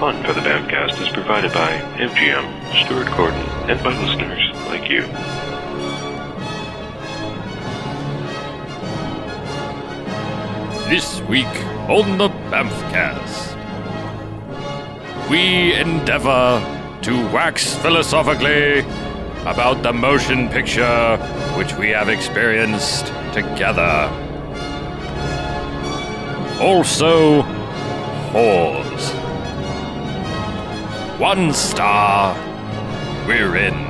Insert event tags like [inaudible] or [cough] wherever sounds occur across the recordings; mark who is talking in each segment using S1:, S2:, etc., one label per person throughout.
S1: Fun for the Bamcast is provided by MGM, Stuart Gordon, and by listeners like you.
S2: This week on the Bamfcast, we endeavor to wax philosophically about the motion picture which we have experienced together. Also, whores. One star, we're in.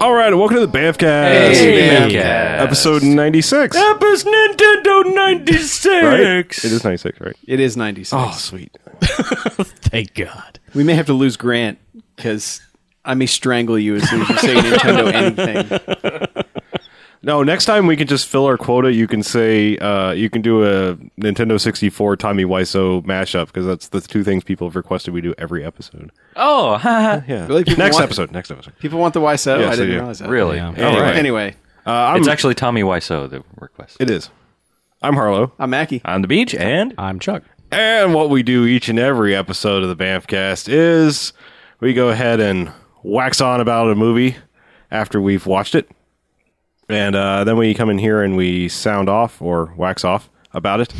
S3: All right, welcome to the Bamfcast.
S2: Hey, Bamfcast.
S3: Episode 96.
S2: Epic Nintendo 96!
S3: Right? It is 96, right?
S4: It is 96.
S3: Oh, sweet. [laughs]
S5: Thank God.
S4: We may have to lose Grant because I may strangle you as soon as you
S3: [laughs]
S4: say Nintendo anything.
S3: No, next time we can just fill our quota. You can say, uh, you can do a Nintendo 64 Tommy Wiseau mashup because that's the two things people have requested we do every episode.
S5: Oh, haha.
S3: Yeah.
S4: Really? People
S3: next
S4: want-
S3: episode. Next episode.
S4: People want the YSO.
S3: Yes, they
S4: I didn't
S3: do.
S4: realize that.
S5: really? Oh,
S3: All
S4: Anyway,
S3: right.
S4: anyway,
S3: Uh, I'm,
S5: It's actually Tommy Wiseau that requested.
S3: it is. I'm Harlow.
S4: I'm Mackie.
S5: On the beach and
S6: I'm Chuck.
S3: And what we do each and every episode of the Bamfcast is we go ahead and wax on about a movie after we've watched it. And uh, then we come in here and we sound off or wax off about it.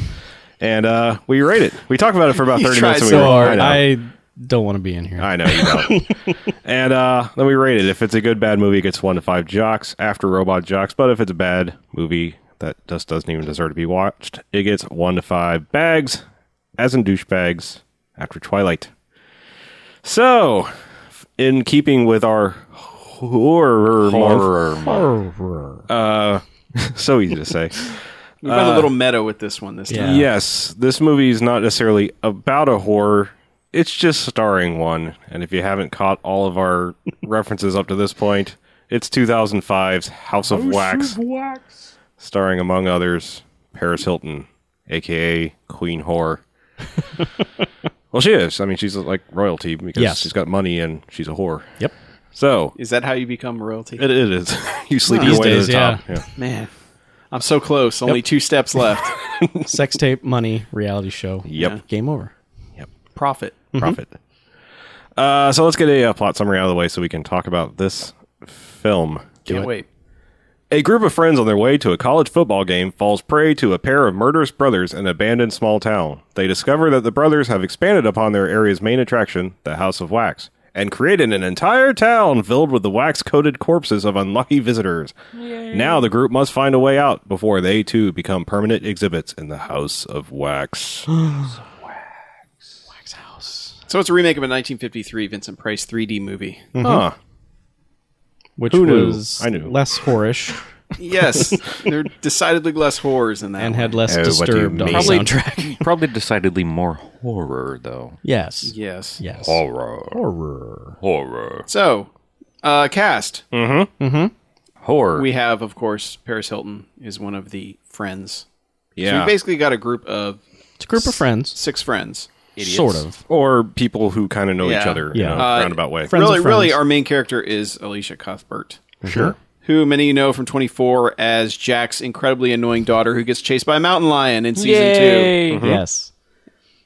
S3: And uh, we rate it. We talk about it for about 30
S4: tried
S3: minutes. and
S4: so
S3: we,
S6: Or
S3: I know.
S6: I don't want to be in here.
S3: I know
S6: [laughs]
S3: you don't. and uh, then we rate it. If it's a good bad movie, it gets one to five jocks after robot jocks. But if it's a bad movie that just doesn't even deserve to be watched, it gets one to five bags, as in douchebags after Twilight. So, in keeping with our horror, month- Uh,
S5: horror.
S3: so easy to say.
S4: We went
S3: uh,
S4: a little meta with this one this time.
S3: Yes, this movie is not necessarily about a horror. It's just starring one. And if you haven't caught all of our [laughs] references up to this point, it's 2005's House of Wax, starring among others Paris Hilton, aka Queen [laughs] Whore. well, she is. I mean, she's like royalty because
S6: Yes.
S3: she's got money and she's a whore.
S6: Yep.
S3: So
S4: Is that how you become royalty?
S3: it, it is. [laughs] you sleep your
S6: These
S3: way
S6: days,
S3: to the top. Yeah.
S4: Man, I'm so close. Only two
S3: [laughs]
S4: steps left.
S6: Sex tape, money, reality show.
S3: Yep.
S6: Game over.
S4: Profit.
S3: profit. Uh, so let's get a, uh plot summary out of the way so we can talk about this film.
S4: Can't wait.
S3: A group of friends on their way to a college football game falls prey to a pair of murderous brothers in an abandoned small town. They discover that the brothers have expanded upon their area's main attraction, the House of Wax, and created an entire town filled with the wax coated corpses of unlucky visitors. Now the group must find a way out before they too become permanent exhibits in the House of Wax.
S4: So it's a remake of a 1953 Vincent Price 3D movie.
S3: [laughs] Huh.
S6: Which
S3: Who knew?
S6: was
S3: I knew.
S6: less whorish
S4: yes, they're decidedly less whores in that.
S6: and
S4: one.
S6: had less
S3: Oh, what do you
S6: disturbed on the
S3: mean? Probably-
S5: [laughs]
S6: soundtrack.
S5: Probably decidedly more horror, though.
S6: [laughs] yes.
S4: yes.
S6: Yes.
S5: Horror. Horror. [laughs] Horror.
S4: So, uh, cast. Mm-hmm.
S5: Horror.
S4: We have, of course, Paris Hilton is one of the friends. So
S3: Yeah.
S4: we basically got a group of
S6: It's a group of friends.
S4: six friends.
S6: Sort of.
S3: or people who kind of know each
S4: Yeah.
S3: other
S6: Yeah.
S3: in a
S4: Uh,
S3: roundabout way.
S6: friends
S4: really,
S6: of
S4: really,
S6: friends. Mm-hmm.
S4: our main character is Alicia Cuthbert,
S3: Sure.
S4: who many of you know from 24 as Jack's incredibly annoying daughter who gets chased by a mountain lion in season two
S6: Yes.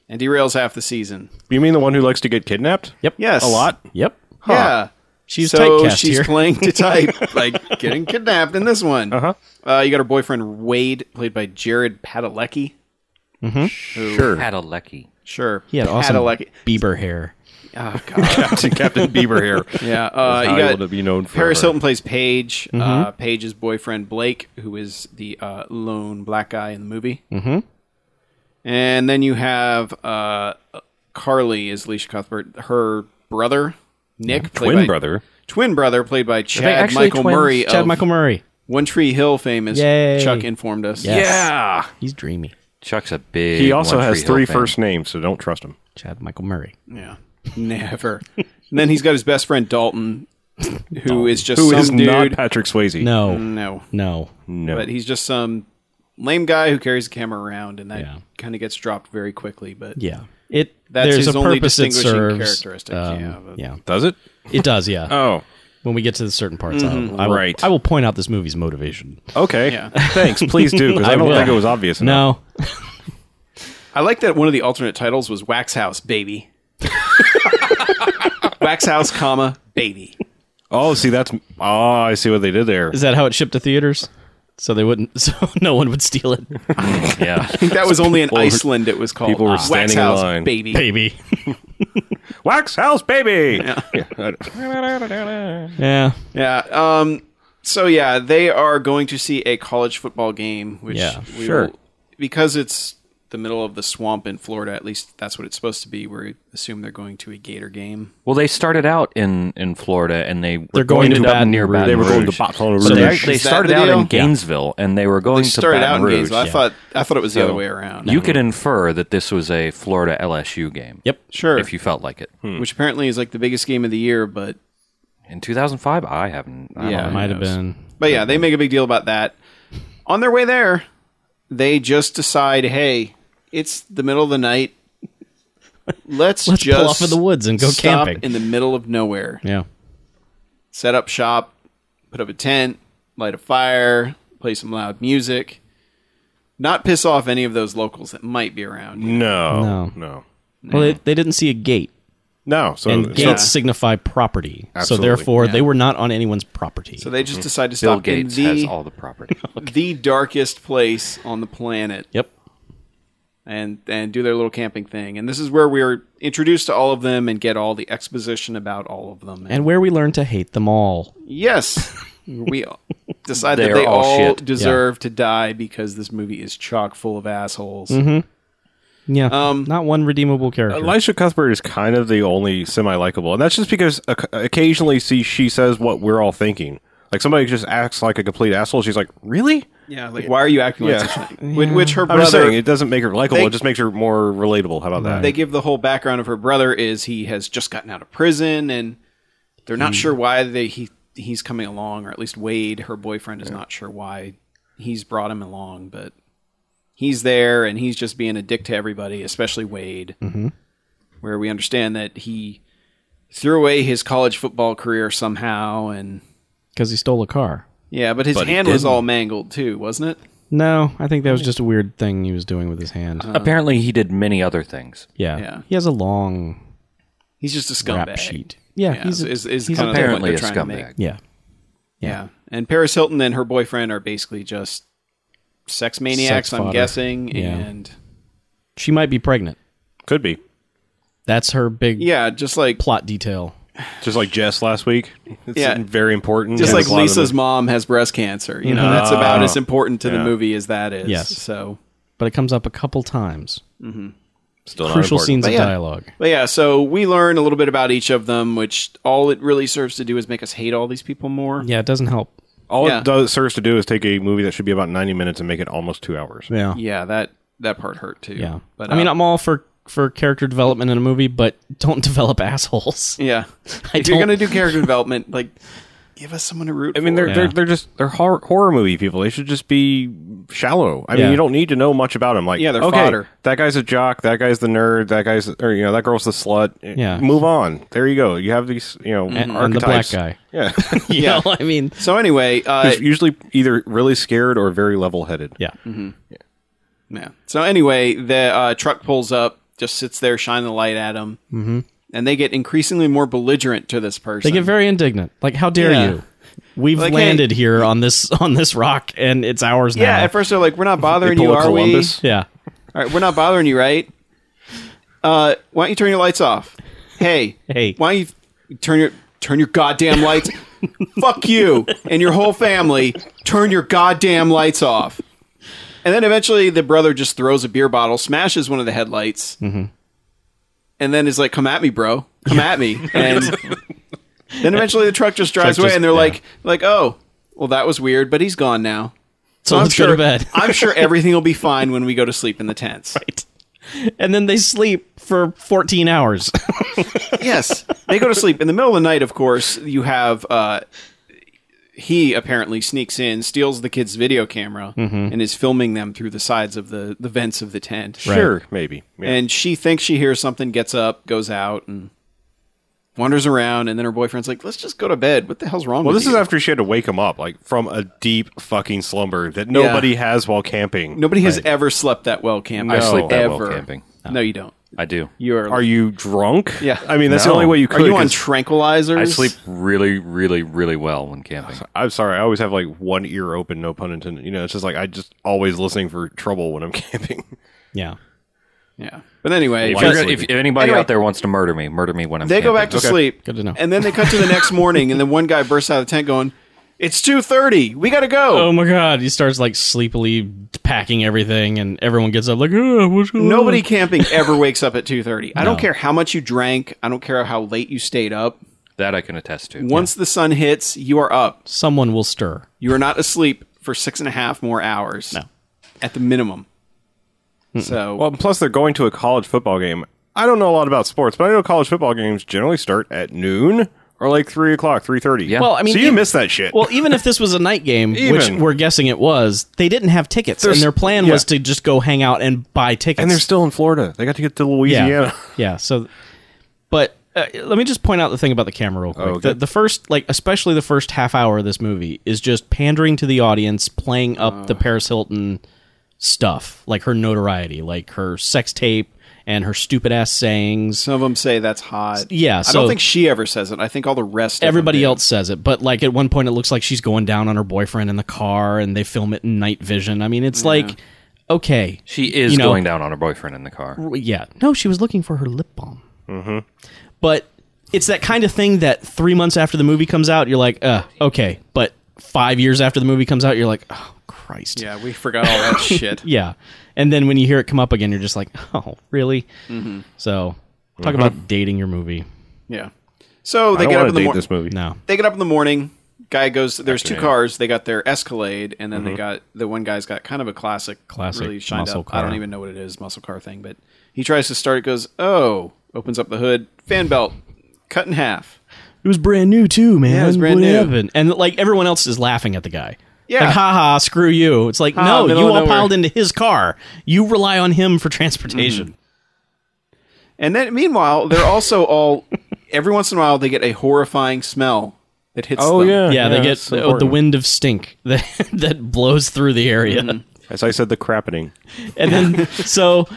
S4: and derails half the season.
S3: You mean the one who likes to get kidnapped? [laughs]
S6: Yep.
S4: Yes.
S3: A lot?
S6: Yep.
S4: Yeah.
S6: She's
S4: so
S6: typecast
S4: she's
S6: here.
S4: playing to type, like getting kidnapped in this one. Uh-huh. you got her boyfriend Wade, played by Jared Padalecki.
S3: Sure.
S5: Padalecki.
S4: Sure,
S6: [laughs] He had awesome
S4: Padalecki.
S6: Bieber hair.
S4: Oh God, [laughs]
S3: Captain, [laughs] Captain Bieber here.
S4: yeah. Uh,
S3: How
S4: you
S3: he
S4: got
S3: will be known for
S4: Paris Hilton plays Paige. Uh, Paige's boyfriend Blake, who is the uh, lone black guy in the movie. Mm-hmm. And then you have uh, Carly is Alicia Cuthbert. Her brother Nick, played
S3: twin
S4: by-
S3: brother.
S4: twin brother played by Chad
S5: actually
S4: Michael
S5: twins?
S4: Murray.
S6: Chad
S4: of
S6: Michael Murray.
S4: One Tree Hill fame, as
S6: Yay.
S4: Chuck informed us.
S6: Yes.
S3: Yeah.
S6: He's dreamy.
S5: Chuck's a big.
S3: He also has three
S5: three
S3: first names, so don't trust him.
S6: Chad Michael Murray.
S4: Yeah. Never. [laughs] and then he's got his best friend Dalton, who is just
S3: Who
S4: some
S3: is not
S4: dude.
S3: Patrick Swayze?
S6: No.
S4: no.
S6: No.
S3: No.
S4: But he's just some lame guy who carries a camera around and that
S6: Yeah.
S4: kind of gets dropped very quickly, but
S6: Yeah. It
S4: That's
S6: there's
S4: his
S6: a
S4: only
S6: purpose
S4: distinguishing
S6: it serves.
S4: characteristic,
S6: um,
S4: yeah, but-
S6: yeah.
S3: Does it?
S6: It does, yeah.
S3: Oh.
S6: when we get to the certain parts of it. I will,
S3: Right.
S6: I will point out this movie's motivation.
S3: Okay. [laughs]
S4: Yeah.
S3: Thanks. Please do, because I, don't
S6: will.
S3: think it was obvious enough.
S6: No.
S4: I like that one of the alternate titles was Wax House Baby. Wax House, comma baby.
S3: Oh, see, that's oh, I see what they did there.
S6: Is that how it shipped to theaters? So they wouldn't, [laughs] so no one would
S5: [laughs]
S6: steal it.
S4: I
S5: Yeah.
S4: think that was only in Iceland. It was called Ah.
S3: people were
S4: Wax
S3: standing in
S4: House
S3: line.
S4: Baby.
S6: Baby.
S3: [laughs] Wax House Baby.
S6: Yeah.
S4: Yeah. Um. So yeah, they are going to see a college football game, which
S6: Yeah,
S4: we
S3: sure.
S4: will- because it's the middle of the swamp in Florida. At least that's what it's supposed to be. We assume they're going to a Gator game.
S5: Well, they started out in, in Florida and they were
S6: They're going to
S5: up
S6: Baton
S5: near
S6: Rouge.
S5: Baton
S3: They were
S5: Rouge.
S3: going to Baton Rouge.
S5: So they,
S4: Is
S5: they
S4: that
S5: started
S4: the
S5: out
S4: deal?
S5: in Gainesville and they were going
S4: They
S5: to
S4: started
S5: Baton
S4: out in
S5: Rouge.
S4: Gainesville. I thought I thought it was the other way around,
S5: You could infer that this was a Florida LSU game. Hmm.
S6: Yep.
S4: Sure. Hmm.
S5: If you felt like it.
S4: which apparently is like the biggest game of the year. But
S5: In 2005, I haven't. I
S4: Yeah.
S5: don't know.
S6: Might have been.
S4: but yeah, they make a big deal about that. On their way there, they just decide, hey, it's the middle of the night. Let's,
S6: Let's
S4: just
S6: pull off in the woods and go
S4: stop
S6: camping.
S4: in the middle of nowhere.
S6: Yeah.
S4: set up shop, put up a tent, light a fire, play some loud music. Not piss off any of those locals that might be around.
S3: [laughs] No,
S6: No.
S3: no,
S6: Well, they, they didn't see a gate,
S3: no. So,
S6: and
S5: Oh,
S3: so-
S6: gates signify property.
S3: Absolutely.
S6: So therefore, they were not on anyone's property.
S4: So they just decide to
S5: Mm-hmm. Bill
S4: stop
S5: Gates
S4: in
S5: has
S4: the,
S5: all the property.
S4: the darkest place on the planet
S6: yep.
S4: and, and do their little camping thing. And this is where we are introduced to all of them and get all the exposition about all of them.
S6: And where we learn to hate them all.
S5: [laughs]
S4: yes, we decide that
S5: They're
S4: they all,
S5: all shit.
S4: deserve to die because this movie is chock full of assholes.
S5: Mm-hmm.
S6: Yeah.
S5: Um,
S6: not one redeemable character.
S3: Elisha Cuthbert is kind of the only semi likable, and that's just because oc- occasionally see she says what we're all thinking. Like somebody just acts like a complete asshole. She's like, really?
S4: Yeah, like why are you acting
S3: Yeah.
S4: like such?
S5: [laughs]
S4: a- Which, which her
S3: I'm just
S4: brother
S3: saying it doesn't make her likable.
S4: They-
S3: it just makes her more relatable. How about that?
S4: they give the whole background of her brother is he has just gotten out of prison and they're not sure why they he he's coming along or at least Wade her boyfriend is not sure why he's brought him along but he's there and he's just being a dick to everybody especially Wade where we understand that he threw away his college football career somehow and
S6: Because he stole a car.
S4: yeah but his
S3: But he
S4: hand was
S3: didn't.
S4: all mangled too wasn't it
S6: No, I think that was just a weird thing he was doing with his hand.
S5: [laughs] Uh, Apparently, he did many other things.
S6: yeah.
S4: yeah.
S6: He has a long
S4: he's just a scumbag
S6: rap sheet. Yeah.
S4: yeah, is
S6: he's a,
S4: is, is
S6: he's
S4: kind of what
S5: Apparently,
S4: they're trying
S5: a
S4: to make
S5: scumbag.
S6: yeah.
S4: Yeah. And Paris Hilton and her boyfriend are basically just sex maniacs,
S6: Sex
S4: I'm
S6: fodder.
S4: guessing.
S6: Yeah.
S4: And
S6: She might be pregnant.
S3: Could be
S6: That's her big
S4: yeah, just like
S6: plot detail.
S3: just like Jess last week. It's
S4: Yeah.
S3: very important.
S4: just
S3: Yeah.
S4: like
S3: There's a lot of
S4: Lisa's
S3: them.
S4: mom has breast cancer. You know, that's about as important to the movie as that is.
S6: Ah. Yes.
S4: So
S6: But it comes up a couple times.
S3: Still not
S6: Crucial
S3: important.
S6: scenes of
S4: But yeah.
S6: dialogue.
S4: but yeah, so we learn a little bit about each of them, which all it really serves to do is make us hate all these people more.
S6: Yeah, it doesn't help.
S3: All
S4: Yeah.
S3: it does serves to do is take a movie that should be about 90 minutes and make it almost two hours.
S6: Yeah.
S4: Yeah, that that part hurt too.
S6: Yeah.
S4: But
S6: I mean,
S4: uh,
S6: I'm all for for character development in a movie, but don't [laughs] develop assholes. [laughs]
S4: yeah.
S6: I
S4: if you're
S6: don't-
S4: gonna do character development, like give us someone to root
S3: I mean,
S4: for.
S3: they're
S6: Yeah.
S3: they're they're just they're hor- horror movie people. They should just be shallow. I mean,
S6: Yeah.
S3: you don't need to know much about them. Like,
S4: Yeah, they're
S3: okay,
S4: fodder.
S3: that guy's a jock. That guy's the nerd. That guy's or you know that girl's the slut.
S6: Yeah.
S3: move on. There you go. You have these you know
S6: And, and the black
S3: archetypes.
S6: guy. [laughs]
S3: Yeah, [laughs]
S6: You
S4: Yeah.
S6: know, I mean,
S4: so anyway, uh,
S3: who's usually either really scared or very level headed.
S6: yeah.
S4: Mm-hmm. Yeah. So anyway, the uh, truck pulls up, just sits there shining the light at him, mm-hmm. and they get increasingly more belligerent to this person.
S6: They get very indignant. Like, how dare
S4: Yeah.
S6: you? We've
S4: Like, hey-
S6: landed here on this [laughs] on this rock, and it's ours now.
S4: yeah. At first, they're like, "We're not bothering you,
S3: Pull a
S4: are
S3: Columbus.
S6: yeah.
S4: we? All right, we're not bothering you, right? Uh, why don't you turn your lights off? Hey,
S6: Hey.
S4: why don't you turn your turn your goddamn lights? [laughs] Fuck you and your whole family. Turn your goddamn lights off." And then eventually, the brother just throws a beer bottle, smashes one of the headlights,
S6: Mm-hmm.
S4: and then is like, "Come at me, bro! Come at
S6: [laughs]
S4: me!" And then eventually, the truck just drives
S6: Truck
S4: away,
S6: just-
S4: and they're
S6: yeah.
S4: like, "Like, oh, well, that was weird, but he's gone now."
S6: So
S4: I'm
S6: let's
S4: sure,
S6: go to bed. [laughs]
S4: I'm sure everything will be fine when we go to sleep in the tents.
S6: and then they sleep for 14 hours. [laughs]
S4: Yes, they go to sleep in the middle of the night. Of course, you have uh, he apparently sneaks in, steals the kid's video camera, and is filming them through the sides of the the vents of the tent.
S3: Sure, maybe. Yeah.
S4: And she thinks she hears something, gets up, goes out, and wanders around, and then her boyfriend's like, "Let's just go to bed. What the hell's wrong?"
S3: Well,
S4: with
S3: this is
S4: you?"
S3: after she had to wake him up, like from a deep fucking slumber that nobody has while camping.
S4: nobody has ever slept that well camping.
S5: I sleep that well
S4: ever.
S5: camping.
S4: No. you don't.
S5: I do.
S4: You are.
S3: Are you drunk?
S4: Yeah.
S3: I mean, that's the
S5: No.
S3: only way you
S4: are
S3: could.
S4: you on
S3: 'cause-
S4: tranquilizers?
S5: I sleep really, really, really well when camping.
S3: I'm sorry. I always have like one ear open, no pun intended. You know, it's just like I just always listening for trouble when I'm [laughs] camping.
S6: Yeah.
S4: Yeah. But anyway,
S5: If,
S4: but-
S5: you're gonna- if, if anybody
S4: Anyway.
S5: out there wants to murder me, murder me when I'm.
S4: They go back
S5: camping.
S4: to sleep.
S6: Good to know.
S4: And then they cut to the next morning, and then one guy bursts out of the tent going, "It's two thirty. We gotta go."
S6: Oh my god, he starts like sleepily packing everything, and everyone gets up like, oh, what's going
S4: Nobody
S6: on?"
S4: camping ever wakes up at two thirty. I don't
S6: No.
S4: care how much you drank. I don't care how late you stayed up.
S5: That I can attest to.
S4: Once the sun hits, you are up.
S6: Someone will stir.
S4: You are not asleep for six and a half more hours.
S6: No.
S4: At the minimum. So
S3: Well, and plus they're going to a college football game. I don't know a lot about sports, but I know college football games generally start at noon or like three o'clock, three thirty.
S5: Yeah.
S6: Well, I mean,
S3: so you
S6: if-
S3: miss that shit.
S6: Well, even if this was a night game, which
S3: Even.
S6: we're guessing it was, they didn't have tickets,
S3: There's-
S6: and their plan
S3: yeah.
S6: was to just go hang out and buy
S3: [laughs]
S6: tickets.
S3: and they're still in Florida. They got to get to Louisiana.
S6: yeah, [laughs] yeah. So, but uh, let me just point out the thing about the camera real quick.
S3: okay.
S6: the, the first, like, especially the first half hour of this movie is just pandering to the audience, playing up the Paris Hilton stuff, like her notoriety, like her sex tape and her stupid ass sayings.
S4: some of them say that's hot.
S6: Yeah,
S4: I don't
S6: so-
S4: think she ever says it. I think all the rest. of
S6: Everybody
S4: them do.
S6: else says it, but like at one point, it looks like she's going down on her boyfriend in the car, and they film it in night vision. I mean, it's like, okay,
S5: she is
S6: you know-
S5: going Oh. down on her boyfriend in the car.
S6: Well, yeah. No, she was looking for her lip balm. Mm-hmm. But it's that kind of thing that three months after the movie comes out, you're like, uh, okay. But five years after the movie comes out, you're like, oh, Christ.
S4: Yeah, we forgot all
S6: [laughs]
S4: that shit.
S6: Yeah. And then when you hear it come up again, you're just like, [laughs] oh, really? So talk about dating your movie.
S4: Yeah. So
S3: I
S4: they
S3: don't
S4: get up
S3: want
S4: in
S3: to
S4: the
S3: date
S4: morning.
S3: this movie.
S6: No.
S4: they get up in the morning. Guy goes. There's two
S5: Afternoon.
S4: cars. They got their Escalade, and then they
S3: Mm-hmm.
S4: got the one guy's got kind of a classic,
S6: Classic
S4: really shined
S6: muscle
S4: up. I
S6: car.
S4: don't even know what it is, muscle car thing. But he tries to start. It goes. Oh, opens up the hood, fan belt, cut in half.
S6: It was brand new, too, man.
S4: Yeah, it was brand
S6: What
S4: new.
S6: happened? And like everyone else is laughing at the guy.
S4: Yeah.
S6: Like, haha, screw you. It's like,
S4: Ha,
S6: no,
S4: middle
S6: you
S4: of
S6: all
S4: nowhere.
S6: piled into his car. You rely on him for transportation.
S4: And then meanwhile, they're also all. [laughs] Every once in a while, they get a horrifying smell that hits.
S3: Oh
S4: them.
S3: yeah,
S6: [laughs] yeah, they get
S3: it's
S6: the, oh, the
S3: important.
S6: wind of stink [laughs] that that blows through the area,
S3: As I said, the crappening.
S6: [laughs] and then so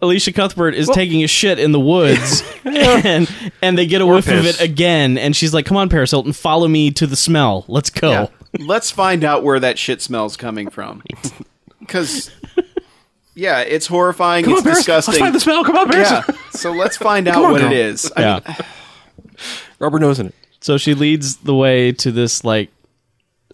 S6: Alicia Cuthbert is taking a shit in the woods, [laughs] and and they get a whiff of
S3: pissed.
S6: it again, and she's like, "Come on, Paris Hilton, follow me to the smell. Let's go."
S4: Yeah. [laughs] Let's find out where that shit smells coming from. Because, yeah, it's horrifying. it's disgusting.
S3: Let's find the smell. Come on, Paris.
S4: Yeah. So let's find out
S3: on,
S4: what
S3: girl.
S4: it is. I mean,
S6: Yeah.
S3: Rubber nose in it.
S6: So she leads the way to this like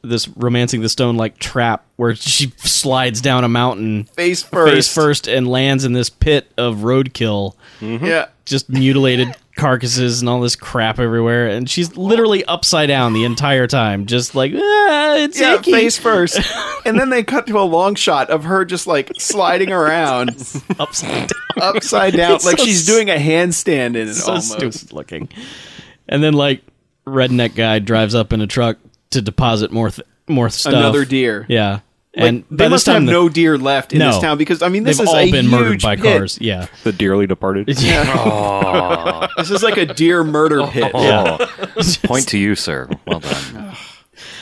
S6: this romancing the stone like trap where she slides down a mountain
S4: face first.
S6: face first and lands in this pit of roadkill.
S4: Yeah.
S6: just mutilated carcasses and all this crap everywhere and she's literally upside down the entire time just like ah, it's
S4: Yeah,
S6: icky."
S4: face first. And then they cut to a long shot of her just like sliding around
S6: [laughs] upside down [laughs]
S4: upside down.
S6: It's
S4: like
S6: so
S4: she's
S6: s-
S4: doing a handstand in it
S6: so
S4: almost.
S6: stupid looking and then like redneck guy drives up in a truck to deposit more th- more stuff
S4: Another deer.
S6: yeah
S4: Like,
S6: and
S4: they
S6: by this
S4: must have
S6: time the-
S4: no deer left in
S6: No.
S4: this town because I mean this
S6: they've
S4: is
S6: all
S4: a
S6: been
S4: huge
S6: murdered by
S4: pit.
S6: cars yeah
S3: The dearly departed.
S4: This is like a deer murder
S5: [laughs]
S4: pit.
S5: Oh, point to you, sir. Well [laughs] done.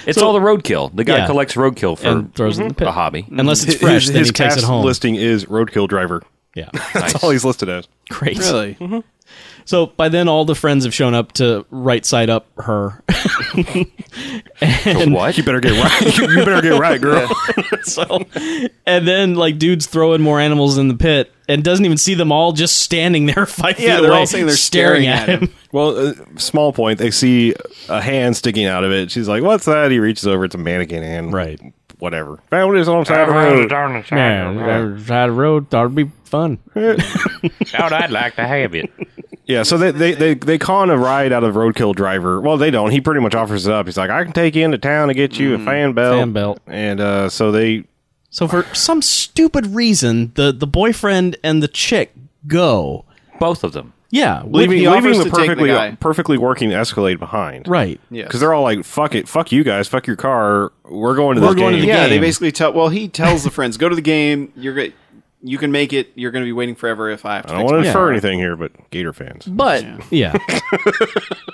S5: It's all the roadkill. The guy
S6: Yeah.
S5: collects roadkill for
S6: and throws it in the pit
S5: a hobby.
S6: unless it's fresh
S3: his
S6: then
S3: his
S6: he takes
S3: cast
S6: it home
S3: listing is roadkill driver.
S6: yeah [laughs]
S3: That's all he's listed as.
S6: great
S4: Really?
S6: So by then, all the friends have shown up to right side up her. and
S5: What?
S3: You better get right. [laughs] you better get right, girl.
S6: [laughs] So, and then like dude's throwing more animals in the pit and doesn't even see them all just standing there [laughs] fighting.
S4: Yeah, they're all sitting there staring at him.
S3: Well, uh, small point. They see a hand sticking out of it. She's like, "What's that?" He reaches over. It's a mannequin hand.
S6: Right.
S3: Whatever. Found it on the side of the road.
S6: Yeah, side road thought it'd be fun.
S5: I'd like to have it.
S3: Yeah. So they, they they they con a ride out of roadkill driver. Well, they don't. He pretty much offers it up. He's like, "I can take you into town to get
S4: Mm.
S3: you a fan belt."
S6: Fan belt.
S3: And uh, so they.
S6: So for some stupid reason, the the boyfriend and the chick go.
S5: Both of them.
S6: Yeah,
S3: Leaving,
S4: he
S3: leaving
S4: offers
S3: the
S4: to take the
S3: perfectly
S4: guy.
S3: perfectly working Escalade behind,
S6: right.
S4: Yeah.
S3: Because they're all like, "Fuck it, fuck you guys, fuck your car. We're going to
S6: We're
S3: this
S6: going to
S3: game."
S6: the
S4: yeah, they
S6: game.
S4: basically tell. Well, he tells the friends, "Go to the game. You're good. you can make it. You're going to be waiting forever if I have to.
S3: I don't
S4: fix
S3: want
S4: my-
S3: to infer anything here, but Gator fans.
S6: But yeah. [laughs]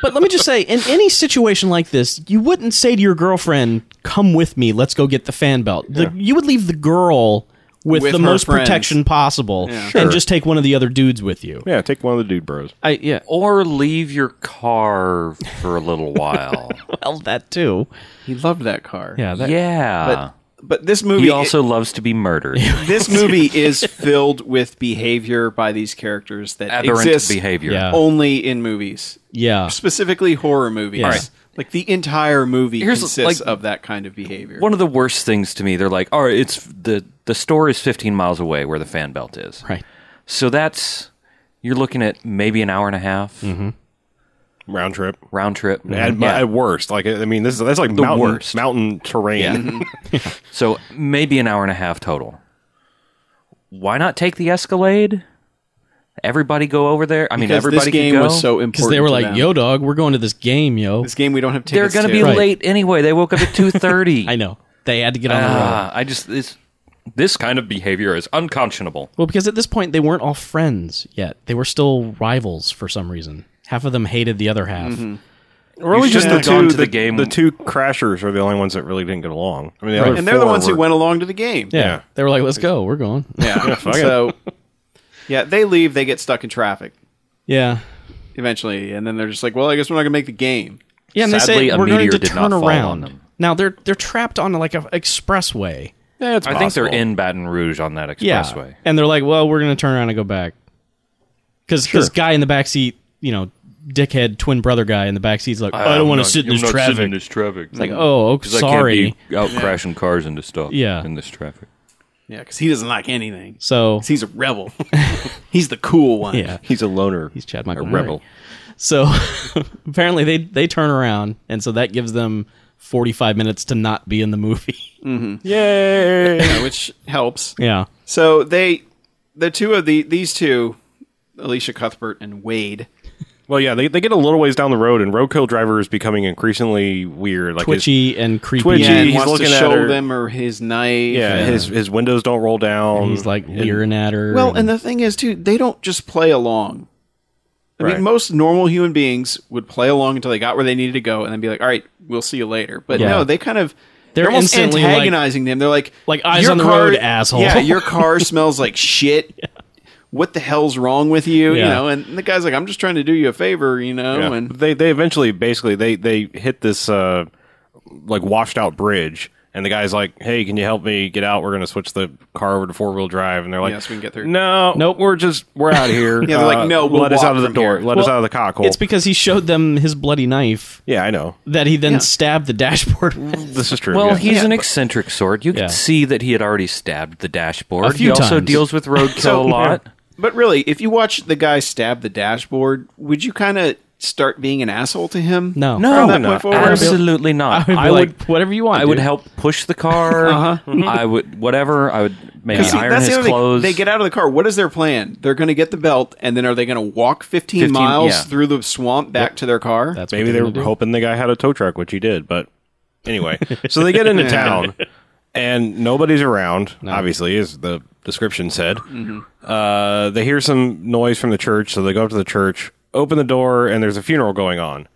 S6: but let me just say, in any situation like this, you wouldn't say to your girlfriend, "Come with me, let's go get the fan belt." The, You would leave the girl with,
S4: With
S6: the
S4: her
S6: most
S4: friends.
S6: protection possible, and just take one of the other dudes with you.
S3: Yeah, take one of the dude bros.
S6: I yeah.
S5: Or leave your car for a little [laughs] while.
S6: Well, that too.
S4: He loved that car.
S6: Yeah. That,
S5: yeah.
S4: But this movie,
S5: Ah. he also loves to be [laughs] murdered.
S4: this movie is filled with behavior by these characters that
S5: Aberrant
S4: exists
S5: behavior.
S6: Yeah.
S4: only in movies,
S6: Yeah.
S4: specifically horror movies.
S6: Alright.
S4: Like the entire movie
S5: Here's,
S4: consists
S5: like,
S4: of that kind of behavior.
S5: One of the worst things to me, they're like, all right, it's the, the store is 15 miles away where the fan belt is.
S6: Right.
S5: So that's, you're looking at maybe an hour and a half
S3: Round trip.
S5: round trip.
S3: At,
S5: Yeah.
S3: at worst, like I mean, this is that's like mountain
S5: worst.
S3: mountain terrain.
S5: So maybe an hour and a half total. Why not take the Escalade? Everybody go over there. I mean,
S4: because
S5: everybody
S4: this game
S5: can go.
S4: was so important.
S6: Because they were
S4: to
S6: like,
S4: them.
S6: "Yo, dog, we're going to this game, yo."
S4: this game we don't have
S5: They're
S4: tickets
S5: going to
S4: to."
S5: be
S6: Right.
S5: late anyway. They woke up at two thirty.
S6: I know they had to get on the road.
S5: Ah, I just this this kind of behavior is unconscionable.
S6: Well, because at this point they weren't all friends yet; they were still rivals for some reason. Half of them hated the other half.
S4: Mm-hmm.
S3: really,
S5: should
S3: just the
S5: have gone
S3: two
S5: to
S3: the,
S5: the game-
S3: the two crashers are the only ones that really didn't get along. I mean, the other
S4: and they're the
S3: four
S4: ones
S3: were-
S4: who went along to the game.
S6: Yeah.
S3: Yeah.
S6: They were like, let's go. We're going. [laughs]
S4: Yeah. so, yeah, they leave. They get stuck in traffic
S6: Yeah.
S4: eventually, and then they're just like, "Well, I guess we're not gonna make the game."
S6: Yeah. And
S5: Sadly,
S6: they say
S5: a
S6: we're going
S5: meteor
S6: to
S5: did not
S6: turn
S5: fall on
S6: around.
S5: them.
S6: Now they're they're trapped on like an expressway.
S3: Yeah, it's
S5: I think they're
S3: possible.
S5: in Baton Rouge on that
S6: Yeah.
S5: expressway.
S6: And they're like, well, we're going to turn around and go back. Because this guy in the back seat, you know, dickhead twin brother guy in the back seat's like, I don't want to sit in this traffic.
S5: this traffic. It's
S6: like, oh, okay, sorry.
S5: out crashing cars into stuff.
S6: Yeah. in
S5: this traffic.
S4: Yeah, because he doesn't like anything.
S6: So
S4: He's a
S6: [laughs]
S4: rebel. he's the cool one.
S6: yeah,
S3: He's a loner.
S6: he's Chad Michael
S3: a
S6: Murray.
S3: rebel.
S6: [laughs] So [laughs] apparently they they turn around, and so that gives them forty five minutes to not be in the movie. [laughs]
S3: Yay!
S4: Yeah, which helps.
S6: yeah.
S4: So they, the two of the these two, Alicia Cuthbert and Wade.
S3: well, yeah, they, they get a little ways down the road, and roadkill driver is becoming increasingly weird. Like his-
S6: Twitchy and creepy.
S3: Twitchy.
S4: Yeah, and
S3: he's
S4: wants
S3: looking
S4: to
S3: at
S4: show
S3: her.
S4: them or his knife.
S3: yeah, his his windows don't roll down.
S6: He's like leering at her.
S4: Well, and the thing is, too, they don't just play along. I
S3: Right.
S4: mean, most normal human beings would play along until they got where they needed to go, and then be like, "All right, we'll see you later." But
S6: Yeah.
S4: no, they kind of
S6: They're
S4: they're, almost
S6: instantly, like-
S4: antagonizing them. They're like,
S6: Like, eyes
S4: "Your
S6: on the road, asshole."
S4: Yeah, your
S6: [laughs]
S4: car smells like shit. What the hell's wrong with you? You
S6: Yeah.
S4: know, and the guy's like, "I'm just trying to do you a favor," you know,
S3: Yeah.
S4: and
S3: they they eventually basically they they hit this uh like washed out bridge and the guy's like hey can you help me get out we're gonna switch the car over to four wheel drive and they're like
S4: Yes, we can get through.
S3: no nope we're just we're out of here
S4: [laughs]
S3: Uh,
S4: Yeah, they're like, "No, we'll
S3: let us
S4: walk
S3: out of the
S4: from
S3: door
S4: here."
S3: let us out of the cockle
S6: It's because he showed them his bloody knife
S3: yeah Mm. I know
S6: that he then stabbed the dashboard. with.
S3: this is true
S5: Well,
S3: yeah.
S5: he's an eccentric sort. You
S6: Yeah.
S5: can see that he had already stabbed the dashboard.
S6: A few
S5: he also
S6: times.
S5: deals with roadkill a lot.
S4: But really, if you watch the guy stab the dashboard, would you kind of start being an asshole to him?
S6: No.
S5: No,
S4: that point forward,
S5: absolutely not.
S6: I would be like, whatever you want.
S5: I would
S6: dude. Uh-huh.
S5: help push the
S6: [laughs]
S5: car. I would whatever. I would maybe
S4: 'Cause see,
S5: iron his
S4: other thing.
S5: clothes.
S4: They get out of the car. What is their plan? They're going to get the belt, and then are they going to walk 15,
S5: 15,
S4: miles
S5: yeah.
S4: through the swamp back to their car?
S3: [laughs]
S6: That's
S3: maybe they were hoping the guy had a tow truck which he did but
S4: [laughs]
S3: anyway so they get into town and nobody's around obviously as the description said
S4: Mm-hmm.
S3: uh, they hear some noise from the church so they go up to the church open the door and there's a funeral going on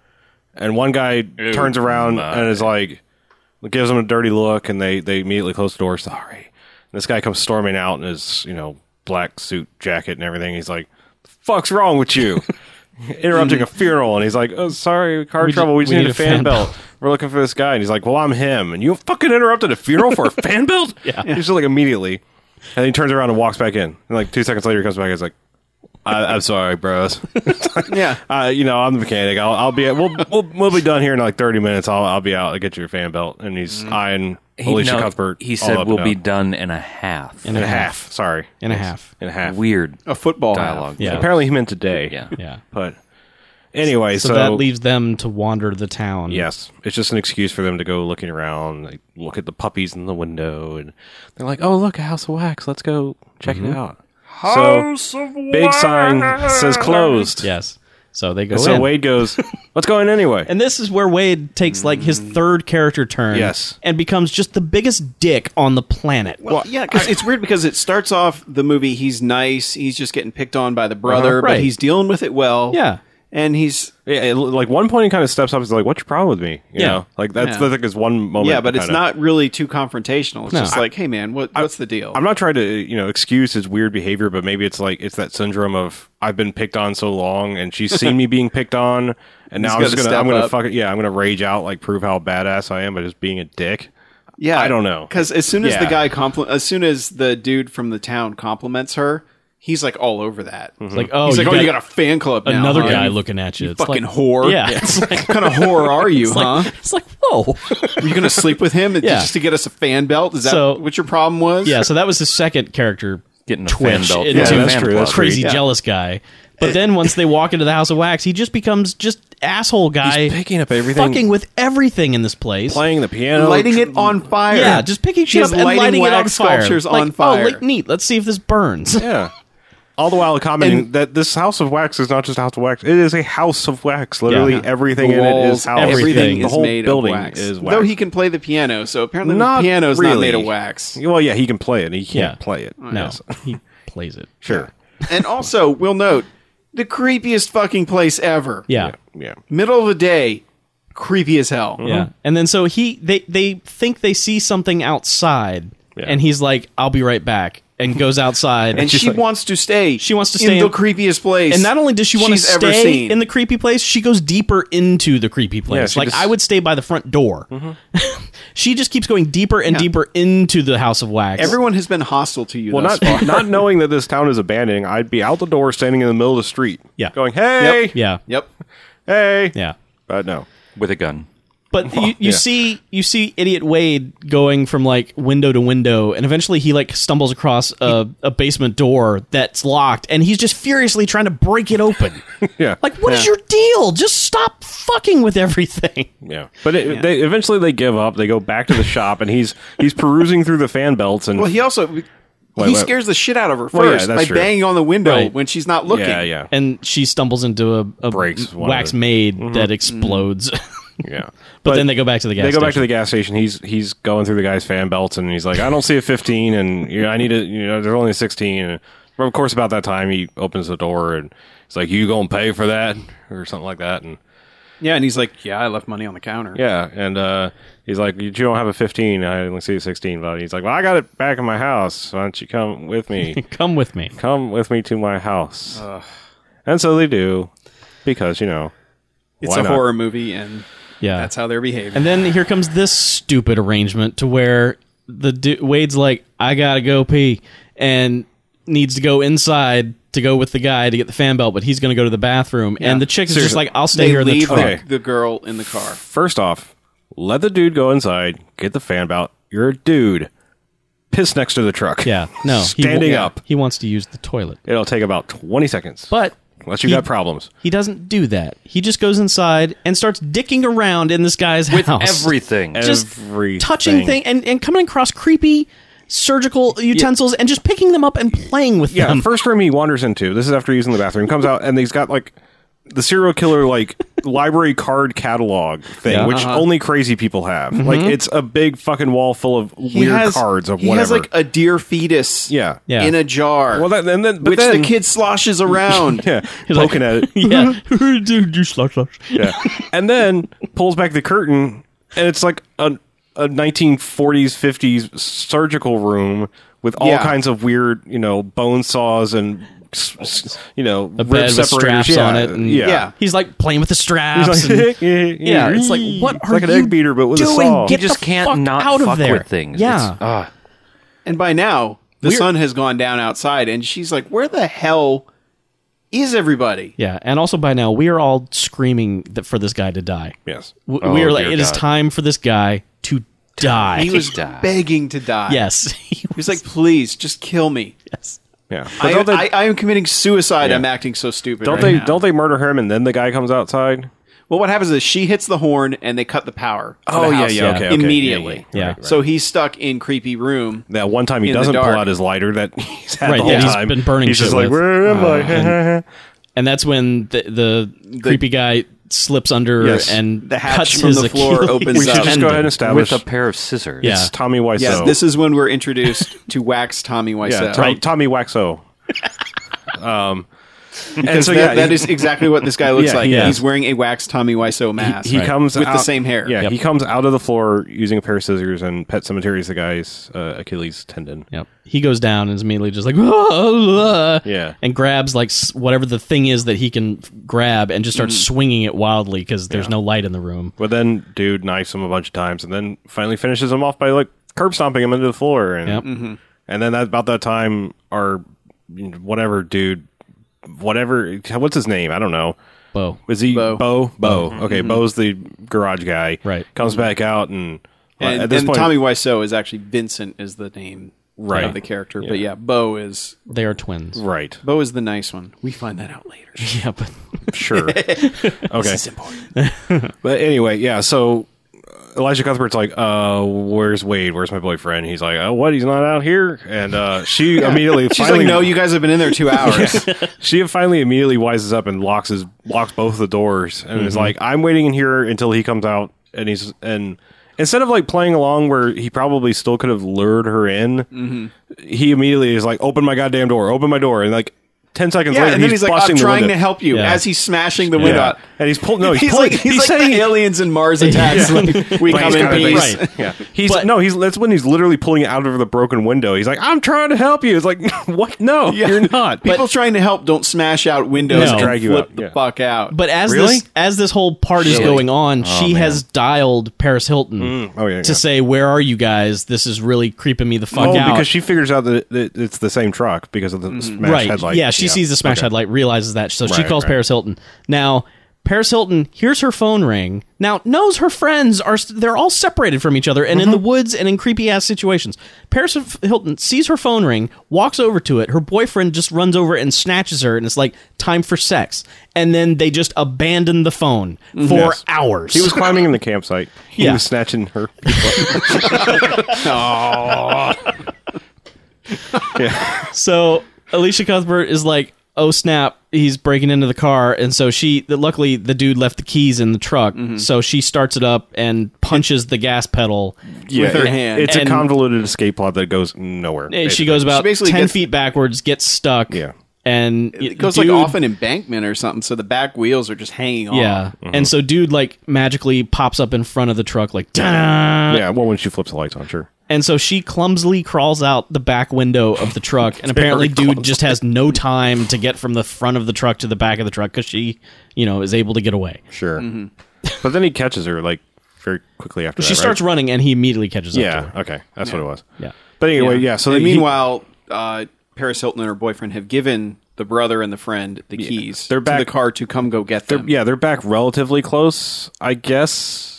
S3: and one guy turns around and is like gives them a dirty look and they they immediately close the door sorry and this guy comes storming out in his you know black suit jacket and everything he's like the fuck's wrong with you interrupting a funeral and he's like oh sorry car trouble we just need, a fan, belt. we're looking for this guy and he's like well i'm him and you fucking interrupted a funeral [laughs] for a fan belt yeah he's just like immediately and he turns around and walks back in and like two seconds later he comes back and he's like I, i'm sorry bros
S4: yeah.
S3: [laughs] uh, you know, I'm the mechanic. I'll, I'll be at, we'll, we'll we'll be done here in like 30 minutes. I'll I'll be out. I'll get you your fan belt. And he's eyeing
S5: He-
S3: Alicia
S5: no,
S3: Cuthbert.
S5: He
S3: all
S5: said
S3: up
S5: we'll
S3: and
S5: be
S3: down.
S5: done in a half.
S3: in a half. Sorry,
S6: and a half.
S3: in a half.
S5: Weird
S4: A Oh, football half.
S5: dialogue.
S6: Yeah.
S3: Apparently, he meant today.
S5: Yeah.
S6: Yeah.
S3: But anyway, so,
S6: So, that leaves them to wander the town.
S3: Yes, it's just an excuse for them to go looking around. They look at the puppies in the window, and they're like, "Oh, look, a house of wax. Let's
S6: Mm-hmm.
S3: go check it out." House so, of big sign says closed.
S6: Yes. So they go
S3: So
S6: in.
S3: Wade
S6: [laughs]
S3: goes, "Let's go in anyway."
S6: And this is where Wade takes like his
S4: Mm.
S6: third character turn.
S3: Yes.
S6: And becomes just the biggest dick on the planet.
S4: Well, yeah, 'cause it's weird because it starts off the movie. He's nice. He's just getting picked on by the brother,
S6: Uh-huh,
S4: but
S6: right.
S4: he's dealing with it well.
S6: Yeah.
S4: and he's
S3: Yeah, it- like one point, he kind of steps up. and is like, "What's your problem with me?" You
S6: Yeah.
S3: know? like that's
S4: Yeah.
S3: the thing is one moment.
S4: yeah, but it's
S3: kinda-
S4: not really too confrontational. It's
S6: No.
S4: just like, hey, man, what, what's the deal?
S3: I'm not trying to you know excuse his weird behavior, but maybe it's like it's that syndrome of I've been picked on so long, and
S4: [laughs]
S3: she's seen me being picked on, and now I'm
S4: gotta
S3: just gonna
S4: step
S3: I'm gonna
S4: up.
S3: fuck it. Yeah, I'm gonna rage out, like prove how badass I am by just being a dick.
S4: yeah,
S3: I don't know.
S4: Because as soon as the
S3: Yeah.
S4: guy compli as soon as the dude from the town compliments her, he's like all over that.
S3: Mm-hmm.
S6: It's like, oh,
S4: he's
S6: you
S4: like, oh,
S6: got
S4: you got a fan club. now,
S6: another
S4: huh?
S6: guy
S4: You
S6: looking at you. It's
S4: fucking
S6: like,
S4: whore. [laughs] Uh-huh.
S6: Yeah. [laughs] It's
S4: what kind of whore are you, huh?
S6: like, [laughs] it's like, whoa.
S4: Were you gonna sleep with him
S6: [laughs] Yeah.
S4: just to get us a fan belt? Is that
S6: So-
S4: what your problem was?
S6: yeah, so that was his second character
S5: Getting a fan
S6: twitch
S5: belt.
S6: into
S3: Yeah,
S6: a
S3: that's true, that's true.
S6: crazy
S4: Yeah.
S6: jealous guy. But then once they walk into the House of Wax, he just becomes just asshole guy.
S3: He's picking up everything.
S6: fucking with everything in this place.
S3: Playing the piano,
S4: lighting it on fire.
S6: yeah, just picking shit
S4: He's
S6: up and lighting, it on
S4: wax
S6: fire.
S4: sculptures
S6: Like,
S4: on fire.
S6: Oh, like, neat. Let's see if this burns.
S3: Yeah. All the while commenting
S4: And-
S3: that this House of Wax is not just a House of Wax; it is a House of Wax. Literally
S6: Yeah.
S3: everything
S4: The
S3: in it
S4: walls,
S3: is house.
S4: Everything
S3: the
S4: is
S3: whole
S4: made
S3: building
S4: of wax.
S3: is wax.
S4: Though he can play the piano, so apparently
S3: Not
S4: the piano's not
S3: really.
S4: made of wax.
S3: [laughs] well, yeah, he can play it. and He can't
S6: Oh, Yeah.
S3: play it.
S6: [laughs] no, he plays it.
S3: [laughs] Sure.
S4: and also, we'll note the creepiest fucking place ever.
S6: Yeah.
S3: Yeah. Uh-huh.
S4: Middle of the day, creepy as hell.
S3: Mm-hmm.
S6: Yeah. And then so he they they think they see something outside
S3: Yeah.
S6: and he's like, I'll be right back and goes outside
S4: And she wants to stay.
S6: She wants to
S4: in
S6: stay
S4: the
S6: in-
S4: creepiest place.
S6: and not only does she want to
S4: she's ever
S6: stay
S4: seen.
S6: in the creepy place, she goes deeper into the creepy place.
S3: she
S6: like
S3: just-
S6: I would stay by the front door. [laughs] she just keeps going deeper and
S4: Mm-hmm. Yeah.
S6: deeper into the house of wax.
S4: Everyone has been hostile to you.
S3: Well,
S4: thus
S3: not [laughs]
S4: far.
S3: not knowing that this town is abandoning, I'd be out the door, standing in the middle of the street.
S6: Yeah.
S3: Going, hey,
S6: yeah.
S4: Yep.
S3: hey,
S6: Yeah.
S3: But no,
S5: with a gun.
S6: But
S4: [laughs]
S6: you, you
S3: yeah.
S6: see you see idiot Wade going from like window to window and eventually he like stumbles across a, a basement door that's locked and he's just furiously trying to break it open.
S4: [laughs]
S3: yeah,
S6: Like, what is your deal? Just stop fucking with everything.
S3: yeah. But it, they eventually they give up. They go back to the shop, and he's he's perusing through the fan belts, and
S4: Well, he also he
S3: wait.
S4: scares the shit out of her first
S3: Well, yeah, that's
S4: by
S3: true.
S4: banging on the window
S6: Right.
S4: when she's not looking.
S3: yeah, yeah,
S6: And she stumbles into a, a
S3: Breaks one
S6: wax
S3: of the-
S6: maid
S4: Mm-hmm.
S6: that explodes.
S3: yeah.
S6: but, then they go back to the gas.
S3: They go back to
S6: station.
S3: the gas station. He's he's going through the guy's fan belts, and he's like, "I don't see a 15, and you know, I need a you know, there's only a 16." And of course, about that time, he opens the door and he's like, "You gonna pay for that?" or something like that. And
S4: Yeah, and he's like, "Yeah, I left money on the counter."
S3: yeah, and uh, he's like, "You don't have a 15. I only see a 16." But he's like, "Well, I got it back in my house. Why don't you come with
S6: [laughs]
S3: me?
S6: [laughs] Come with me.
S3: come with me to my house." And so they do, because you know,
S4: it's
S3: why
S4: a
S3: not?
S4: horror movie, and
S6: Yeah.
S4: that's how they're behaving.
S6: and then here comes this stupid arrangement to where the du- Wade's like, I gotta go pee, and needs to go inside to go with the guy to get the fan belt, but he's gonna go to the bathroom, and the chick is just like, I'll stay
S4: they
S6: here in the
S4: leave
S6: truck.
S3: Okay.
S4: the girl in the car.
S3: First off, let the dude go inside, get the fan belt. You're a dude. Piss next to the truck.
S6: Yeah,
S3: [laughs]
S6: no, he wa-
S3: Standing up.
S6: He wants to use the toilet,
S3: It'll take about 20 seconds.
S6: but
S3: unless you
S6: he-
S3: got problems.
S6: He doesn't do that. He just goes inside and starts dicking around in this guy's
S5: With
S6: house.
S5: everything.
S6: just
S3: Everything.
S6: touching thing and, and coming across creepy surgical utensils and just picking them up and playing with
S3: Yeah,
S6: [laughs] them.
S3: first room he wanders into. This is after using the bathroom. Comes out and he's got like the serial killer like library card catalog thing,
S6: Yeah.
S3: which only crazy people have. Like it's a big fucking wall full of weird cards of
S4: he
S3: whatever.
S4: has like a deer fetus.
S3: Yeah.
S6: Yeah.
S4: in a jar.
S3: well, that, and then but
S4: which
S3: then,
S4: the kid sloshes
S3: [laughs]
S4: around.
S3: yeah, poking at it.
S6: [laughs] yeah. Dude, you slush, slush.
S3: Yeah. [laughs] And then pulls back the curtain, and it's like a, a 1940s, 50s surgical room with all
S4: Yeah.
S3: kinds of weird, you know, bone saws and, s- s- you know,
S6: A bed with straps
S3: yeah,
S6: on it. And
S3: yeah.
S4: Yeah.
S6: He's like playing with the straps.
S3: It's [laughs]
S6: and-
S3: like,
S6: [laughs] yeah, it's like, what
S3: It's
S6: are
S3: like an
S6: you
S3: egg beater, but with
S6: doing?
S3: a saw.
S6: Get
S5: You just
S6: the
S5: can't
S6: fuck
S5: not
S6: out of
S5: fuck
S6: there.
S5: with things.
S6: Yeah.
S5: It's- ah.
S4: And by now, the sun has gone down outside, and she's like, "Where the hell is everybody?"
S6: yeah, and also by now we are all screaming that for this guy to die.
S3: yes.
S6: W- we
S5: Oh,
S6: are like,
S5: dear
S6: it is
S5: God.
S6: time for this guy to die.
S4: He was
S6: uh,
S5: died.
S4: begging to die.
S6: yes, [laughs] he
S4: he was like, "Please, just kill me.
S6: yes.
S3: Yeah. But
S4: I,
S3: don't they,
S4: I, I am committing suicide.
S3: Yeah.
S4: I'm acting so stupid."
S3: don't,
S4: right
S3: they
S4: now."
S3: don't they murder him and then the guy comes outside?
S4: Well, what happens is she hits the horn, and they cut the power. to
S3: Oh,
S4: the house
S6: yeah, okay, okay.
S4: Oh, immediately.
S6: Yeah. Right,
S4: So he's stuck in creepy room.
S3: That one time he
S4: In the
S3: doesn't pull
S4: dark.
S3: out his lighter that [laughs] he's had
S6: Right,
S3: the whole
S6: yeah, he's
S3: time.
S6: been burning
S3: He's just
S6: shit
S3: [laughs] like,
S6: with.
S3: where am I?
S6: and that's when the the, creepy guy slips under
S3: Yes.
S6: and
S4: The hatch
S6: cuts
S4: from
S6: his
S4: the floor
S6: Achilles
S4: opens
S3: We should
S4: up.
S3: just go ahead and establish
S5: with a pair of scissors.
S6: Yeah.
S3: it's Tommy Wiseau.
S4: Yes, this is when we're introduced [laughs] to Wax Tommy Wiseau.
S3: yeah, Tom- Tommy
S6: [laughs]
S3: Waxo. um, and
S4: And
S3: so
S4: that,
S3: yeah,
S4: that
S3: he-
S4: is exactly
S3: [laughs]
S4: what this guy looks
S3: Yeah,
S4: like.
S3: he-
S4: He's wearing a Wax Tommy Wiseau mask.
S3: he comes
S4: with the
S3: out-
S4: same hair.
S3: Yeah, he comes out of the floor using a pair of scissors and pet cemeteries the guy's uh, Achilles tendon.
S6: Yep. He goes down and is immediately just like, "Whoa,"
S3: Yeah.
S6: and grabs like s- whatever the thing is that he can f- grab and just
S3: Mm.
S6: starts swinging it wildly because there's no light in the room.
S3: But then, dude knifes him a bunch of times, and then finally finishes him off by like curb stomping him into the floor. And
S6: Yep.
S4: Mm-hmm.
S3: and then that, about that time, our you know, whatever dude, whatever, what's his name? I don't know.
S6: Bo.
S3: Is he Bo?
S4: Bo. Mm-hmm.
S3: Bo. Okay, Bo's the garage guy.
S6: Right.
S3: Comes back out and. uh,
S4: And,
S3: at this
S4: and
S3: point,
S4: Tommy Wiseau is actually Vincent is the name
S3: Right.
S4: of the character. But yeah, Bo is
S6: They are twins.
S3: right?
S4: Bo is the nice one. We find that out
S3: [laughs]
S4: later.
S6: [laughs] Yeah, but
S4: [laughs]
S3: Sure. okay. [laughs] but anyway, yeah. So Elijah Cuthbert's like, uh, "Where's Wade? Where's my boyfriend?" He's like, "Oh, what? He's not out here." And uh,
S4: [laughs]
S3: she immediately
S4: She's
S3: finally,
S4: like, no, you guys have been in
S3: [laughs]
S4: there two hours.
S3: She finally immediately wises up and locks his locks both the doors and is
S4: Mm-hmm.
S3: like, "I'm waiting in here until he comes out." And he's and instead of like playing along where he probably still could have lured her in,
S4: Mm-hmm.
S3: he immediately is like, "Open my goddamn door! Open my door!" And like ten seconds
S4: Yeah,
S3: later,
S4: and then he's, like,
S3: busting
S4: I'm
S3: the
S4: trying
S3: window.
S4: to help you
S6: Yeah.
S4: as he's smashing the
S3: Yeah.
S4: window. out.
S3: and he's pulling. No, he's,
S4: [laughs] He's
S3: pulling.
S4: like he's, like the aliens in
S3: [laughs]
S4: Mars attacks. Like, we come in
S3: kinda
S4: peace.
S3: based.
S4: [laughs]
S6: Right.
S3: Yeah. He's
S6: But-
S3: no. He's that's when he's literally pulling out of the broken window. He's like, "I'm trying to help you." It's like, [laughs] "What? No, you're not."
S4: People trying to help don't smash out windows
S6: No.
S4: and
S3: Drag you
S4: flip
S3: out,
S4: the
S3: yeah.
S4: fuck out.
S6: but as
S5: Really?
S6: this as this whole part is going on, she has dialed Paris Hilton
S3: oh yeah.
S6: to
S3: yeah.
S6: say, "Where are you guys? This is really creeping me the fuck
S3: Oh,
S6: out." Mm-hmm.
S3: because she figures out that that it's the same truck because of the smash
S6: right.
S3: headlight.
S6: Yeah, she sees the smash headlight, realizes that, so she
S3: Right,
S6: calls
S3: right.
S6: Paris Hilton. Now, Paris Hilton hears her phone ring. Now knows her friends are st- they're all separated from each other and in the
S3: Mm-hmm.
S6: woods and in creepy ass situations. Paris H- Hilton sees her phone ring, walks over to it. Her boyfriend just runs over and snatches her, and it's like time for sex. And then they just abandon the phone for
S3: Mm-hmm. Yes.
S6: hours.
S3: He
S6: [laughs]
S3: was climbing in the campsite. He
S6: Yeah.
S3: was snatching her. [laughs]
S6: So Alicia Cuthbert is like, "Oh snap, he's breaking into the car." And so she th- luckily the dude left the keys in the truck.
S4: Mm-hmm.
S6: So she starts it up and punches the gas pedal.
S3: Yeah,
S4: her
S3: it-
S4: hand.
S3: It's
S6: And-
S3: a convoluted escape plot that goes nowhere.
S6: And she
S3: basically.
S6: goes about
S4: She basically
S6: 10
S4: gets-
S6: feet backwards, gets stuck.
S3: Yeah.
S6: And
S4: It goes
S6: dude-
S4: like off an embankment or something, so the back wheels are just hanging on.
S6: Yeah. And so dude like magically pops up in front of the truck like "Ta-da!"
S3: Yeah, well, when she flips the lights on, sure.
S6: And so she clumsily crawls out the back window of the truck,
S4: [laughs]
S6: and apparently, dude just has no time to get from the front of the truck to the back of the truck because she, you know, is able to get away.
S3: Sure. But then he catches her, like, very quickly after that.
S6: She
S3: right?
S6: starts running, and he immediately catches up. To
S3: Yeah,
S6: her.
S3: okay. That's what it was.
S6: Yeah.
S3: But anyway, yeah. so
S4: and
S3: he-
S4: meanwhile, uh, Paris Hilton and her boyfriend have given the brother and the friend the keys
S3: They're back-
S4: to the car to come go get them.
S3: yeah, they're back relatively close, I guess.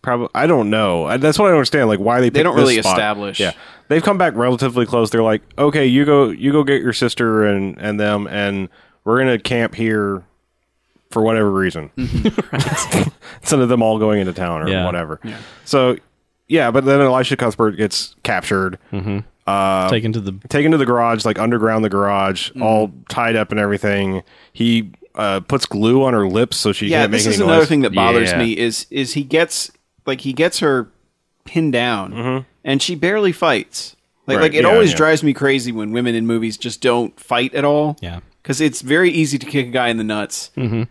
S3: Probably, I don't know. I- That's what I don't understand. Like why they picked
S4: don't
S3: this
S4: really
S3: spot.
S4: establish.
S3: Yeah, they've come back relatively close. They're like, okay, you go, you go get your sister and and them, and we're gonna camp here for whatever
S4: [laughs]
S3: reason. [laughs] Instead of them all going into town or
S6: Yeah.
S3: whatever. So yeah, but then Elisha Cuthbert gets captured, um,
S6: Taken to the
S3: taken to the garage, like underground the garage,
S4: Hmm.
S3: all tied up and everything. He. Uh, puts glue on her lips so she
S4: yeah.
S3: can't make
S4: This
S3: any
S4: is another
S3: noise.
S4: thing that bothers
S5: Yeah.
S4: me is is he gets like he gets her pinned down, and she barely fights. Like
S3: Mm-hmm. Right,
S4: like it
S3: yeah,
S4: always
S3: yeah.
S4: drives me crazy when women in movies just don't fight at all.
S6: Yeah.
S4: because it's very easy to kick a guy in the nuts.
S6: and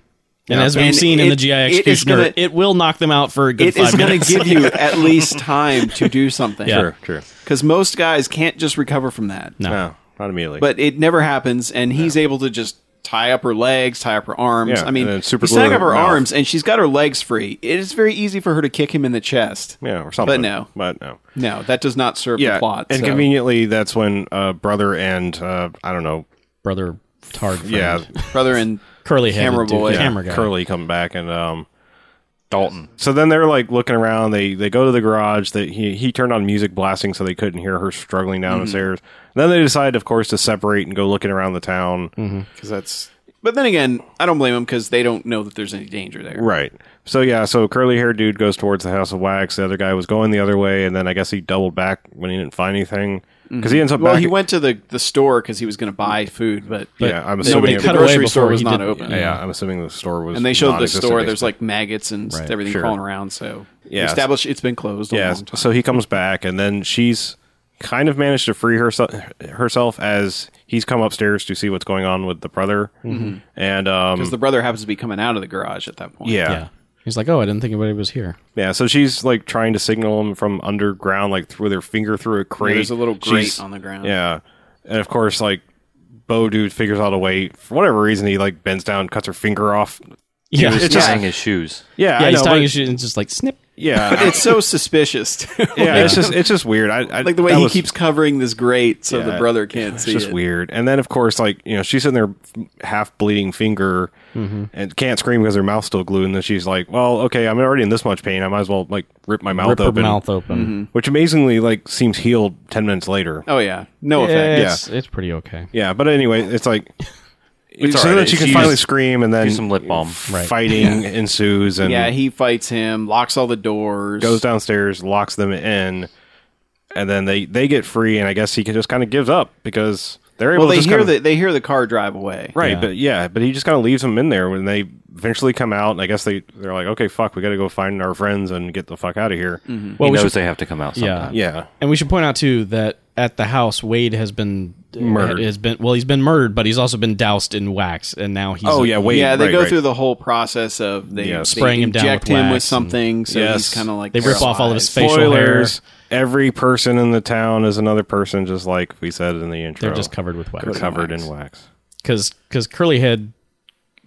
S6: as we've
S4: And
S6: seen in
S4: it-
S6: the GI
S4: it is
S6: executioner, it,
S4: gonna-
S6: will knock them out for a good
S4: It
S6: five
S4: is going to
S6: minutes.
S4: give
S3: [laughs]
S4: you at least time to do something.
S6: Yeah.
S3: Sure, sure.
S4: because most guys can't just recover from that.
S6: No.
S3: No, not immediately.
S4: but it never happens. And he's able to just tie up her legs, tie up her arms.
S3: Yeah,
S4: I mean,
S3: and then
S4: he's
S3: super glue
S4: tying up
S3: her
S4: her
S3: mouth.
S4: arms, and she's got her legs free. It is very easy for her to kick him in the chest.
S3: yeah, or something.
S4: But no,
S3: but no,
S4: no, that does not serve the plot.
S3: And
S4: so.
S3: conveniently, that's when uh, brother and uh, I don't know,
S6: [laughs] brother Tard. Friend.
S3: yeah, [laughs]
S4: brother and
S6: curly head
S4: Camera boy.
S3: yeah,
S6: camera guy.
S3: Curly come back, and um,
S5: Dalton.
S3: so then they're like looking around. They they go to the garage. That he he turned on music blasting, so they couldn't hear her struggling down
S4: Mm-hmm.
S3: the stairs. And then they decide, of course, to separate and go looking around the town.
S4: because that's. But then again, I don't blame him because they don't know that there's any danger there.
S3: Right. So yeah, so curly haired dude goes towards the house of wax. The other guy was going the other way, and then I guess he doubled back when he didn't find anything. because he ends up
S4: Well,
S3: back.
S4: he went to the, the store because he was going to buy food, but
S3: yeah, I'm
S4: Nobody-
S3: assuming.
S6: They
S3: it-
S6: cut
S4: the
S6: away
S4: grocery
S6: before
S4: store was
S6: he
S4: not
S6: did-
S4: open.
S6: Yeah.
S3: yeah, I'm assuming the store was.
S4: and they showed the
S3: non-existent
S4: store.
S3: basically.
S4: There's like maggots and s- everything
S3: sure.
S4: crawling around. So
S3: Yeah.
S4: established it's been closed. A
S3: Yeah,
S4: long time.
S3: so he comes back, and then she's kind of managed to free herself herself as he's come upstairs to see what's going on with the brother,
S6: Mm-hmm.
S3: and um,
S4: because the brother happens to be coming out of the garage at that point.
S3: yeah,
S6: Yeah. He's like, oh, I didn't think anybody was here.
S3: Yeah, so she's like trying to signal him from underground, like through with her finger through a crate.
S4: there's a little grate
S3: She's-
S4: on the ground.
S3: Yeah, and of course, like Bo dude figures out a way for whatever reason. He like bends down, cuts her finger off.
S6: Yeah,
S5: He was
S6: it's
S3: just-
S5: tying his shoes.
S3: Yeah,
S6: yeah.
S3: I
S6: He's
S3: know,
S6: tying
S3: but-
S6: his shoes and just like snip.
S3: Yeah,
S6: [laughs]
S3: I-
S4: it's so
S3: [laughs]
S4: suspicious. too.
S3: yeah. It's just it's just weird. I, I
S4: like the way
S3: that
S4: he
S3: was-
S4: keeps covering this grate so
S3: Yeah.
S4: the
S3: [laughs]
S4: brother can't
S3: It's
S4: see
S3: just
S4: it.
S3: weird. And then of course, like you know, she's in there half bleeding finger and can't scream because her mouth's still glued. And then she's like, "Well, okay, I'm already in this much pain. I might as well like rip my mouth
S6: Rip her
S3: open." Mm-hmm.
S6: mouth open.
S3: Which amazingly like seems healed ten minutes later.
S4: Oh yeah, no effect.
S6: It's, it's pretty okay.
S3: Yeah, but anyway, it's like
S5: It's
S3: so
S5: all right.
S3: that she can
S5: She
S3: finally
S5: used-
S3: scream, and then
S5: used some lip balm.
S6: Right.
S3: Fighting ensues, and
S4: Yeah,
S3: yeah, he
S4: he fights him, locks all the doors.
S3: goes downstairs, locks them in, and then they they get free, and I guess he can just kind of gives up because they're able.
S4: Well,
S3: to
S4: they
S3: just
S4: hear
S3: kinda,
S4: the they hear the car drive away.
S3: right,
S6: Yeah.
S3: but yeah, but he just kind of leaves them in there when they eventually come out, and I guess they they're like, okay, fuck, we got to go find our friends and get the fuck out of here.
S6: Well,
S5: he
S6: we
S5: knows
S6: should,
S5: they have to come out sometime.
S3: Yeah,
S6: and we should point out too that at the house, Wade has been
S3: Murdered.
S6: Has been well, he's been murdered, but he's also been doused in wax, and now he's
S3: oh yeah, wait,
S4: yeah, they
S3: right,
S4: go
S3: right.
S4: through the whole process of they,
S3: Yeah.
S4: they
S6: Spraying him down with
S4: inject him
S6: wax
S4: with
S6: and-
S4: something, so
S3: Yes.
S4: he's kind of like
S6: They rip off all of his
S4: paralyzed.
S6: facial hair.
S3: spoilers. Every person in the town is another person, just like we said in the intro.
S6: They're just covered with wax.
S3: They're covered
S4: wax.
S3: in wax.
S6: because because curly head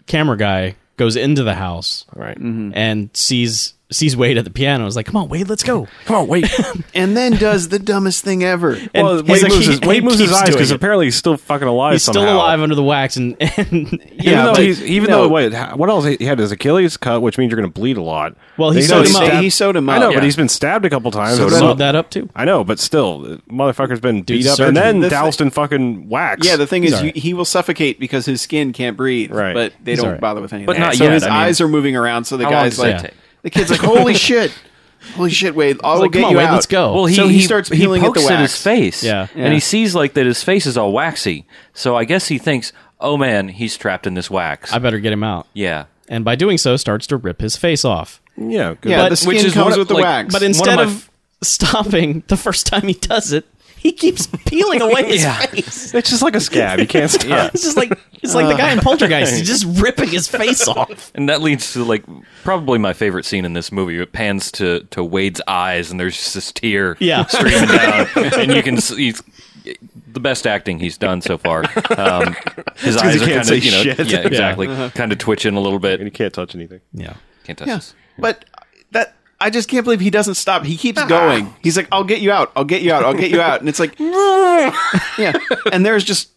S6: camera guy goes into the house
S3: Right.
S6: and sees sees Wade at the piano. Is like, come on, Wade, let's go.
S3: Come on, wait.
S4: and then does the dumbest thing ever.
S6: [laughs] And
S3: well,
S6: he's
S3: Wade
S6: like,
S3: moves
S6: he-
S3: his, Wade
S6: he
S3: moves his
S6: keeps
S3: eyes
S6: doing
S3: because
S6: it.
S3: apparently he's still fucking alive.
S6: he's still
S3: somehow.
S6: alive under the wax, and [laughs] and
S3: Even
S4: Yeah,
S3: though
S4: but-
S3: he's, even
S4: no.
S3: though wait, ha- what else he had his Achilles cut, which means you're going to bleed a lot.
S6: Well, he
S3: They
S6: sewed
S3: know
S6: him up.
S3: stabbed-
S4: He sewed him
S3: I
S4: up,
S3: know,
S4: yeah.
S3: but he's been stabbed a couple times.
S4: Sewed
S3: But
S4: him
S6: sewed
S3: then-
S6: that up too.
S3: I know, but still, the motherfucker's been beat up
S6: surgery.
S3: and then
S4: The thi-
S3: doused in fucking wax.
S4: Yeah, the thing is,
S6: all right.
S4: you, he will suffocate because his skin can't breathe.
S3: Right.
S4: But they
S6: He's
S4: don't
S6: all right.
S4: bother with anything.
S5: But not
S4: so
S5: yet,
S4: his
S5: I mean-
S4: eyes are moving around, so the
S5: How long
S4: guy's
S5: does that
S4: like,
S5: take?
S4: the kid's like, "Holy shit, holy shit, Wade! I will
S6: like,
S4: get
S6: come on,
S4: you
S6: Wade,
S4: out."
S6: let's go.
S5: Well, he,
S4: Oh. so he, starts peeling
S5: he
S4: at the
S5: pokes
S4: wax.
S5: at his face,
S6: Yeah.
S5: and he sees like that his face is all waxy. So I guess he thinks, "Oh man, he's trapped in this wax."
S6: I better get him out.
S5: yeah,
S6: And by doing so, starts to rip his face off.
S3: yeah, good.
S4: Yeah,
S6: But-
S4: the skin
S5: which is
S4: comes
S5: one of-
S4: with the
S5: like-
S4: wax.
S5: One
S6: But
S5: of
S6: instead
S5: my
S6: of,
S5: f-
S6: stopping the first time he does it, he keeps peeling away his
S5: Yeah.
S6: face.
S3: it's just like a scab. You
S6: [laughs]
S3: can't stop.
S6: It's just like it's like the guy in Poltergeist. He's just ripping his face off.
S5: and that leads to like probably my favorite scene in this movie. It pans to to Wade's eyes, and there's just this tear, [laughs]
S6: Yeah.
S5: streaming down, and you can see he's, the best acting he's done so far. Um, his eyes
S3: he
S5: are
S3: can't
S5: kind
S3: say
S5: of you know,
S3: shit.
S5: yeah, exactly, kind of twitching a little
S3: And you
S5: bit.
S3: can't touch anything.
S6: Yeah.
S5: Can't touch
S4: Yeah.
S5: this.
S4: But that I just can't believe he doesn't stop. He
S5: Ah.
S4: keeps going. He's like, "I'll get you out. I'll get you out. I'll get you out." And it's
S5: [laughs]
S4: like, yeah. And there's just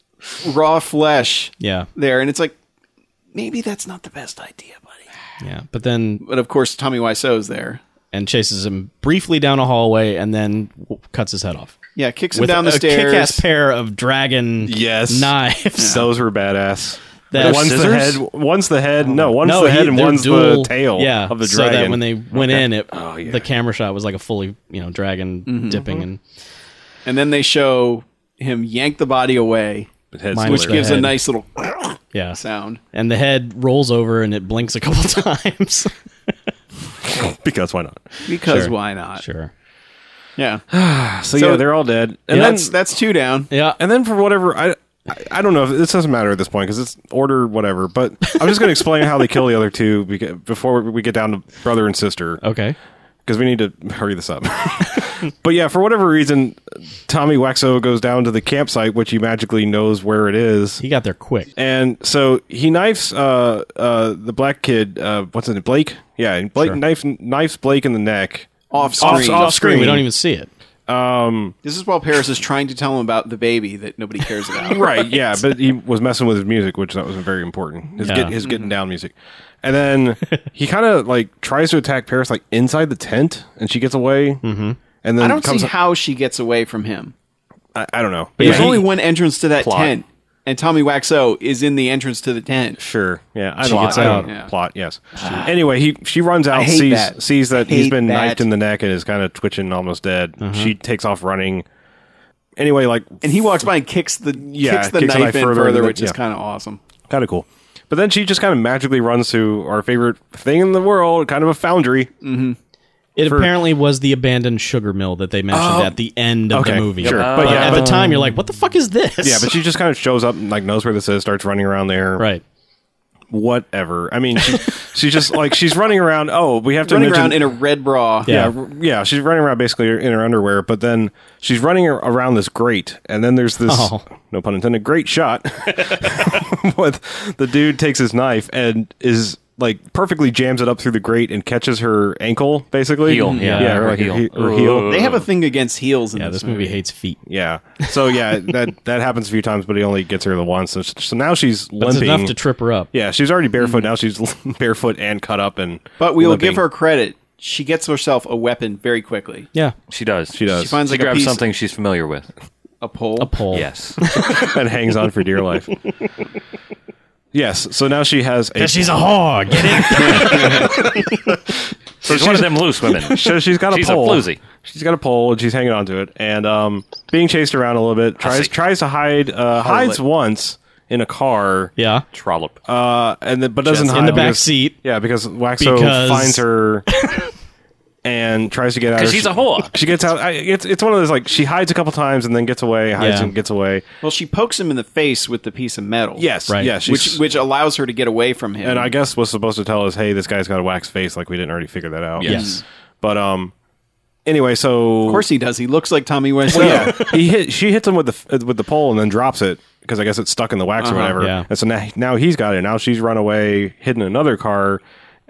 S4: raw flesh
S6: Yeah.
S4: there, and it's like, maybe that's not the best idea, buddy.
S6: Yeah. But then
S4: But of course, Tommy Wiseau's there.
S6: and chases him briefly down a hallway and then w- cuts his head off.
S4: Yeah, kicks him
S6: With
S4: down the
S6: a kick-ass
S4: stairs.
S6: pair of dragon
S3: Yes. [laughs]
S6: knives. [laughs]
S3: Those were badass.
S6: That-
S3: one's the
S5: Scissors?
S3: head. One's the head. No, one's
S6: no,
S3: the
S6: he-
S3: head, and
S6: they're
S3: one's
S6: dual-
S3: the tail.
S6: yeah,
S3: of the
S6: so
S3: dragon. Oh,
S6: that when they went in, it
S3: yeah. Mm-hmm.
S6: the camera shot was like a fully you know dragon dipping and
S4: And then they show him yank the body away,
S3: The head's
S6: Mine
S3: still
S6: was
S4: which
S3: there.
S6: the
S4: gives a
S6: head.
S4: nice little
S6: yeah,
S4: sound.
S6: and the head rolls over and it blinks a couple [laughs] times.
S3: because why not?
S4: Because why not?
S6: sure.
S4: Yeah.
S3: So,
S4: So-
S3: yeah, they're all dead, and
S6: Yeah.
S3: then
S4: That's that's two down.
S6: Yeah.
S3: and then for whatever I. I- I don't know. if This doesn't matter at this point because it's order, whatever. But I'm just going to explain how they kill the other two beca- before we get down to brother and sister
S6: [laughs] Okay.
S3: because we need to hurry this up. [laughs] but yeah, for whatever reason, Tommy Waxo goes down to the campsite, which he magically knows where it is.
S6: He got there quick.
S3: And so he knifes uh, uh, the black kid. Uh, what's his name? Blake. Yeah, and Blake knifes knives Blake in the neck.
S4: Off screen.
S3: off screen.
S6: We don't even see it.
S4: This is while Paris is trying to tell him about the baby that nobody cares about.
S3: [laughs] right. Yeah, but he was messing with his music, which that was very important. His, get,
S6: Yeah.
S3: his
S4: Mm-hmm.
S3: getting down music. And then he kind of like tries to attack Paris like inside the tent, and she gets away. Mm-hmm. And then
S4: I don't
S3: comes.
S4: see how she gets away from him.
S3: I, I don't know. But
S4: There's
S3: yeah,
S4: only
S3: he-
S4: one entrance to that tent, and Tommy Waxo is in the entrance to the tent.
S3: Sure. Yeah. I don't get
S5: Plot.
S3: that.
S4: Yeah.
S3: Plot. Yes. anyway, he she runs out,
S4: hate
S3: sees
S4: that.
S3: sees that he's
S4: Hate
S3: been
S4: that.
S6: Uh-huh.
S3: knifed in the neck and is kind of twitching, almost dead. She takes off running. anyway, like
S4: And he walks by and kicks the
S3: Yeah,
S4: kicks the
S3: kicks the
S4: knife
S3: knife
S4: in
S3: further
S4: further,
S3: than-
S4: which is
S3: yeah.
S4: kind of awesome.
S3: kind of cool. But then she just kind of magically runs to our favorite thing in the world, kind of a foundry.
S6: It apparently was the abandoned sugar mill that they mentioned at the end of
S3: Oh. okay,
S6: the movie.
S3: sure.
S6: but,
S3: But yeah,
S6: at
S3: but-
S6: the time you're like, what the fuck is this?
S3: Yeah, but she just kind of shows up and like knows where this is, starts running around there.
S6: [laughs] right.
S3: Whatever. I mean, she, she's just like she's running around. Oh, we have to
S4: Running
S3: mention-
S4: around in a red bra.
S3: yeah, r- Uh, yeah. She's running around basically in her underwear, but then she's running ar- around this grate, and then there's this
S6: Oh.
S3: no pun intended great shot. [laughs] with the dude takes his knife and is like perfectly jams it up through the grate and catches her ankle basically
S5: Heel, yeah,
S3: yeah
S5: her
S3: or like her
S5: heel.
S3: he- her heel.
S4: They have a thing against heels in
S6: Yeah,
S4: this,
S6: this movie hates feet.
S3: Yeah. So yeah, that that happens a few times, but he only gets her the once. So, so now she's
S6: But it's
S3: limping.
S6: enough to trip her up.
S3: yeah, she's already barefoot. Now she's [laughs] barefoot and cut up, and
S4: But we'll
S3: limping.
S4: give her credit. She gets herself a weapon very quickly.
S6: Yeah.
S5: She does.
S3: She does.
S4: She finds
S5: She
S4: like a
S5: grabs
S4: piece,
S5: something she's familiar with.
S4: a pole.
S6: A pole.
S5: Yes.
S3: and hangs on for dear life. yes. So now she has a.
S6: She's a whore. Get it?
S5: she's, one of them loose
S3: [laughs]
S5: women.
S3: so she's got a
S5: She's a
S3: pole.
S5: floozy.
S3: She's got a pole and she's hanging onto it and um, being chased around a little bit. Tries
S5: see.
S3: tries to hide. Uh, hides once in a car.
S6: [laughs] yeah.
S5: Trollop.
S3: Uh, and then but doesn't
S4: Just
S3: hide
S6: in the back
S3: because-
S6: seat.
S3: Yeah, because Waxo
S6: Because-
S3: finds
S6: [laughs]
S3: her and tries to get out.
S5: Because
S3: She-
S5: she's a whore.
S3: She gets out. I, it's it's one of those like she hides a couple times and then gets away. Hides
S6: Yeah.
S3: and gets away.
S4: Well, she pokes him in the face with the piece of metal.
S3: Yes,
S6: Right.
S3: Yeah, she's,
S4: which which allows her to get away from him.
S3: and I guess was supposed to tell us, hey, this guy's got a wax face. Like we didn't already figure that out.
S6: Yes.
S3: But um, anyway, so
S4: of course he does. He looks like Tommy Wiseau.
S3: yeah, [laughs] he hit. She hits him with the f- uh, with the pole and then drops it because I guess it's stuck in the wax or whatever.
S6: Uh-huh. yeah.
S3: And so now now he's got it. Now she's run away, hidden in another car,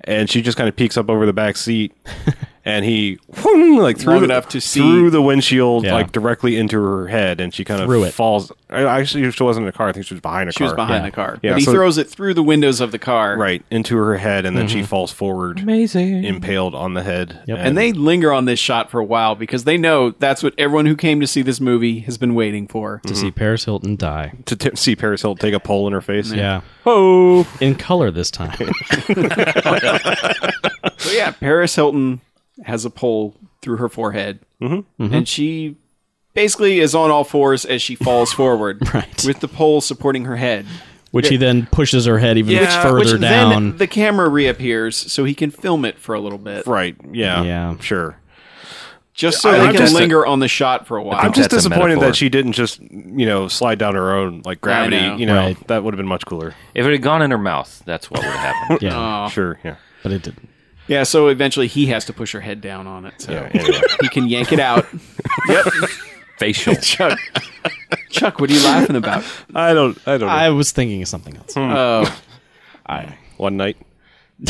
S3: and she just kind of peeks up over the back seat,
S6: [laughs]
S3: and he whoom, like through
S4: Long
S3: the,
S4: enough to see-
S3: through the windshield
S6: Yeah.
S3: like directly into her head, and she kind of
S6: Through it.
S3: falls. I- Actually, she wasn't in a car. I think she was behind a
S4: She
S3: car.
S4: was behind
S6: Yeah.
S4: the car.
S3: Yeah,
S4: but he
S3: so-
S4: throws it through the windows of the car.
S3: right into her head, and then
S6: Mm-hmm.
S3: she falls forward,
S5: Amazing.
S3: impaled on the head.
S4: And they linger on this shot for a while because they know that's what everyone who came to see this movie has been waiting for.
S6: To see Paris Hilton die.
S3: to t- see Paris Hilton take a pole in her face.
S6: Yeah.
S3: Oh,
S6: In color this time. [laughs]
S4: So yeah, Paris Hilton has a pole through her forehead,
S3: Mm-hmm.
S4: and she basically is on all fours as she falls
S3: [laughs]
S4: forward,
S6: Right.
S4: with the pole supporting her head.
S6: Which he then pushes her head even
S4: which
S6: further down. [laughs]
S4: Then the camera reappears so he can film it for a little bit,
S3: right. Yeah.
S6: Yeah.
S3: Sure.
S4: just so
S3: I-
S4: they
S3: I'm
S4: can
S3: just-
S4: linger on the shot for a while.
S3: I'm just
S5: that's a
S3: disappointed
S5: metaphor.
S3: that she didn't just you know slide down her own like gravity.
S4: know.
S3: You know
S6: Right.
S3: that would have been much cooler.
S5: If it had gone in her mouth, that's what would
S4: [laughs]
S5: have happened.
S6: yeah.
S3: Sure. Yeah.
S6: But it didn't.
S4: yeah, so eventually he has to push her head down on it, so
S3: Anyway.
S4: he can yank it out.
S5: Facial.
S4: Chuck, Chuck, what are you laughing about?
S3: [laughs] I don't. I don't. know.
S6: I was thinking of something else.
S4: Oh,
S6: I,
S3: One
S6: [laughs]
S3: night. [sighs]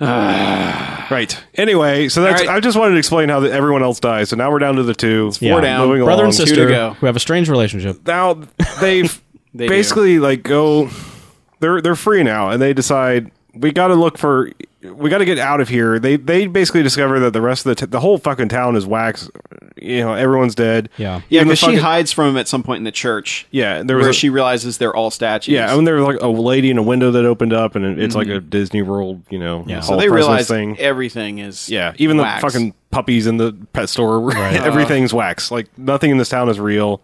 S3: right. Anyway, so that's.
S4: All right.
S3: I just wanted to explain how the, everyone else dies. So now we're down to the two.
S6: Yeah.
S4: four down,
S3: Moving
S6: Brother
S3: along.
S6: and
S3: Two to
S6: sister
S4: go.
S6: who have a strange relationship.
S3: now they've
S4: They do.
S3: basically like go they're they're free now and they decide we got to look for we got to get out of here they they basically discover that the rest of the t- the whole fucking town is wax you know everyone's dead
S6: Yeah.
S4: yeah,
S3: Even the
S4: because she
S3: fucking-
S4: hides from him at some point in the church.
S3: yeah there was
S4: where
S3: a,
S4: she realizes they're all statues.
S3: yeah, and there was like a lady in a window that opened up, and it- it's like a Disney World, you know. Yeah,
S4: so they realize everything is
S3: Yeah, even
S4: wax. Uh-huh.
S3: the fucking puppies in the pet store, [laughs] were everything's wax. Like nothing in this town is real.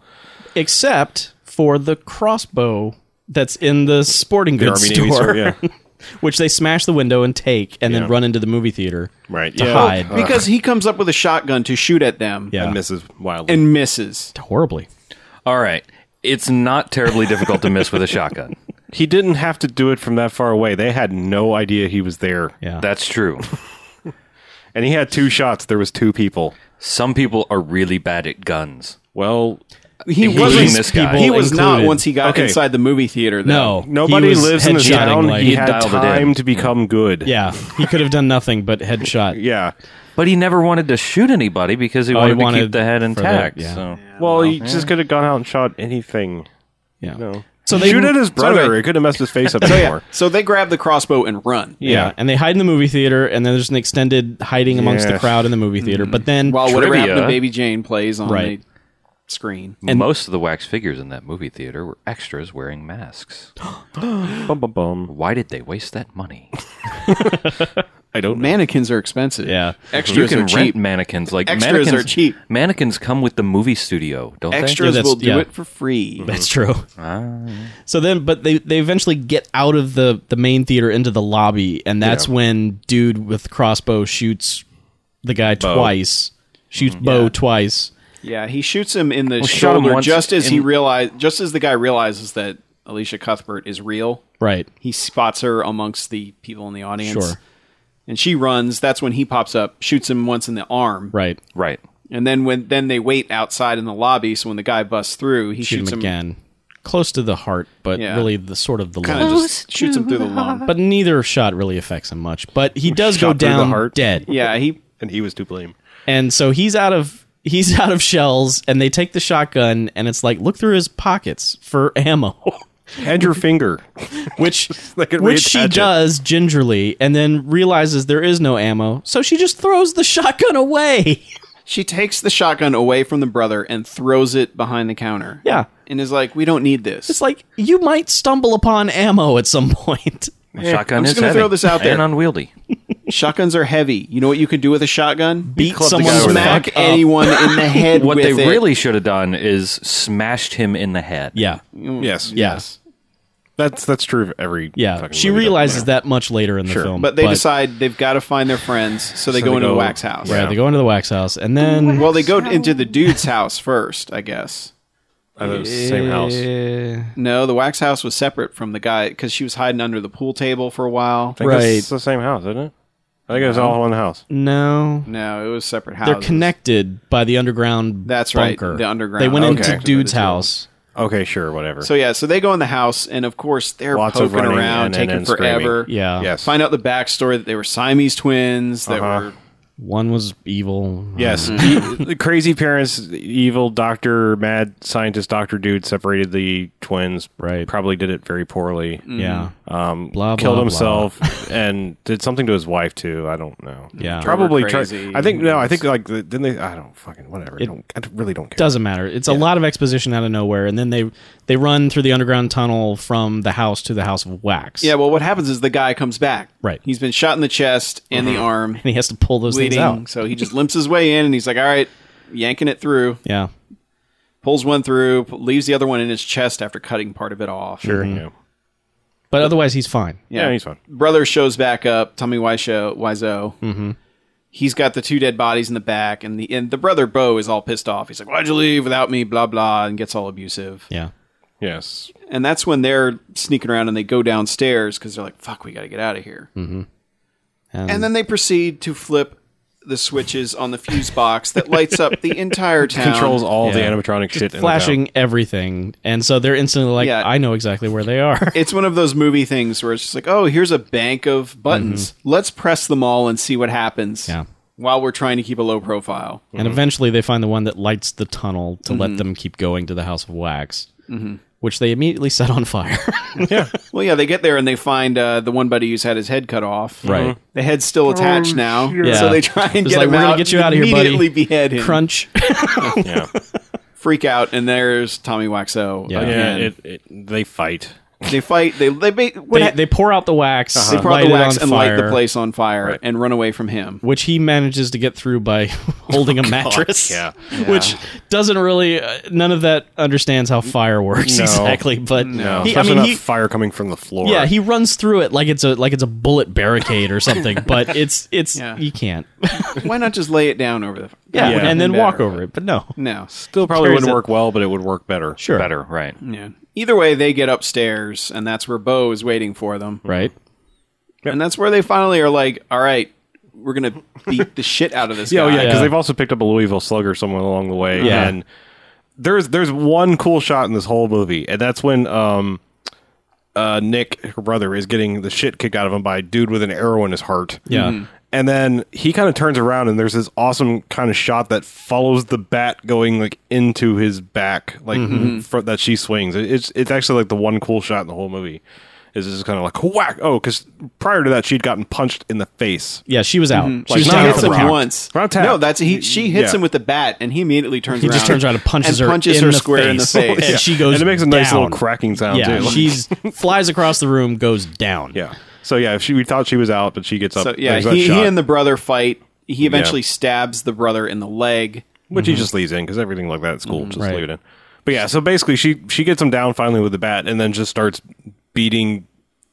S6: Except for the crossbow that's in the sporting
S3: The
S6: goods
S3: Army
S6: store,
S3: Navy store, yeah,
S6: [laughs] which they smash the window and take and then run into the movie theater
S3: right.
S6: to
S3: yeah,
S6: hide
S4: because he comes up with a shotgun to shoot at them
S6: Yeah.
S3: and Mrs. Wildly.
S4: and misses.
S6: horribly.
S5: All right. It's not terribly difficult to miss with
S4: [laughs]
S5: a shotgun.
S3: He didn't have to do it from that far away. They had no idea he was there.
S6: Yeah.
S5: That's true.
S3: And he had two shots. There was two people.
S5: Some people are really bad at guns.
S3: Well,
S4: He
S5: Including
S4: wasn't.
S5: this guy.
S4: He was
S6: People
S4: not
S6: included.
S4: once he got
S3: Okay.
S4: inside the movie theater. Though.
S6: no, he
S3: nobody
S6: was
S3: lives in this
S6: headshotting,
S3: town.
S6: like-
S3: he had
S5: dialed it in.
S3: time to become good.
S6: [laughs] yeah, he could have done nothing but headshot.
S3: Yeah.
S5: But he never wanted to shoot anybody because he
S6: he
S4: Oh,
S5: wanted, to
S6: wanted
S5: keep the head
S6: for the-
S5: intact.
S6: yeah.
S5: So
S3: Well, he just could have gone out and shot anything.
S6: Yeah.
S3: No.
S6: So they
S3: Shoot at his brother.
S4: anyway-
S3: it could have messed his face up [laughs]
S4: So Oh, yeah.
S3: anymore.
S4: So they grab the crossbow and run.
S6: Yeah. and they hide in the movie theater, and then there's an extended hiding amongst the
S3: Yes.
S6: crowd in the movie theater. But then,
S4: While whatever
S5: Trivia.
S4: happened to Baby Jane plays on.
S6: Right.
S4: they- screen.
S5: Most of the wax figures in that movie theater were extras wearing masks.
S3: Bum, bum, bum.
S5: Why did they waste that money?
S3: I don't know.
S4: Mannequins are expensive.
S6: Yeah.
S4: [laughs] Extras
S5: you
S4: are
S5: can rent
S4: cheap.
S5: mannequins. Like
S4: Extras are
S5: mannequins,
S4: cheap.
S5: Mannequins come with the movie studio, don't
S4: Extras
S6: Yeah, that's-
S4: will do
S6: yeah.
S4: it for free.
S6: [laughs] That's true.
S3: Ah.
S6: So then, but they they eventually get out of the the main theater into the lobby, and that's when dude with crossbow shoots the guy twice,
S3: Mm-hmm.
S6: shoots Bo twice.
S4: Yeah, he shoots him in the
S5: shot him
S4: shoulder
S5: once
S4: just as he
S5: in-
S4: realize, just as the guy realizes that Alicia Cuthbert is real.
S6: Right.
S4: He spots her amongst the people in the audience.
S6: Sure.
S4: And she runs. That's when he pops up, shoots him once in the arm.
S6: Right.
S5: they? Right.
S4: And then when then they wait outside in the lobby. So when the guy busts through, he
S6: Shoot
S4: shoots him
S6: him again, close to the heart, but
S4: Yeah.
S6: really the sort of the
S4: Kind
S6: lung.
S4: of just shoots him through the lung.
S6: but neither shot really affects him much. But he does go
S3: Shot through the
S6: down
S3: heart.
S6: dead.
S4: Yeah, he
S3: And he was to blame.
S6: and so he's out of he's [laughs] out of shells and they take the shotgun and it's like look through his pockets for [laughs] ammo
S3: Had your finger.
S6: which
S3: They could
S6: which she
S3: reattach it.
S6: does gingerly and then realizes there is no ammo so she just throws the [laughs] shotgun away
S4: she takes the shotgun away from the brother and throws it behind the counter.
S6: Yeah.
S4: and is like, "We don't need this."
S6: it's like you might stumble upon ammo at some [laughs] point
S5: The shotgun
S4: I'm just
S5: is
S4: gonna
S5: heavy
S4: throw this out there.
S5: and unwieldy.
S4: Shotguns are heavy. You know what you can do with a shotgun?
S6: beat
S5: clubbed the
S6: someone
S5: guy
S6: the
S5: over the
S6: fuck
S4: smack
S6: up.
S4: anyone in
S6: [laughs]
S4: the head.
S5: What
S4: with
S5: they
S4: it.
S5: really should have done is smashed him in the head.
S6: yeah
S3: Yes.
S6: yes
S3: That's that's true of every.
S6: yeah
S3: fucking
S6: she
S3: movie, doesn't
S6: realizes
S3: matter.
S6: that much later in the film
S4: but they decide they've got to find their friends, so they
S3: So
S4: go
S3: they
S4: into the
S3: go-
S4: wax house.
S6: yeah, they go into the wax house and then
S4: Well, they go into the dude's house first, I guess.
S3: I know, same house.
S4: No, the wax house was separate from the guy because she was hiding under the pool table for a while.
S3: I think
S6: Right.
S3: It's the same house, isn't it? I think it was all one house.
S6: no
S4: No, it was separate houses.
S6: They're connected by the underground.
S4: That's right,
S6: bunker.
S4: the underground.
S6: They went
S4: Okay.
S6: into dude's house.
S3: Okay, sure, whatever.
S4: So yeah, so they go in the house, and of course they're
S3: Lots of
S4: poking
S3: running
S4: around,
S3: and- and-
S4: taking
S3: and screaming.
S4: forever.
S6: Yeah.
S3: yes.
S4: Find out the backstory that they were Siamese twins. That
S3: Uh-huh.
S4: were
S6: One was evil.
S3: Yes, E- the crazy parents, the evil doctor, mad scientist, doctor dude separated the twins.
S6: Right.
S3: probably did it very poorly.
S6: Yeah.
S3: Um,
S6: Blah, blah,
S3: killed
S6: blah.
S3: himself [laughs] and did something to his wife too. I don't know.
S6: Yeah.
S3: probably
S4: They were
S3: tried.
S4: crazy.
S3: I think no. I think like the- didn't they? I don't fucking whatever. I, don't, I don't- really don't care.
S6: Doesn't matter. It's a lot of exposition out of nowhere, and then they they run through the underground tunnel from the house to the house of wax.
S4: yeah. Well, what happens is the guy comes back.
S6: Right.
S4: He's been shot in the chest and
S3: Uh-huh.
S4: the arm,
S6: And he has to pull those things
S4: bleeding.
S6: out.
S4: So he just limps his way in, and he's like, "All right." Yanking it through,
S6: Yeah.
S4: pulls one through, p- leaves the other one in his chest after cutting part of it off.
S3: Sure. Yeah.
S6: But otherwise, he's fine.
S3: yeah, he's fine.
S4: brother shows back up. Tommy Wiseau, Wiseau. Mm-hmm. He's got the two dead bodies in the back, and the and the brother Bo is all pissed off. He's like, "Why'd you leave without me?" Blah blah, and gets all abusive.
S6: Yeah.
S3: Yes,
S4: And that's when they're sneaking around and they go downstairs because they're like, "Fuck, we got to get out of here."
S6: And,
S4: And then they proceed to flip the switches on the fuse box that lights up the entire town.
S3: controls all the
S6: Yeah.
S3: animatronic shit. in the town.
S6: flashing everything, and so they're instantly like,
S4: Yeah.
S6: "I know exactly where they are."
S4: It's one of those movie things where it's just like, "Oh, here's a bank of buttons. Let's press them all and see what happens."
S6: Yeah.
S4: While we're trying to keep a low profile.
S6: and eventually they find the one that lights the tunnel to
S4: Mm-hmm.
S6: let them keep going to the house of wax, which they immediately set
S4: [laughs]
S6: on fire.
S4: Well, yeah, they get there and they find uh, the one buddy who's had his head cut off.
S6: Right.
S4: The head's still attached now.
S6: Yeah.
S4: Mm-hmm. So they try and
S6: It's
S4: get
S6: like,
S4: him
S6: "We're
S4: out.
S6: gonna get you
S4: and
S6: out of here, buddy."
S4: Immediately behead him. [laughs]
S6: Crunch.
S3: Yeah,
S4: Freak out, and there's Tommy Waxo.
S6: Yeah.
S3: yeah.
S4: again.
S3: It, it, they fight.
S4: they fight. They they ba- what
S6: they,
S4: ha-
S6: they pour out the wax,
S4: Uh-huh. they pour out
S6: light
S4: the
S6: it
S4: wax
S6: on
S4: and
S6: fire,
S4: light the place on fire and run away from
S6: [laughs]
S4: him.
S6: which he manages to get through by [laughs] holding
S4: Oh,
S6: a mattress. [laughs]
S3: yeah.
S6: which doesn't really. Uh, none of that understands how fire works
S3: No.
S6: exactly. But
S3: No,
S6: he, I
S3: especially
S6: mean,
S3: not
S6: he,
S3: fire coming from the floor.
S6: yeah, he runs through it like it's a like it's a bullet barricade
S4: [laughs]
S6: or something. but it's it's
S4: Yeah. [laughs]
S6: you can't.
S4: Why not just lay it down over the?
S6: Yeah,
S4: That would've
S6: and then
S4: been
S6: walk
S4: better.
S6: over it. But no,
S4: No.
S3: still probably
S6: carries
S3: wouldn't
S6: it-
S3: work well, but it would work better.
S6: sure,
S5: Better, right.
S4: Yeah. Either way, they get upstairs, and that's where Bo is waiting for them.
S6: right?
S4: And that's where they finally are like, "All right, we're gonna beat the shit out of this
S3: Yeah, oh,
S4: guy."
S3: yeah, because
S6: [laughs] Yeah.
S3: they've also picked up a Louisville Slugger somewhere along the way.
S6: Yeah.
S3: And there's there's one cool shot in this whole movie, and that's when um uh Nick, her brother, is getting the shit kicked out of him by a dude with an arrow in his heart.
S6: Yeah.
S4: Mm-hmm.
S6: Mhm.
S3: And then he kind of turns around and there's this awesome kind of shot that follows the bat going like into
S6: Mm-hmm.
S3: his back, like fro- that she swings. It- It's it's actually like the one cool shot in the whole movie. is just kind of like whack. Oh, because prior to that she'd gotten punched in the face.
S6: Yeah, she was out. she
S3: Like,
S6: was
S3: she
S4: She
S3: Not
S6: down
S3: hit
S6: for
S4: hits
S6: the
S4: him
S3: Brock.
S6: count.
S4: once.
S3: Not tap.
S4: No, that's he. She hits
S3: Yeah.
S4: him with the bat, and he immediately turns.
S6: He
S4: around
S6: just turns around and punches
S4: and
S6: her
S4: punches
S6: in
S4: her
S6: the
S4: square in the face.
S6: and she goes.
S3: and it makes a nice little
S6: down.
S3: cracking sound
S6: Yeah,
S3: too. Like,
S6: she's flies across the room, goes down.
S3: yeah. So yeah, if she we thought she was out, but she gets up.
S4: So yeah,
S3: there's that
S4: he, he
S3: shot,
S4: and the brother fight. He eventually stabs the brother in the leg.
S3: which he just leaves in because everything like that at school just
S6: Mm-hmm. Right.
S3: leave it in. But yeah, so basically she she gets him down finally with the bat, and then just starts beating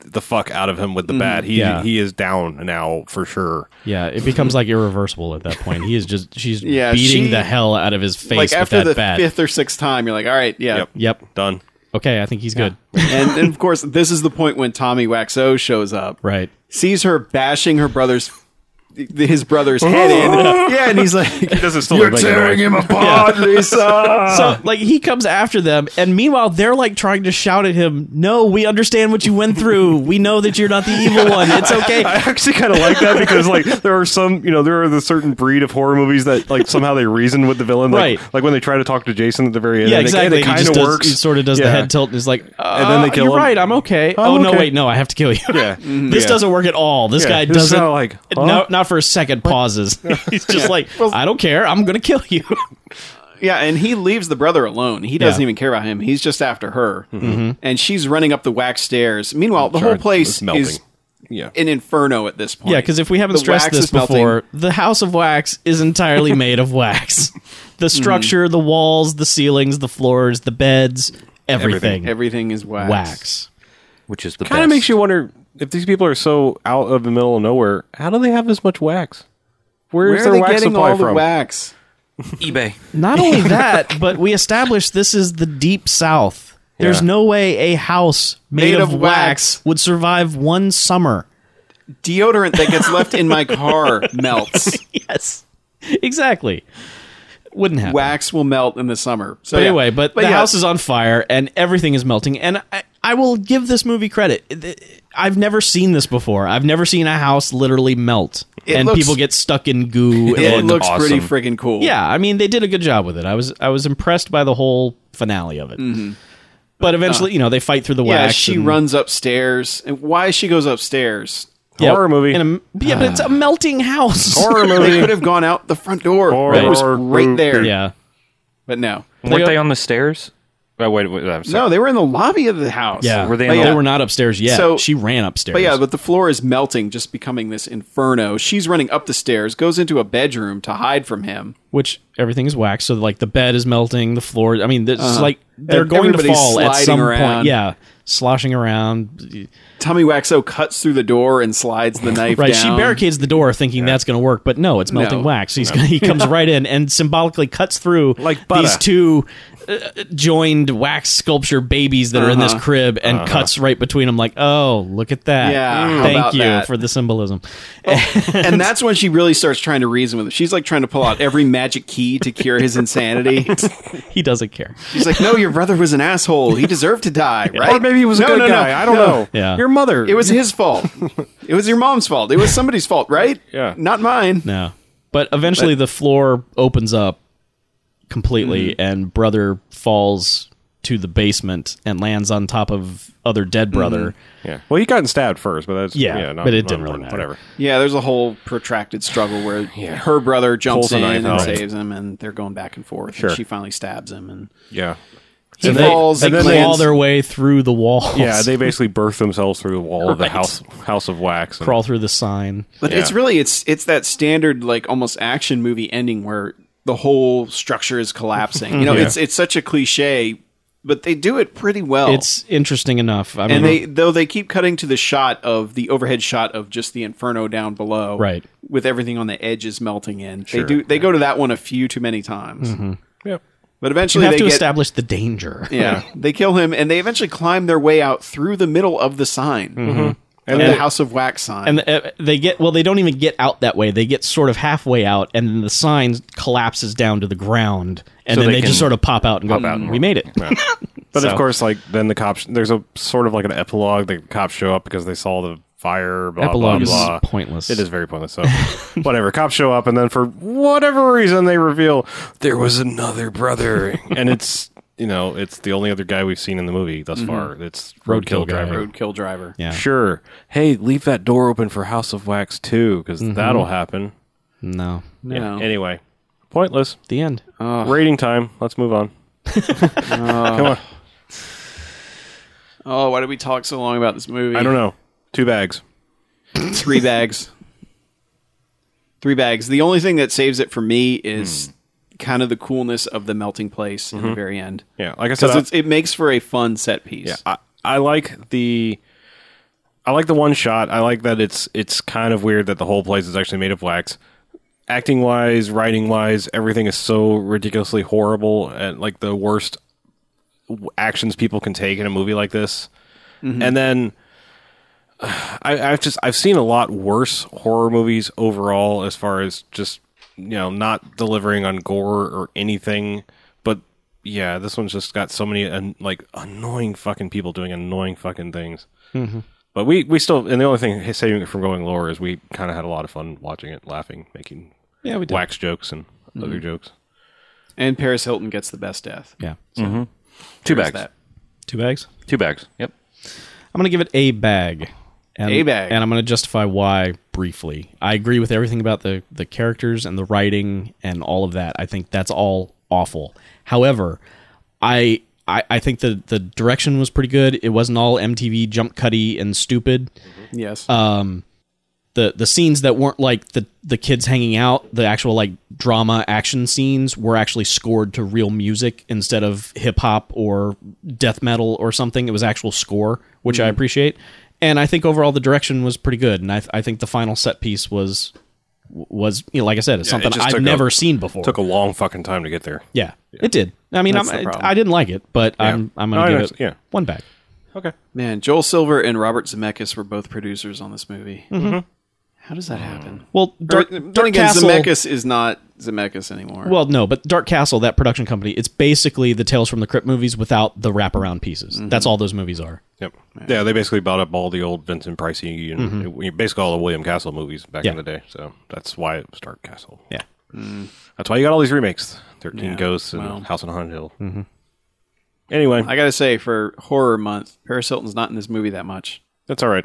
S3: the fuck out of him with the bat. He
S6: Mm-hmm. Yeah.
S3: he is down now for sure.
S6: yeah. It becomes like irreversible at that point. He is just she's
S4: Yeah,
S6: beating
S4: she-
S6: the hell out of his face
S4: Like
S6: with
S4: after
S6: that
S4: the
S6: bat.
S4: fifth or sixth time, you're like, all right, yeah.
S3: Yep.
S6: Yep.
S3: Done.
S6: Okay, I think he's good.
S4: and, and of course, this is the point when Tommy Waxo shows up.
S6: Right.
S4: Sees her bashing her brother's his
S6: [laughs]
S4: brother's head in. Yeah, and he's like, [laughs]
S3: Does it still You're tearing him apart, Lisa.
S6: So like he comes after them, and meanwhile they're like trying to shout at him. No, we understand what you went through. We know that you're not the evil one. It's
S3: I
S6: okay.
S3: actually kind of like that because like there are some you know there are the certain breed of horror movies that like somehow they reason with the villain like,
S6: Right.
S3: like when they try to talk to Jason at the very end
S6: Yeah,
S3: and it-
S6: exactly.
S3: and it,
S6: he
S3: kind
S6: just
S3: of
S6: does,
S3: works
S6: He sort of does the
S3: Yeah.
S6: head tilt and is like,
S3: And then they
S6: "Uh,
S3: kill
S6: You're
S3: him."
S6: right. I'm okay. oh no,
S3: okay.
S6: wait, no, I have to kill you.
S3: [laughs] yeah
S6: [laughs] this
S3: Yeah.
S6: doesn't work at all. This
S3: Yeah,
S6: guy
S3: this is
S6: doesn't.
S3: how, like, huh?
S6: no, not for a
S3: [laughs]
S6: second pauses. [laughs] He's just like, I don't care. I'm gonna kill you. [laughs]
S4: yeah, and he leaves the brother alone. He doesn't
S6: Yeah.
S4: even care about him. He's just after her,
S6: Mm-hmm.
S4: and she's running up the wax stairs. Meanwhile, the whole
S3: Sorry,
S4: place
S3: it's melting.
S4: is
S3: yeah
S4: an inferno at this point.
S6: Yeah, because if we haven't
S4: The
S6: stressed
S4: wax
S6: this
S4: is melting.
S6: before, the House of Wax
S3: [laughs]
S6: is entirely made of wax. The
S3: Mm-hmm.
S6: structure, the walls, the ceilings, the floors, the beds, everything.
S4: everything is wax.
S6: Wax.
S5: which is the
S3: kind of
S5: best.
S3: makes you wonder if these people are so out of the middle of nowhere how do they have as much wax
S4: Where
S3: is
S4: are
S3: their
S4: they
S3: wax
S4: getting
S3: supply
S4: all the
S3: from?
S4: wax?
S5: eBay.
S6: Not only [laughs] that, but we established this is the deep south. There's
S3: Yeah.
S6: no way a house made,
S4: Made
S6: of,
S4: of
S6: wax,
S4: wax.
S6: would survive one summer.
S4: Deodorant that gets left in my car melts.
S6: Yes. Exactly. Wouldn't happen.
S4: Wax will melt in the summer. So
S6: But
S4: yeah.
S6: anyway, but, the
S4: yeah,
S6: house is on fire and everything is melting. And I, I will give this movie credit. Th- I've never seen this before. I've never seen a house literally melt
S4: It
S6: and
S4: looks-
S6: people get stuck in goo.
S4: [laughs] It
S6: and,
S4: looks
S5: awesome.
S4: pretty freaking cool.
S6: yeah, I mean they did a good job with it. I was I was impressed by the whole finale of it. But eventually, you know, they fight through the
S4: Mm-hmm. Uh. Yeah,
S6: wax.
S4: she
S6: and-
S4: runs upstairs. And why she goes upstairs?
S6: yeah,
S3: horror movie
S6: in a- yeah, but
S4: [sighs]
S6: it's a melting house.
S3: horror
S4: They could
S3: movie
S4: have gone out the front door.
S3: Horror
S4: It was
S3: movie.
S4: right there.
S6: [laughs] yeah.
S4: But no.
S5: Weren't they on the stairs? Oh, wait, wait, I'm sorry.
S4: No, they were in the lobby of the house.
S6: Yeah.
S5: Were they
S6: But
S5: in
S6: yeah,
S5: the-
S6: were not upstairs yet.
S4: So-
S6: she ran upstairs.
S4: But yeah, but the floor is melting, just becoming this inferno. She's running up the stairs, goes into a bedroom to hide from him.
S6: which everything is wax. So like the bed is melting, the floor. I mean, it's like they're
S4: And
S6: going to
S4: Uh-huh. everybody's
S6: fall at
S4: sliding
S6: some point.
S4: around.
S6: Yeah, sloshing around.
S4: Tommy Waxo cuts through the door and slides the knife
S6: Right,
S4: down.
S6: she barricades the door thinking that's going to work, but no, it's melting
S4: No.
S6: wax. He's gonna, he
S4: [laughs]
S6: comes right in and symbolically cuts through
S3: Like butter.
S6: these two uh, joined wax sculpture babies that are in this
S4: Uh-huh.
S6: crib and cuts right between them. Like, oh, look at that!
S4: Yeah, how
S6: thank
S4: about
S6: you
S4: that?
S6: for the symbolism.
S4: and that's when she really starts trying to reason with him. She's like trying to pull out every magic key to cure
S3: [laughs]
S4: his insanity.
S6: He doesn't care.
S4: She's like, "No, your brother was an asshole. He deserved to die, right?
S3: or maybe he was a
S4: No,
S3: good
S4: no, no,
S3: guy I don't
S4: no.
S3: know
S6: Yeah.
S3: your mother
S4: It was his fault. It was your mom's fault. It was somebody's fault, right?
S3: Yeah.
S4: not mine.
S6: No. But eventually the floor opens up completely
S4: Mm-hmm.
S6: and brother falls to the basement and lands on top of other dead
S4: Mm-hmm.
S6: brother.
S3: yeah well he gotten stabbed first but that's
S6: Yeah,
S3: not,
S6: but it
S3: not
S6: didn't really
S3: important.
S6: matter.
S3: whatever
S4: Yeah, there's a whole protracted struggle where her brother jumps
S3: Pulls a
S4: in
S3: knife
S4: and
S3: out.
S4: saves him, and they're going back and forth.
S3: Sure.
S4: And she finally stabs him, and
S3: yeah
S4: he
S6: And they,
S4: falls.
S6: they
S4: and
S3: then
S6: claw
S4: lands-
S6: their way through the walls.
S3: yeah they basically birth themselves through the wall of the
S5: Right.
S3: house house of wax and-
S6: crawl through the sign.
S4: But it's
S3: Yeah.
S4: really it's it's that standard like almost action movie ending where the whole structure is collapsing. You know,
S3: Yeah.
S4: it's it's such a cliche, but they do it pretty well.
S6: It's interesting enough. I mean,
S4: Oh.
S3: Mm-hmm.
S4: and they though they keep cutting to the shot of the overhead shot of just the inferno down below,
S6: Right.
S4: With everything on the edges melting in, they do they go to that one a few too many times.
S3: Mm-hmm. Yep.
S4: But
S6: you
S4: eventually
S6: have
S4: they
S6: to
S4: get
S6: establish the danger.
S4: yeah they kill him and they eventually climb their way out through the middle of the sign
S3: Mm-hmm.
S4: and the House of Wax sign.
S6: Mm-hmm. And uh, they get well. They don't even get out that way. They get sort of halfway out, and then the sign collapses down to the ground, and
S5: So
S6: then
S5: they
S6: they, just
S5: can
S6: sort of pop out and go. "Mm,
S5: out and
S6: we made it.
S3: But
S6: So-
S3: of course, like then the cops. There's a sort of like an epilogue. The cops show up because they saw the fire. Blah
S6: Epilogue is
S3: blah, blah.
S6: pointless.
S3: It is very pointless.
S6: [laughs]
S3: So whatever. Cops show
S6: [laughs]
S3: up, and then for whatever reason, they reveal there was another brother, and it's you know, it's the only other guy we've seen in the movie thus far. It's Roadkill,
S6: Mm-hmm. Roadkill guy.
S3: Driver.
S4: Roadkill driver.
S6: Yeah.
S3: Sure. Hey, leave that door open for House of Wax too, because
S6: Mm-hmm.
S3: that'll happen.
S6: No.
S4: No.
S3: Anyway, pointless.
S6: The end.
S3: Uh, Rating time. Let's move
S6: [laughs]
S3: on. Come on.
S4: Oh, why did we talk so long about this movie?
S3: I don't know. Two bags.
S4: Three bags. Three bags. The only thing that saves it for me is kind of the coolness of the melting place in the very end.
S3: Hmm. Mm-hmm. Yeah, like I said,
S4: Because
S3: I-
S4: it's it makes for a fun set piece.
S3: Yeah, I, I like the I like the one shot. I like that it's it's kind of weird that the whole place is actually made of wax. Acting wise, writing wise, everything is so ridiculously horrible and like the worst w- actions people can take in a movie like this. And then I, I've just I've seen a lot worse horror movies overall as far as just you know not delivering on gore or anything. But yeah, this one's just got so many an, like annoying fucking people doing annoying fucking things.
S6: Mm-hmm.
S3: But we we still and the only thing saving it from going lower is we kind of had a lot of fun watching it, laughing, making
S6: Yeah, we did. Mm-hmm.
S3: wax jokes and other jokes.
S4: And Paris Hilton gets the best death.
S6: Yeah.
S3: Mm.
S5: Two
S4: There's
S5: bags.
S4: that.
S6: Two bags.
S5: Two bags. Yep.
S6: I'm going to give it a bag. And,
S4: A bag.
S6: And I'm going to justify why briefly. I agree with everything about the, the characters and the writing and all of that. I think that's all awful. However, I. I, I think the, the direction was pretty good. It wasn't all MTV jump cutty and stupid.
S4: Yes.
S6: the the scenes that weren't like the the kids hanging out, the actual like drama action scenes were actually scored to real music instead of hip hop or death metal or something. It was actual score, which
S3: Mm-hmm.
S6: I appreciate. And I think overall the direction was pretty good. And I, I think the final set piece was was you know, like I said, it's
S3: it
S6: something
S3: just took
S6: I've
S3: a-
S6: never seen before.
S3: Took a long fucking time to get there.
S6: yeah, it did. I mean, I'm,
S4: That's the
S6: I,
S4: problem.
S6: I didn't like it, but I'm I'm
S3: No, I
S6: gonna give it
S3: understand. Yeah.
S6: one back.
S4: Man, Joel Silver and Robert Zemeckis were both producers on this movie. Mm-hmm. How does that happen?
S6: Well,
S4: Or-
S6: Dark,
S4: then
S6: Dark
S4: again,
S6: Castle.
S4: Zemeckis is not Zemeckis anymore.
S6: Well, no, but Dark Castle, that production company, it's basically the Tales from the Crypt movies without the wraparound pieces. That's all those movies are.
S3: Yep. Yeah, they basically bought up all the old Vincent Pricey and basically all the William Castle movies back in
S6: Yeah.
S3: the day. So that's why it was Dark Castle.
S6: Yeah.
S3: That's why you got all these remakes: Thirteen
S4: Yeah,
S3: Ghosts and
S4: well.
S3: House on Haunted Hill. Mm-hmm. Anyway,
S4: I gotta say, for horror month, Paris Hilton's not in this movie that much.
S3: that's all right.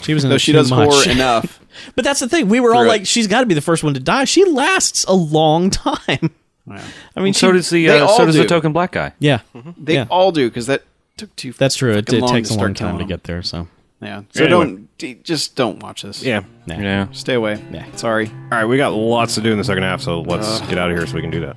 S6: She was in
S4: Though
S6: it
S4: she
S6: too
S4: does
S6: much. [laughs]
S4: horror [laughs] enough.
S6: but that's the thing. We were all
S4: Through
S6: like,
S4: it.
S6: she's got to be the first one to die. She lasts a long [laughs] time.
S4: Wow.
S6: I mean,
S5: So
S6: she-
S5: does the
S4: they
S5: uh, so
S4: all
S5: does
S4: do.
S5: the token black guy.
S6: Yeah.
S4: They
S6: Yeah.
S4: all do because that took too.
S6: That's true. It,
S4: fucking
S6: it
S4: long
S6: takes a
S4: start
S6: long time to
S4: killing
S6: get there. So,
S4: them. Yeah. So
S3: Anyway.
S4: don't d- just don't watch this.
S3: Yeah.
S6: nah.
S5: Yeah.
S4: Stay away.
S6: Yeah.
S4: Sorry.
S3: All right, we got lots to do in the second half, so let's get out of here so we can do that.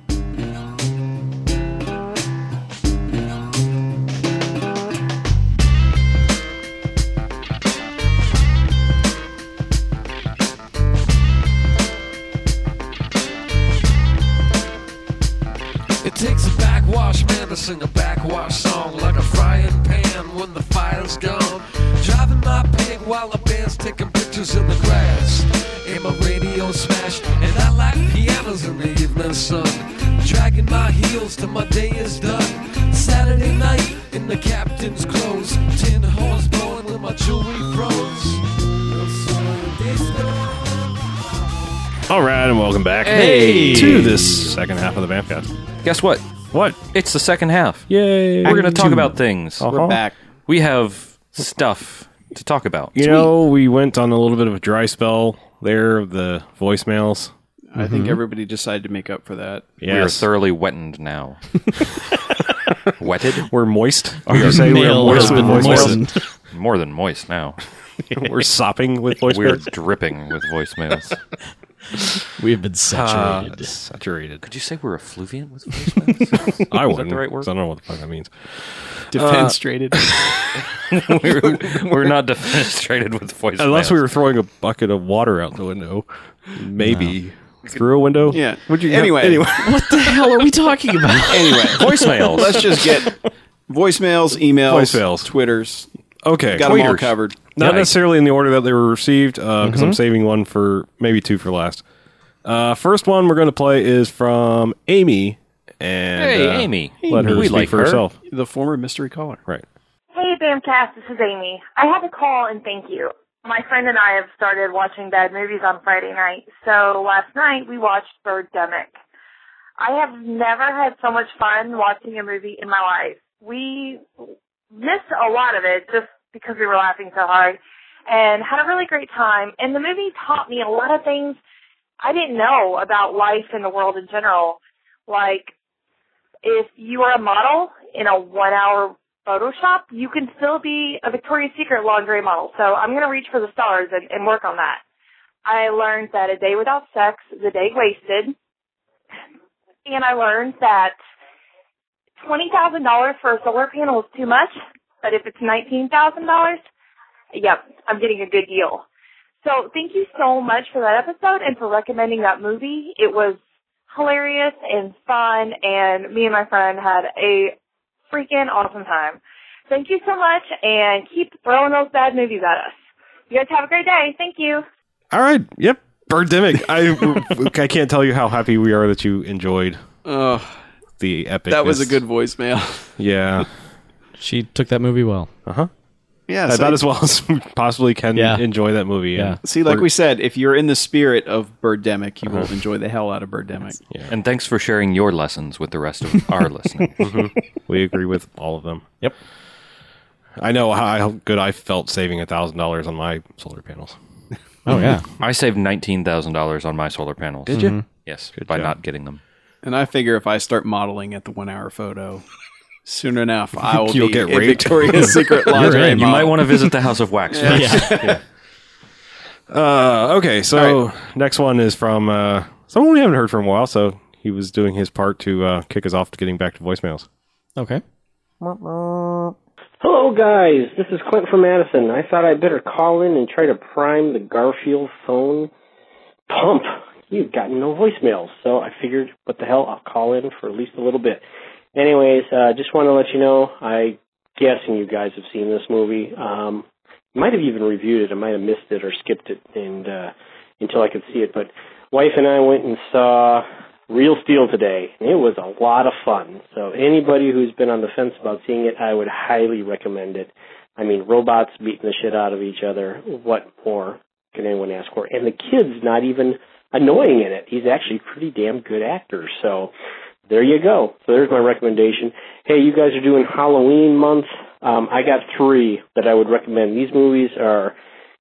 S7: It takes a backwash man to sing a backwash song like a frying pan when the fire's gone. Driving my pig while the band's taking pictures in the grass. And my radio smash, and I like pianos in the evening sun. Dragging my heels till my day is done. Saturday night in the captain's clothes. Tin horns blowing with my jewelry froze.
S3: All right, and welcome back
S5: Hey.
S3: to this second half of the Vampcast.
S5: Guess what?
S3: What?
S5: It's the second half.
S3: Yay!
S5: We're gonna talk about things.
S6: Oh.
S4: We're back.
S5: We have stuff to talk about.
S3: You know, we went on a little bit of a dry spell there of the voicemails.
S4: I think everybody decided to make up for that.
S5: We are
S3: Yes.
S5: thoroughly
S4: [laughs]
S5: wetted now. wetted?
S3: We're moist. Are [laughs] you saying
S6: Male has been
S5: voicemails.
S6: moistened. [laughs]
S5: More than moist now.
S3: [laughs] We're sopping with voicemails.
S5: We're dripping with voicemails.
S6: We've been saturated.
S3: [laughs] saturated.
S5: Did you say we're effluviant [laughs] with voicemails?
S3: I
S5: Is
S3: wouldn't.
S5: that the right word?
S3: 'cause I don't know what the fuck that means.
S4: Defenstrated.
S5: we're, we're not defenestrated with voicemails.
S3: Unless we were throwing a bucket of water out the window, maybe through a window.
S4: yeah.
S3: Would [laughs] you?
S4: Anyway.
S3: Anyway.
S6: what the hell are we talking about?
S4: anyway.
S5: voicemails.
S4: Let's just get voicemails, emails,
S3: Voicemails.
S4: Twitters.
S3: Okay.
S4: Got them all
S5: Tweeters.
S4: covered.
S3: Not
S5: Yikes.
S3: necessarily in the order that they were received, because I'm saving one for maybe two for last. Uh, first one we're going to play is from Amy. And
S5: Hey,
S3: uh,
S5: Amy.
S3: let her
S5: We
S3: speak
S5: like
S3: for
S5: her.
S3: herself.
S4: The former mystery caller.
S3: Right.
S8: Hey, Bamcast, this is Amy. I have a call and thank you. My friend and I have started watching bad movies on Friday night, so last night we watched Birdemic. I have never had so much fun watching a movie in my life. We missed a lot of it just because we were laughing so hard and had a really great time. And the movie taught me a lot of things I didn't know about life and the world in general. Like, if you are a model in a one hour Photoshop, you can still be a Victoria's Secret lingerie model. So I'm going to reach for the stars and, and work on that. I learned that a day without sex is a day wasted. And I learned that $20,000 for a solar panel is too much, but if it's $19,000, yep, I'm getting a good deal. So thank you so much for that episode and for recommending that movie. It was hilarious and fun, and me and my friend had a freaking awesome time. Thank you so much, and keep throwing those bad movies at us. You guys have a great day. Thank you.
S3: All right. Yep. Birdemic.
S4: [laughs]
S3: I I can't tell you how happy we are that you enjoyed
S4: Oh,
S3: the epic.
S4: that was a good voicemail.
S3: Yeah.
S6: [laughs] She took that movie well.
S4: yeah,
S3: About as well as [laughs] we possibly can
S6: Yeah.
S3: enjoy that movie.
S6: Yeah.
S4: See, like we said, if you're in the spirit of Birdemic, you will enjoy the hell out of Birdemic.
S5: And thanks for sharing your lessons with the rest of our listeners.
S3: We agree with all of them.
S6: Yep.
S3: I know how how good I felt saving a thousand dollars on my solar panels.
S6: Oh yeah.
S5: I saved nineteen thousand dollars on my solar panels. Did you? Yes, by not getting them.
S4: And I figure if I start modeling at the one hour photo, soon enough, I will
S3: You'll
S4: be
S3: get
S4: a
S3: raped.
S4: Victoria's Secret lingerie
S5: You might
S4: model.
S5: want to visit the House of Wax. first.
S3: Uh, okay, so next one is from uh, someone we haven't heard from in a while. So he was doing his part to uh, kick us off to getting back to voicemails.
S6: Okay.
S9: Hello, guys. This is Clint from Madison. I thought I'd better call in and try to prime the Garfield phone pump. You've gotten no voicemails, so I figured, what the hell, I'll call in for at least a little bit. Anyways, uh, just want to let you know, I guessing you guys have seen this movie. Um, might have even reviewed it. I might have missed it or skipped it, and uh, until I could see it. But wife and I went and saw Real Steel today, and it was a lot of fun. So anybody who's been on the fence about seeing it, I would highly recommend it. I mean, robots beating the shit out of each other. What more can anyone ask for? And the kid's not even annoying in it. He's actually a pretty damn good actor. So there you go. So there's my recommendation. Hey, you guys are doing Halloween month. Um, I got three that I would recommend. These movies are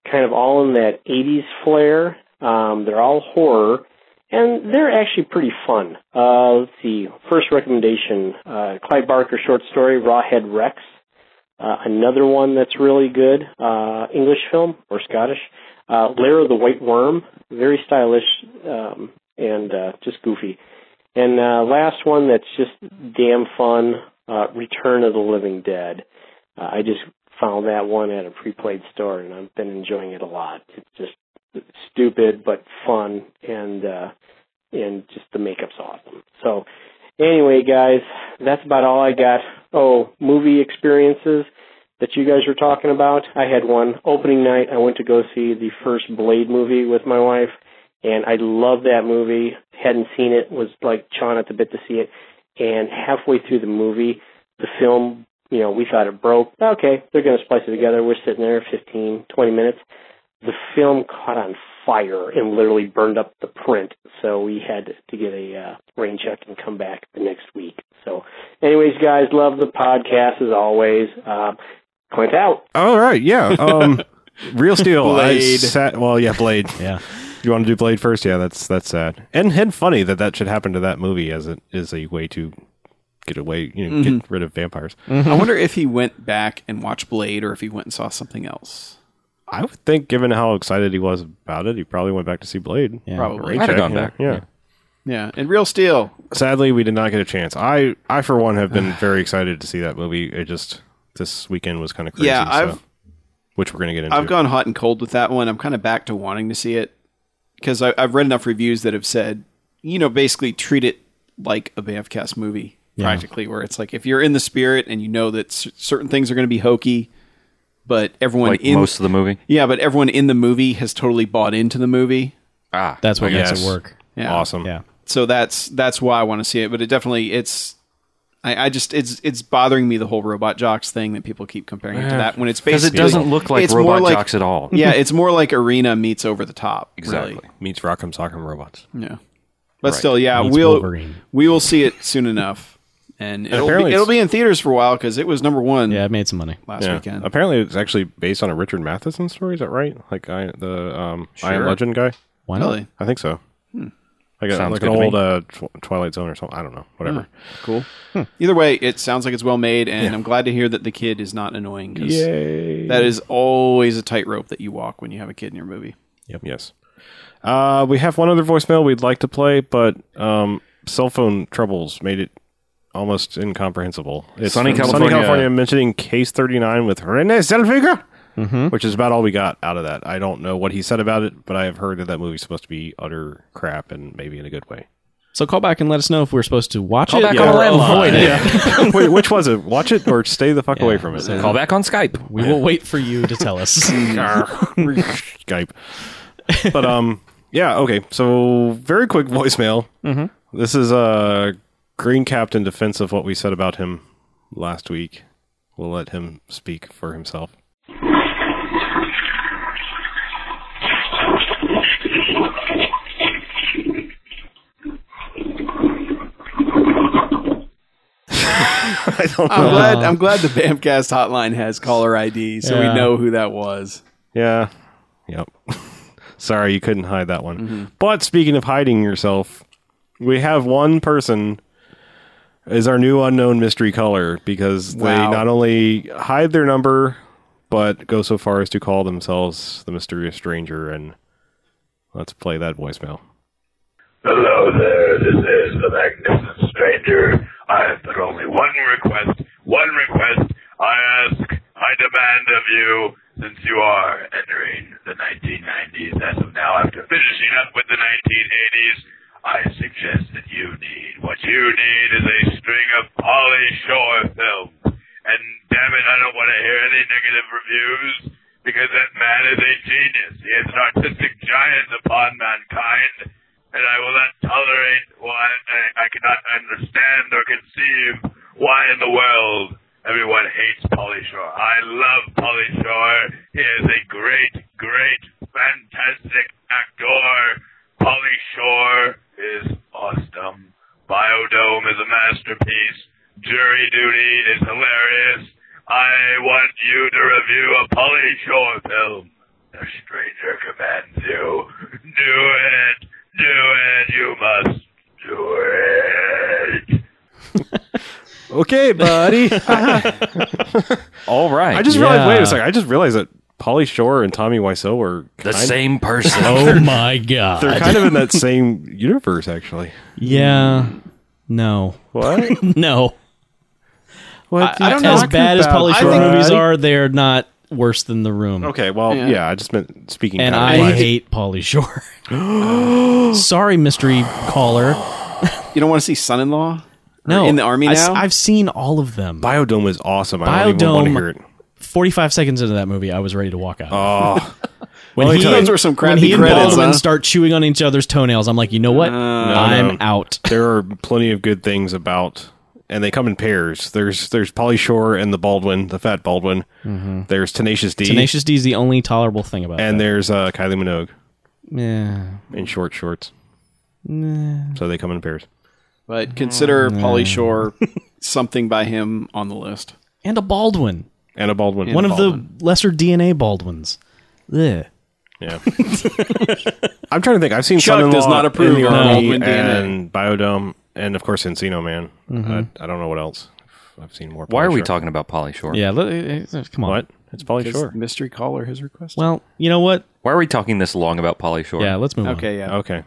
S9: kind of all in that 80s flair. Um, they're all horror, and they're actually pretty fun. Uh, let's see. First recommendation uh, Clive Barker short story, Rawhead Rex. Uh, another one that's really good, uh, English film or Scottish, uh, Lair of the White Worm. Very stylish um, and uh, just goofy. And uh, last one that's just damn fun, uh, Return of the Living Dead. Uh, I just found that one at a pre-played store, and I've been enjoying it a lot. It's just stupid but fun, and uh, and just the makeup's awesome. So, anyway, guys, that's about all I got. Oh, movie experiences that you guys were talking about. I had one opening night. I went to go see the first Blade movie with my wife, and I love that movie. Hadn't seen it. Was like chawing at the bit to see it. And halfway through the movie, the film, you know, we thought it broke. Okay, they're going to splice it together. We're sitting there fifteen, twenty minutes. The film caught on fire and literally burned up the print. So we had to get a uh, rain check and come back the next week. So, anyways, guys, love the podcast as always. Uh, Clint out.
S3: All right, yeah.
S6: [laughs]
S3: Um, Real Steel. I
S4: Blade.
S3: sat, well, yeah, Blade.
S6: Yeah.
S3: You want to do Blade first? Yeah, that's that's sad and and funny that that should happen to that movie as it is a way to get away, you know,
S6: Mm-hmm.
S3: get rid of vampires.
S4: I wonder if he went back and watched Blade or if he went and saw something else.
S3: I would think, given how excited he was about it, he probably went back to see Blade.
S6: Yeah.
S4: Probably.
S5: I'd have gone
S3: yeah,
S5: back.
S3: Yeah.
S4: Yeah. And Real Steel.
S3: Sadly, we did not get a chance. I, I for one, have
S6: [sighs]
S3: been very excited to see that movie. It just this weekend was kind of crazy.
S4: Yeah, I've-
S3: so, which we're gonna get into.
S4: I've gone hot and cold with that one. I'm kind of back to wanting to see it because I've read enough reviews that have said, you know, basically treat it like a BFcast movie, practically, where it's like if you're in the spirit and you know that cer- certain things are going to be hokey, but everyone
S5: Like
S4: in
S5: most of the movie.
S4: yeah, but everyone in the movie has totally bought into the movie.
S5: Ah,
S6: That's what
S3: I
S6: makes
S3: guess.
S6: it work.
S4: Yeah.
S3: Awesome.
S6: Yeah.
S4: So that's that's why I want to see it. But it definitely it's. I, I just it's it's bothering me the whole robot jocks thing that people keep comparing it to that when it's
S5: because
S4: basically
S5: it doesn't look like
S4: it's more
S5: robot
S4: like-
S5: jocks at all.
S4: yeah, it's more like arena meets over the top. really.
S5: exactly.
S3: Meets Rock'em Sock'em Robots.
S4: Yeah. But still, yeah,
S6: Meets
S4: we'll
S6: Wolverine.
S4: we will see it soon enough, and it'll
S3: apparently
S4: be,
S3: it's-
S4: it'll be in theaters for a while because it was number one
S6: Yeah, it made some money.
S4: last weekend.
S3: Apparently, it's actually based on a Richard Matheson story. Is that right? Like I, the um, Iron Legend guy.
S6: Why not?
S4: Really
S3: I think so.
S4: Hmm.
S3: Like, a,
S5: Sounds
S3: like
S5: good
S3: an
S5: to me.
S3: old uh, tw- Twilight Zone or something. I don't know. Whatever.
S4: cool. Either way, it sounds like it's well made, and I'm glad to hear that the kid is not annoying. 'cause
S3: Yay!
S4: That is always a tightrope that you walk when you have a kid in your movie.
S3: Yes. Uh, we have one other voicemail we'd like to play, but um, cell phone troubles made it almost incomprehensible. It's
S5: Sunny
S3: from
S5: California.
S3: California mentioning case 39 with Renee Zellweger,
S5: Mm-hmm.
S3: which is about all we got out of that. I don't know what he said about it, but I have heard that that movie's supposed to be utter crap and maybe in a good way.
S6: So call back and let us know if we're supposed to watch
S5: Call
S6: it
S5: back
S6: or
S5: on the landline.
S6: avoid it.
S3: Yeah. Uh, [laughs] Wait, which was it? Watch it or stay the fuck away from it.
S5: Call back on Skype.
S6: We will wait for you to tell [laughs]
S3: [laughs]
S6: us.
S3: Skype. But um, yeah, okay. So very quick voicemail. Mm-hmm. This is uh, Green Captain defense of what we said about him last week. We'll let him speak for himself. I don't
S4: I'm
S3: know.
S4: glad. I'm glad the Bamcast hotline has caller ID, so
S6: Yeah.
S4: we know who that was.
S3: Yeah. Yep. [laughs] Sorry, you couldn't hide that one.
S5: Mm-hmm.
S3: But speaking of hiding yourself, we have one person is our new unknown mystery color because they
S4: Wow.
S3: not only hide their number but go so far as to call themselves the mysterious stranger and let's play that voicemail.
S10: Hello there, this is the Magnificent Stranger. I have but only one request, one request. I ask, I demand of you, since you are entering the 1990s as of now, after finishing up with the 1980s, I suggest that you need, what you need is a string of Polly Shore films. And damn it, I don't want to hear any negative reviews, because that man is a genius. He is an artistic giant upon mankind and I will not tolerate why I, I cannot understand or conceive why in the world everyone hates Polly Shore. I love Polly Shore. He is a great, great, fantastic actor. Polly Shore is awesome. Biodome is a masterpiece. Jury Duty is hilarious. I want you to review a Polly Shore film. The stranger commands you. Do it. Do it. You must do it.
S3: Okay,
S5: [laughs]
S3: buddy. [laughs]
S5: All right.
S3: I just realized wait
S6: Yeah.
S3: a second. I just realized that Polly Shore and Tommy Wiseau are
S5: the
S3: kind-
S5: same person.
S6: oh my god.
S3: They're kind of in
S5: [laughs]
S3: that same universe actually.
S6: yeah. No.
S3: What?
S6: [laughs] No.
S3: what
S4: I
S3: you
S4: don't know.
S6: As
S4: Talking
S6: bad as Polly
S3: about,
S6: Shore
S3: buddy?
S6: movies are, they're not worse than The Room.
S3: Okay, well,
S4: Yeah.
S3: yeah, I just meant speaking.
S6: And I
S3: kind of wise.
S6: hate Polly Shore. Sorry, mystery caller.
S4: You don't want to see son-in-law?
S6: No.
S4: in the army
S6: I,
S4: now?
S6: have seen all of them.
S3: Biodome is awesome. I don't even want to
S6: Biodome-
S3: hear it.
S6: 45 seconds into that movie, I was ready to walk
S3: Oh.
S6: out.
S3: Ah,
S6: [laughs] when
S3: Let me
S6: he,
S3: tell you,
S4: Those were some
S6: when
S4: crappy
S6: he and
S4: credits.
S6: Baldwin
S4: huh?
S6: start chewing on each other's toenails, I'm like, you know what? I'm
S3: no.
S6: out.
S3: There are plenty of good things about, and they come in pairs. There's there's Polly Shore and the Baldwin, the fat Baldwin. There's Tenacious D,
S6: Mm-hmm. Tenacious D is the only tolerable thing about
S3: and
S6: that.
S3: there's uh, Kylie Minogue
S6: Yeah.
S3: in short shorts. So they come in pairs.
S4: But consider
S3: Mm. [laughs]
S4: Polly Shore something by him on the list.
S6: And a Baldwin.
S3: And a Baldwin.
S6: One of the
S4: Baldwin.
S6: lesser DNA Baldwins. Ugh.
S3: Yeah. [laughs] I'm trying to think. I've seen
S4: Chuck
S3: Son-in-Law
S4: does not
S3: in
S4: approve
S3: the
S4: of
S3: Army
S4: Baldwin DNA.
S3: and Biodome, and of course Encino Man.
S4: Mm-hmm.
S3: I, I don't know what else. I've seen more.
S5: Why
S3: Pauly
S5: are we
S3: Shore.
S5: talking about Polly Shore?
S6: Yeah, li- eh, eh, come on.
S3: What? It's Polly Shore.
S4: Mystery caller has requested.
S6: Well, you know what?
S5: Why are we talking this long about Polly Shore?
S6: Yeah, let's move on.
S4: okay, yeah.
S3: Okay.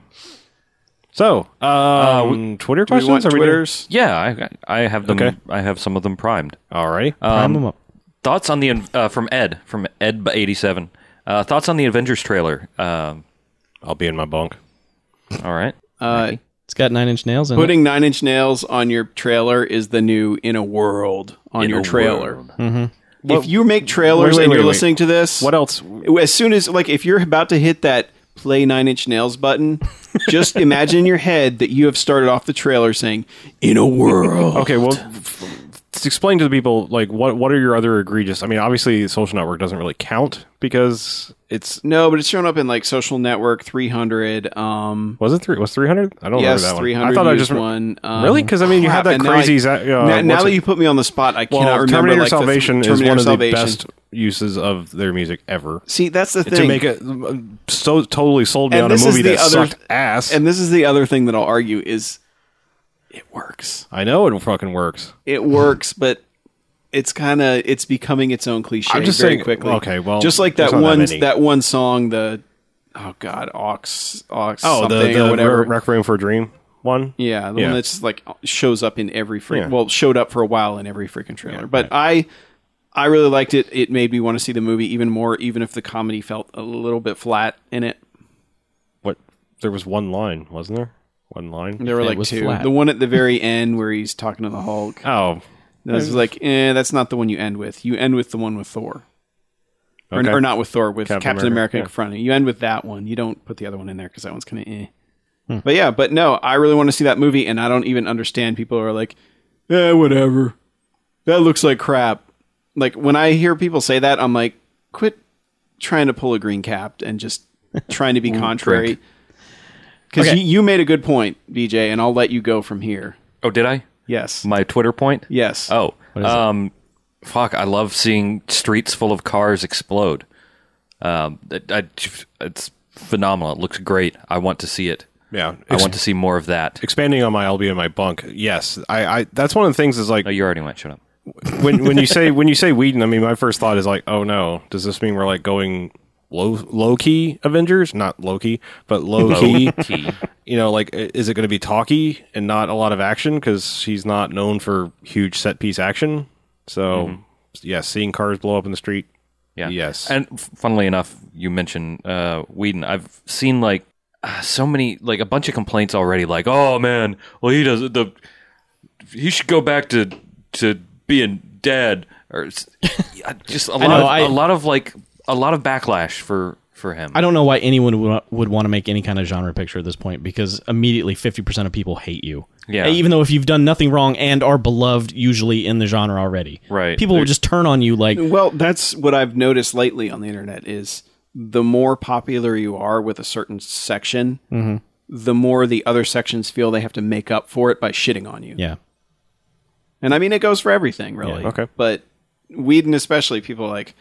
S3: So, um, Twitter
S4: Do we
S3: questions?
S4: want
S3: Are we doing-
S4: Twitters?
S5: Yeah, I, I have them.
S3: Okay.
S5: I have some of them primed. Um,
S3: All right.
S4: um,
S6: Prime 'em up.
S5: Thoughts on the uh, from Ed from Ed eighty seven. Uh, thoughts on the Avengers trailer? Um,
S3: I'll be in my bunk.
S5: all right.
S4: Uh,
S6: It's got nine inch nails in it.
S4: putting nine inch nails on your trailer is the new in a world on
S5: In
S4: your
S5: a
S4: trailer.
S5: world.
S4: If you make trailers
S3: Mm-hmm. Wait, wait,
S4: and you're
S3: wait, wait.
S4: listening to this,
S3: What else?
S4: as soon as like if you're about to hit that play nine inch nails button,
S3: [laughs]
S4: just imagine in your head that you have started off the trailer saying in a world.
S3: Okay, well, f- f- s- explain to the people like what what are your other egregious? I mean, obviously, social network doesn't really count because it's
S4: No, but it's shown up in like Social Network 300. Um,
S3: was it three was three hundred? I don't remember
S4: yes,
S3: that one.
S4: 300.
S3: I thought I
S4: used
S3: just
S4: one. Um,
S3: Really? 'Cause, I mean, you had
S4: crap,
S3: that
S4: and now I-
S3: crazy za- uh,
S4: now, now
S3: what's
S4: that
S3: it-
S4: you put me on the spot, I
S3: well,
S4: cannot remember.
S3: Terminator
S4: like, the th-
S3: Salvation is
S4: Terminator
S3: one of
S4: Salvation.
S3: the best uses of their music ever.
S4: See, that's the thing.
S3: To make it uh, so totally sold me
S4: And
S3: on a
S4: this is
S3: movie
S4: the
S3: that
S4: other-
S3: sucked ass.
S4: and this is the other thing that I'll argue is it works.
S3: I know it fucking works.
S4: it works, but it's kind of it's becoming its own cliche
S3: I'm just
S4: very
S3: saying-
S4: quickly.
S3: okay, well,
S4: just like
S3: there's
S4: that
S3: not that
S4: one
S3: many.
S4: that, one song, the oh god, ox ox
S3: Oh,
S4: something
S3: the,
S4: or
S3: the
S4: whatever.
S3: Re- Requiem for a Dream one.
S4: yeah, the
S3: Yeah.
S4: one that's just like shows up in every freak.
S3: Yeah.
S4: Well, showed up for a while in every freaking trailer. but I, I really liked it. It made me want to see the movie even more, even if the comedy felt a little bit flat in it.
S3: What? There was one line, wasn't there? One line.
S4: There were like
S6: was
S4: two.
S6: flat.
S4: The one at the very end where he's talking to the Hulk.
S3: Oh,
S4: And I was like, eh, that's not the one you end with. You end with the one with Thor. Or,
S3: Okay.
S4: or not with Thor, with
S3: Captain
S4: Captain,
S3: America,
S4: America,
S3: yeah.
S4: confronting. You end with that one. You don't put the other one in there because that one's kind of eh. But yeah, but no, I really want to see that movie, and I don't even understand people who are like, yeah, whatever. That looks like crap. Like when I hear people say that, I'm like, quit trying to pull a green cap and just trying to be contrary. Because
S6: Okay.
S4: you, you made a good point, BJ, and I'll let you go from here.
S5: Oh, did I?
S4: Yes.
S5: My Twitter point?
S4: yes.
S5: Oh, um, fuck! I love seeing streets full of cars explode. Um, it- I- it's phenomenal. It looks great. I want to see it.
S3: yeah.
S5: I want to see more of that.
S3: expanding on my LB and my bunk. Yes, I, I. That's one of the things [laughs] is like
S5: Oh, you already went. Shut up.
S3: when when you [laughs] say when you say Whedon. I mean, my first thought is like, oh no, does this mean we're like going low low key Avengers? Not Loki, but low key.
S5: [laughs] Key.
S3: You know, like i- is it going to be talky and not a lot of action because he's not known for huge set piece action? So
S5: Mm-hmm.
S3: yeah, seeing cars blow up in the street.
S5: Yeah.
S3: Yes.
S5: And f- funnily enough, you mentioned uh, Whedon. I've seen like uh, so many, like a bunch of complaints already. Like, oh man, well he does the he should go back to to being dead or s- [laughs] yeah, just a lot
S6: know,
S5: of,
S6: I-
S5: a lot of like a lot of backlash for for him.
S6: I don't know why anyone would, would want to make any kind of genre picture at this point because immediately 50% of people hate you.
S5: Yeah.
S6: Uh, Even though if you've done nothing wrong and are beloved usually in the genre already.
S5: Right.
S6: People will just turn on you like,
S4: Well, that's what I've noticed lately on the internet is the more popular you are with a certain section,
S6: Mm-hmm.
S4: the more the other sections feel they have to make up for it by shitting on you.
S6: yeah.
S4: And I mean, it goes for everything, really.
S3: okay.
S4: But Whedon, especially, people are like,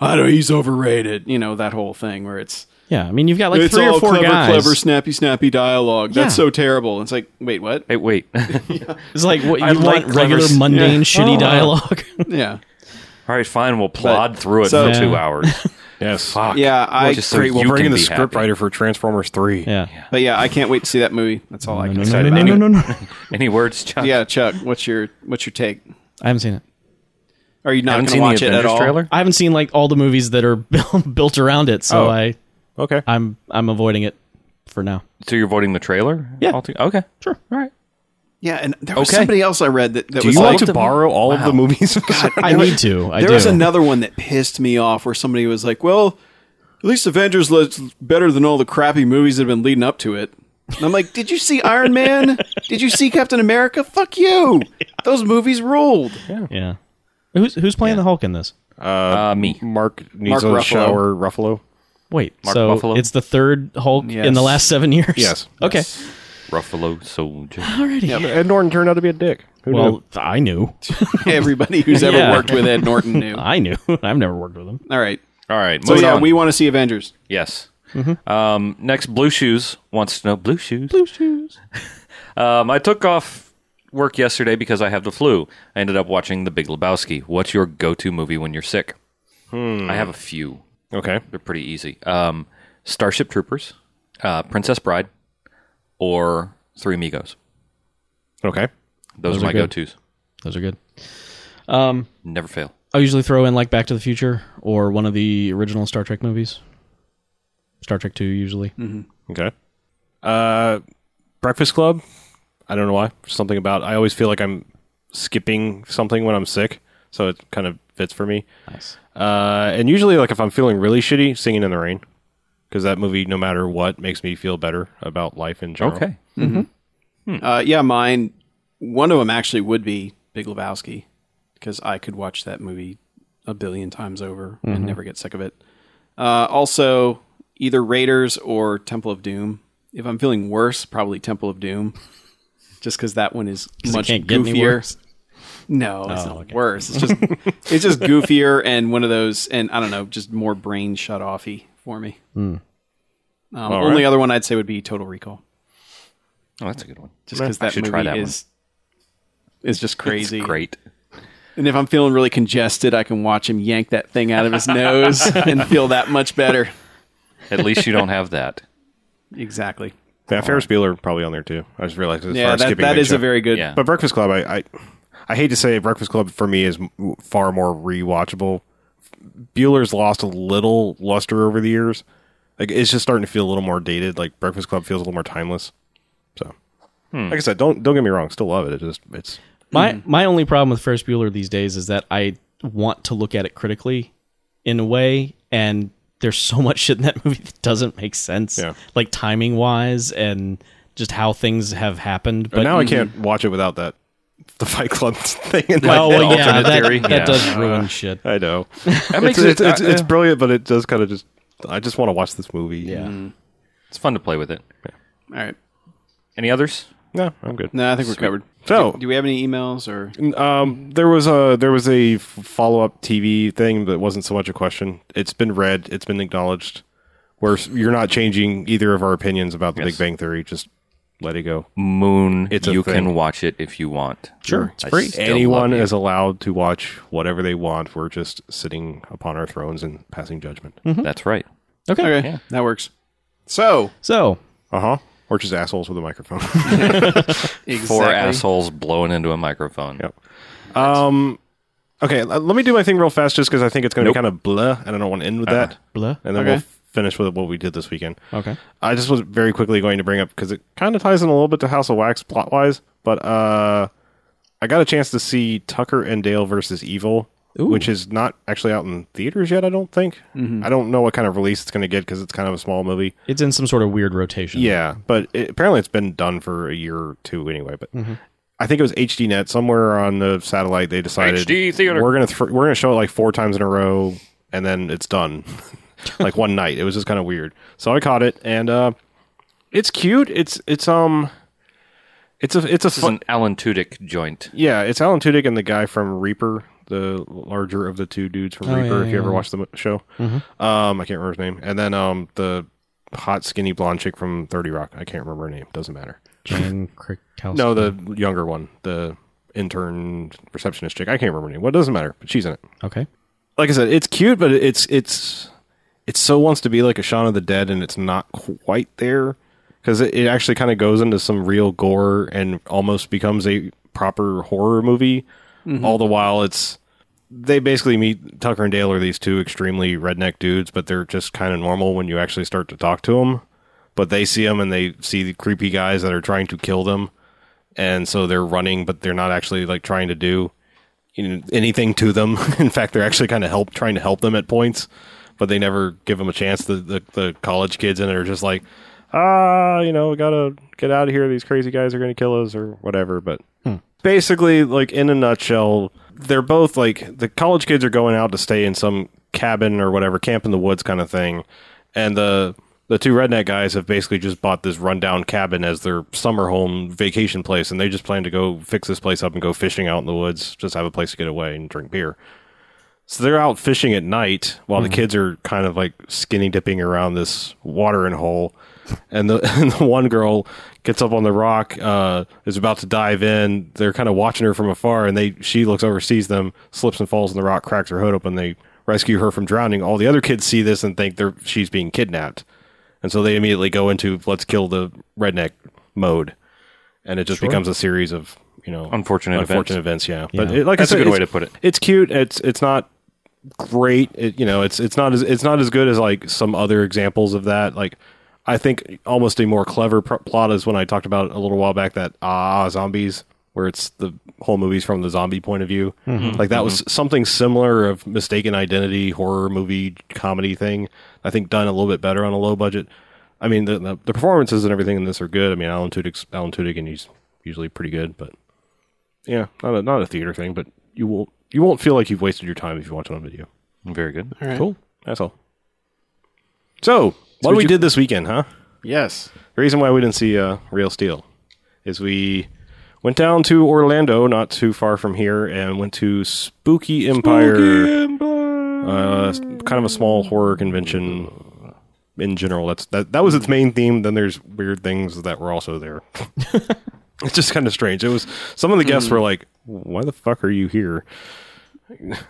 S4: I don't. He's overrated. You know that whole thing where it's
S6: Yeah. I mean, you've got like
S4: it's
S6: three
S4: all
S6: or four
S4: clever,
S6: guys.
S4: clever, snappy, snappy dialogue. That's
S6: Yeah.
S4: so terrible. It's like, wait, what?
S5: Hey, wait. [laughs]
S6: It's like what you
S5: I
S6: want
S5: like clever
S6: regular
S5: s-
S6: mundane
S4: Yeah. Oh.
S6: shitty dialogue.
S4: yeah,
S5: All right, fine. We'll plod through it
S4: so-
S5: for two
S6: Yeah.
S5: hours.
S3: Yes.
S5: Fuck.
S4: yeah. I
S5: just
S3: Great. We'll
S5: you
S3: bring in the
S5: can be happy.
S3: scriptwriter for Transformers Three.
S6: [laughs] yeah.
S4: but yeah, I can't wait to see that movie. That's all I can say.
S6: No, no,
S4: about
S6: no, no,
S4: it.
S6: no, no.
S5: [laughs] Any words, Chuck?
S4: Yeah, Chuck, what's your what's your take?
S6: [laughs] I haven't seen it.
S4: Are you not
S5: Haven't
S4: going to
S5: seen
S4: watch
S5: the
S4: it at
S5: Avengers
S4: all?
S5: trailer.
S6: I haven't seen like all the movies that are [laughs] built around it, so
S3: Oh.
S6: I
S3: Okay.
S6: I'm I'm avoiding it for now.
S5: So you're voting the trailer?
S6: Yeah.
S5: Alto- Okay. Sure. All right.
S4: Yeah, and there was
S5: Okay.
S4: somebody else I read that, that
S3: Do
S4: was
S3: you
S4: like,
S3: want to borrow all of the movies?
S6: I need to. I
S4: there
S6: do.
S4: was another one that pissed me off where somebody was like, well, at least Avengers looks better than all the crappy movies that have been leading up to it. And I'm like, did you see Iron Man? Did you see Captain America? Fuck you. Those movies ruled.
S6: yeah. Who's who's playing the Hulk in this?
S5: Uh, me.
S3: Mark needs
S4: Mark
S3: a
S4: Ruffalo.
S3: shower. Ruffalo.
S6: Wait,
S5: Mark
S6: so
S5: Ruffalo?
S6: it's the third Hulk in
S4: Yes.
S6: the last seven years.
S3: Yes.
S6: [laughs] Okay.
S5: Ruffalo [laughs] Soldier.
S6: Alrighty.
S3: Ed Norton turned out to be a dick. Who knew?
S6: Well, I knew.
S4: Everybody who's ever
S6: Yeah.
S4: worked with Ed Norton knew.
S6: I knew. [laughs] I've never worked with him.
S4: All right.
S5: All right.
S4: So
S5: moving
S4: yeah,
S5: on.
S4: we want to see Avengers.
S5: Yes. Um, next, Blue Shoes wants to know Blue Shoes. Blue Shoes. [laughs] um, I took off work yesterday because I have the flu. I ended up watching The Big Lebowski. What's your go to movie when you're sick? I have a few.
S3: okay.
S5: They're pretty easy. Um, Starship Troopers, uh, Princess Bride, or Three Amigos.
S3: Okay.
S5: Those,
S6: Those
S5: are
S6: are
S5: my go
S6: good.
S5: tos.
S6: Those are good. Um,
S5: Never fail.
S6: I usually throw in like Back to the Future or one of the original Star Trek movies. Star Trek Two usually.
S3: Okay. Uh, Breakfast Club. I don't know why. Something about I always feel like I'm skipping something when I'm sick, so it kind of fits for me.
S6: Nice.
S3: Uh, and usually, like if I'm feeling really shitty, Singing in the Rain, because that movie, no matter what, makes me feel better about life in general.
S5: Okay.
S4: Uh, yeah, mine. One of them actually would be Big Lebowski. because I could watch that movie a billion times over
S6: Mm-hmm.
S4: and never get sick of it. Uh, also, either Raiders or Temple of Doom. If I'm feeling worse, probably Temple of Doom, [laughs] just because that one is much
S6: can't get any
S4: goofier.
S6: worse? Oh,
S4: No, it's not worse.
S6: [laughs]
S4: It's just it's just goofier and one of those, and I don't know, just more brain shut offy for me.
S6: Hmm.
S4: Um,
S3: All
S4: only
S3: right.
S4: other one I'd say would be Total Recall,
S5: Oh, that's a good one.
S4: just because
S5: I
S4: that
S5: should
S4: movie
S5: try that one.
S4: is is just crazy.
S5: It's great.
S4: And if I'm feeling really congested, I can watch him yank that thing out of his nose and feel that much better.
S5: At least you don't have [laughs] that.
S4: Exactly.
S3: Yeah, Ferris Bueller probably on there too. I just realized as far
S4: Yeah,
S3: as
S4: that,
S3: skipping
S4: that
S3: big
S4: is a
S3: show.
S4: very good.
S5: Yeah.
S3: But Breakfast Club, I, I I hate to say it, Breakfast Club for me is m- far more rewatchable. Bueller's lost a little luster over the years. Like it's just starting to feel a little more dated. Like Breakfast Club feels a little more timeless. So,
S5: Hmm.
S3: like I said, don't don't get me wrong, still love it. It just it's
S6: My
S3: Mm-hmm.
S6: my only problem with Ferris Bueller these days is that I want to look at it critically in a way and there's so much shit in that [laughs] movie that doesn't make sense
S3: Yeah.
S6: like timing wise and just how things have happened
S3: but
S6: but
S3: now I can't watch it without that the Fight Club [laughs] thing. In my
S6: oh well,
S3: head.
S6: yeah,
S5: alternate
S6: that,
S5: theory.
S6: that
S5: Yeah.
S6: does ruin shit
S3: I know.
S5: That
S3: It's,
S5: makes
S3: it's,
S5: it.
S3: it's,
S5: uh,
S3: it's brilliant, but it does kind of just. I just want to watch this movie. Yeah.
S5: it's fun to play with it.
S4: All right.
S5: Any others?
S3: No, I'm good.
S4: No, I think we're covered.
S3: So-
S4: do, do we have any emails or?
S3: Um, there was a there was a follow up TV thing that wasn't so much a question. It's been read. It's been acknowledged. Where s- you're not changing either of our opinions about the Big Bang Theory. Just let it go.
S5: Moon.
S3: It's a
S5: you
S3: thing.
S5: can watch it if you want.
S6: sure it's
S5: I
S6: free
S5: still love
S3: Anyone
S5: you.
S3: is allowed to watch whatever they want. We're just sitting upon our thrones and passing judgment.
S5: That's right.
S6: okay,
S4: Okay,
S5: Yeah.
S4: that works. So
S6: Hmm. so
S3: Uh huh. Or just assholes with a microphone. [laughs]
S4: exactly.
S5: Four assholes blowing into a microphone.
S3: Yep. um. Okay. l- Let me do my thing real fast, just because I think it's going to be kind of blah, and I don't want to end with that.
S6: blah
S3: And then
S4: Okay.
S3: we'll finish with what we did this weekend.
S6: okay
S3: I just was very quickly going to bring up because it kind of ties in a little bit to House of Wax plot wise, but uh, I got a chance to see Tucker and Dale versus Evil, which is not actually out in theaters yet. I don't think. I don't know what kind of release it's going to get because it's kind of a small movie.
S6: it's in some sort of weird rotation
S3: Yeah, but it, apparently it's been done for a year or two anyway. But I think it was HDNet somewhere on the satellite. They decided
S5: HD theater.
S3: We're gonna thr we're gonna show it like four times in a row, and then it's done, [laughs] like one night. It was just kind of weird. So I caught it, and uh, it's cute. It's it's um, it's a it's a
S5: This is
S3: fun,
S5: an Alan Tudyk joint.
S3: yeah. It's Alan Tudyk and the guy from Reaper, the larger of the two dudes from Reaper.
S6: Oh, yeah, Mm-hmm.
S3: if you ever watched the m- show, um, I can't remember his name. And then um, the hot skinny blonde chick from Thirty Rock. I can't remember her name. Doesn't matter.
S6: Jane Krakowski.
S3: No, the younger one, the intern receptionist chick. I can't remember her name. What doesn't matter, but she's in it.
S6: okay
S3: Like I said, it's cute, but it's it's it so wants to be like a Shaun of the Dead, and it's not quite there because it, it actually kind of goes into some real gore and almost becomes a proper horror movie. All the while, it's they basically meet Tucker and Dale are these two extremely redneck dudes, but they're just kind of normal when you actually start to talk to them. But they see them and they see the creepy guys that are trying to kill them, and so they're running, but they're not actually like trying to do you know, anything to them. [laughs] In fact, they're actually kind of help trying to help them at points, but they never give them a chance. The the, the college kids in it are just like, ah, you know, we gotta get out of here. These crazy guys are gonna kill us or whatever. But basically, like in a nutshell, they're both like the college kids are going out to stay in some cabin or whatever, camp in the woods kind of thing, and the the two redneck guys have basically just bought this rundown cabin as their summer home vacation place, and they just plan to go fix this place up and go fishing out in the woods, just have a place to get away and drink beer. So they're out fishing at night while
S5: Mm-hmm.
S3: the kids are kind of like skinny dipping around this watering hole. And the, [laughs] and the one girl gets up on the rock, uh, is about to dive in. They're kind of watching her from afar, and they she looks over, sees them, slips and falls on the rock, cracks her hood open. They rescue her from drowning. All the other kids see this and think they're she's being kidnapped, and so they immediately go into let's kill the redneck mode, and it just becomes a series of you know
S5: Unfortunate events.
S3: unfortunate events. yeah, but it, like
S5: That's
S3: I
S5: a
S3: said,
S5: good way
S3: it's-
S5: to put it.
S3: It's cute. It's it's not great. It, you know, it's it's not as it's not as good as like some other examples of that. Like I think almost a more clever pr- plot is when I talked about a little while back that ah zombies where it's the whole movie's from the zombie point of view. Like that was something similar of mistaken identity horror movie comedy thing. I think done a little bit better on a low budget. I mean the the, the performances and everything in this are good. I mean Alan Tudyk's Alan Tudyk and he's usually pretty good, but yeah, not a not a theater thing, but you will you won't feel like you've wasted your time if you watch it on video.
S5: Very good.
S3: Cool. That's all. So, what we did this weekend, huh?
S4: Yes.
S3: The reason why we didn't see uh, Real Steel is we went down to Orlando, not too far from here, and went to Spooky Empire. Uh, s- kind of a small horror convention in general. That's that. That was its main theme. Then there's weird things that were also
S4: [laughs]
S3: there. it's just kind of strange. It was some of the guests
S4: Hmm.
S3: were like, "Why the fuck are you here?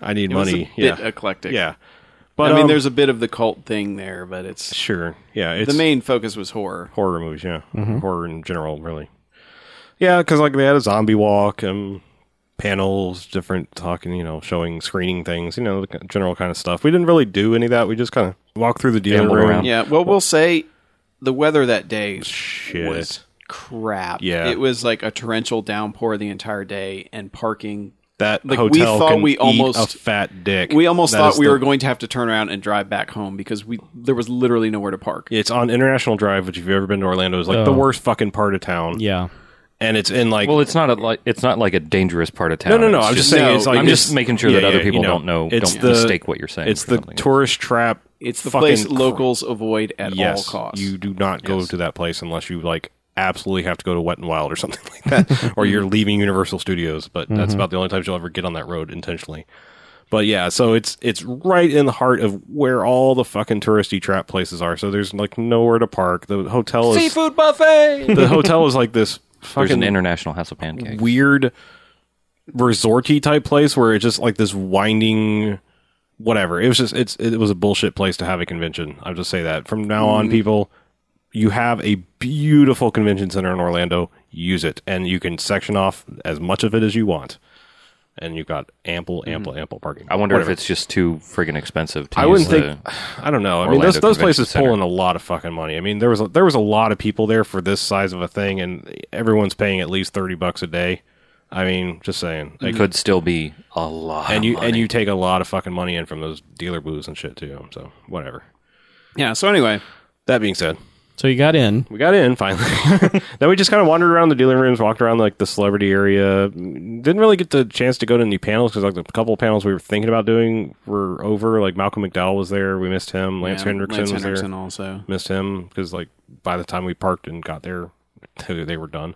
S3: I need
S4: It was
S3: money."
S4: a bit
S3: yeah,
S4: eclectic.
S3: yeah. But
S4: I mean,
S3: um,
S4: there's a bit of the cult thing there, but it's
S3: sure. Yeah, it's
S4: the main focus was horror.
S3: horror movies, yeah,
S4: Mm-hmm.
S3: horror in general, really. Yeah, because like they had a zombie walk and panels, different talking, you know, showing screening things, you know, the k- general kind of stuff. We didn't really do any of that. We just kind of walked through the dealer
S5: Gambled
S3: room.
S5: around.
S4: Yeah. Well, we'll say the weather that day
S3: Shit.
S4: was crap.
S3: Yeah.
S4: It was like a torrential downpour the entire day, and parking.
S3: That
S4: Like, we
S3: hotel
S4: thought
S3: can
S4: we
S3: eat
S4: almost-
S3: a fat dick.
S4: We almost
S3: That
S4: thought
S3: is
S4: we
S3: the-
S4: were going to have to turn around and drive back home because we there was literally nowhere to park.
S3: It's on International Drive, which if you've ever been to Orlando, is like the
S6: Oh.
S3: worst fucking part of town.
S6: Yeah.
S3: and it's in like
S5: Well, it's not a like it's not like a dangerous part of town.
S3: No, no, no.
S5: It's
S3: I'm just saying.
S4: No,
S3: it's like
S5: I'm
S3: it's-
S5: just making sure
S3: yeah,
S5: that other
S3: yeah,
S5: people
S3: you
S5: don't know,
S3: It's
S5: don't
S3: the-
S5: mistake what you're saying.
S3: It's
S5: for
S3: the
S5: something.
S3: tourist trap.
S4: It's the
S3: fucking
S4: place
S3: cr-
S4: locals avoid at
S3: yes,
S4: all costs.
S3: You do not go to that place unless you like absolutely have to go to Wet and Wild or [laughs] something like that, or you're leaving Universal Studios. But that's about the only times you'll ever get on that road intentionally. But yeah, so it's it's right in the heart of where all the fucking touristy trap places are. So there's like nowhere to park. The hotel is seafood buffet. The hotel is like this
S5: There's an
S3: fucking
S5: international house of pancakes.
S3: weird resorty type place where it's just like this winding whatever. It was just it's it was a bullshit place to have a convention. I'll just say that. From now
S5: Mm.
S3: on, people, you have a beautiful convention center in Orlando. Use it, and you can section off as much of it as you want, and you've got ample, ample, ample parking.
S5: Mm-hmm. I wonder
S3: Whatever.
S5: if it's just too friggin' expensive. To
S3: I
S5: use
S3: wouldn't
S5: the-
S3: think. [sighs] I don't know. I mean,
S5: Orlando
S3: those, those
S5: Convention
S3: places
S5: Center.
S3: pull in a lot of fucking money. I mean, there was a, there was a lot of people there for this size of a thing, and everyone's paying at least thirty bucks a day. I mean, just saying. Like,
S5: it could still be a lot.
S3: and
S5: of
S3: you
S5: money.
S3: and you take a lot of fucking money in from those dealer booths and shit too. So whatever.
S4: yeah. So anyway,
S3: That being said,
S6: So you got in.
S3: we got in finally. [laughs] then we just kind of wandered around the dealer rooms, walked around like the celebrity area. Didn't really get the chance to go to any panels because like the couple of panels we were thinking about doing were over. Like Malcolm McDowell was there, we missed him. Lance
S4: yeah,
S3: Hendrickson
S4: Lance
S3: was there.
S4: Hendrickson also.
S3: missed him because like by the time we parked and got there, [laughs] they were done.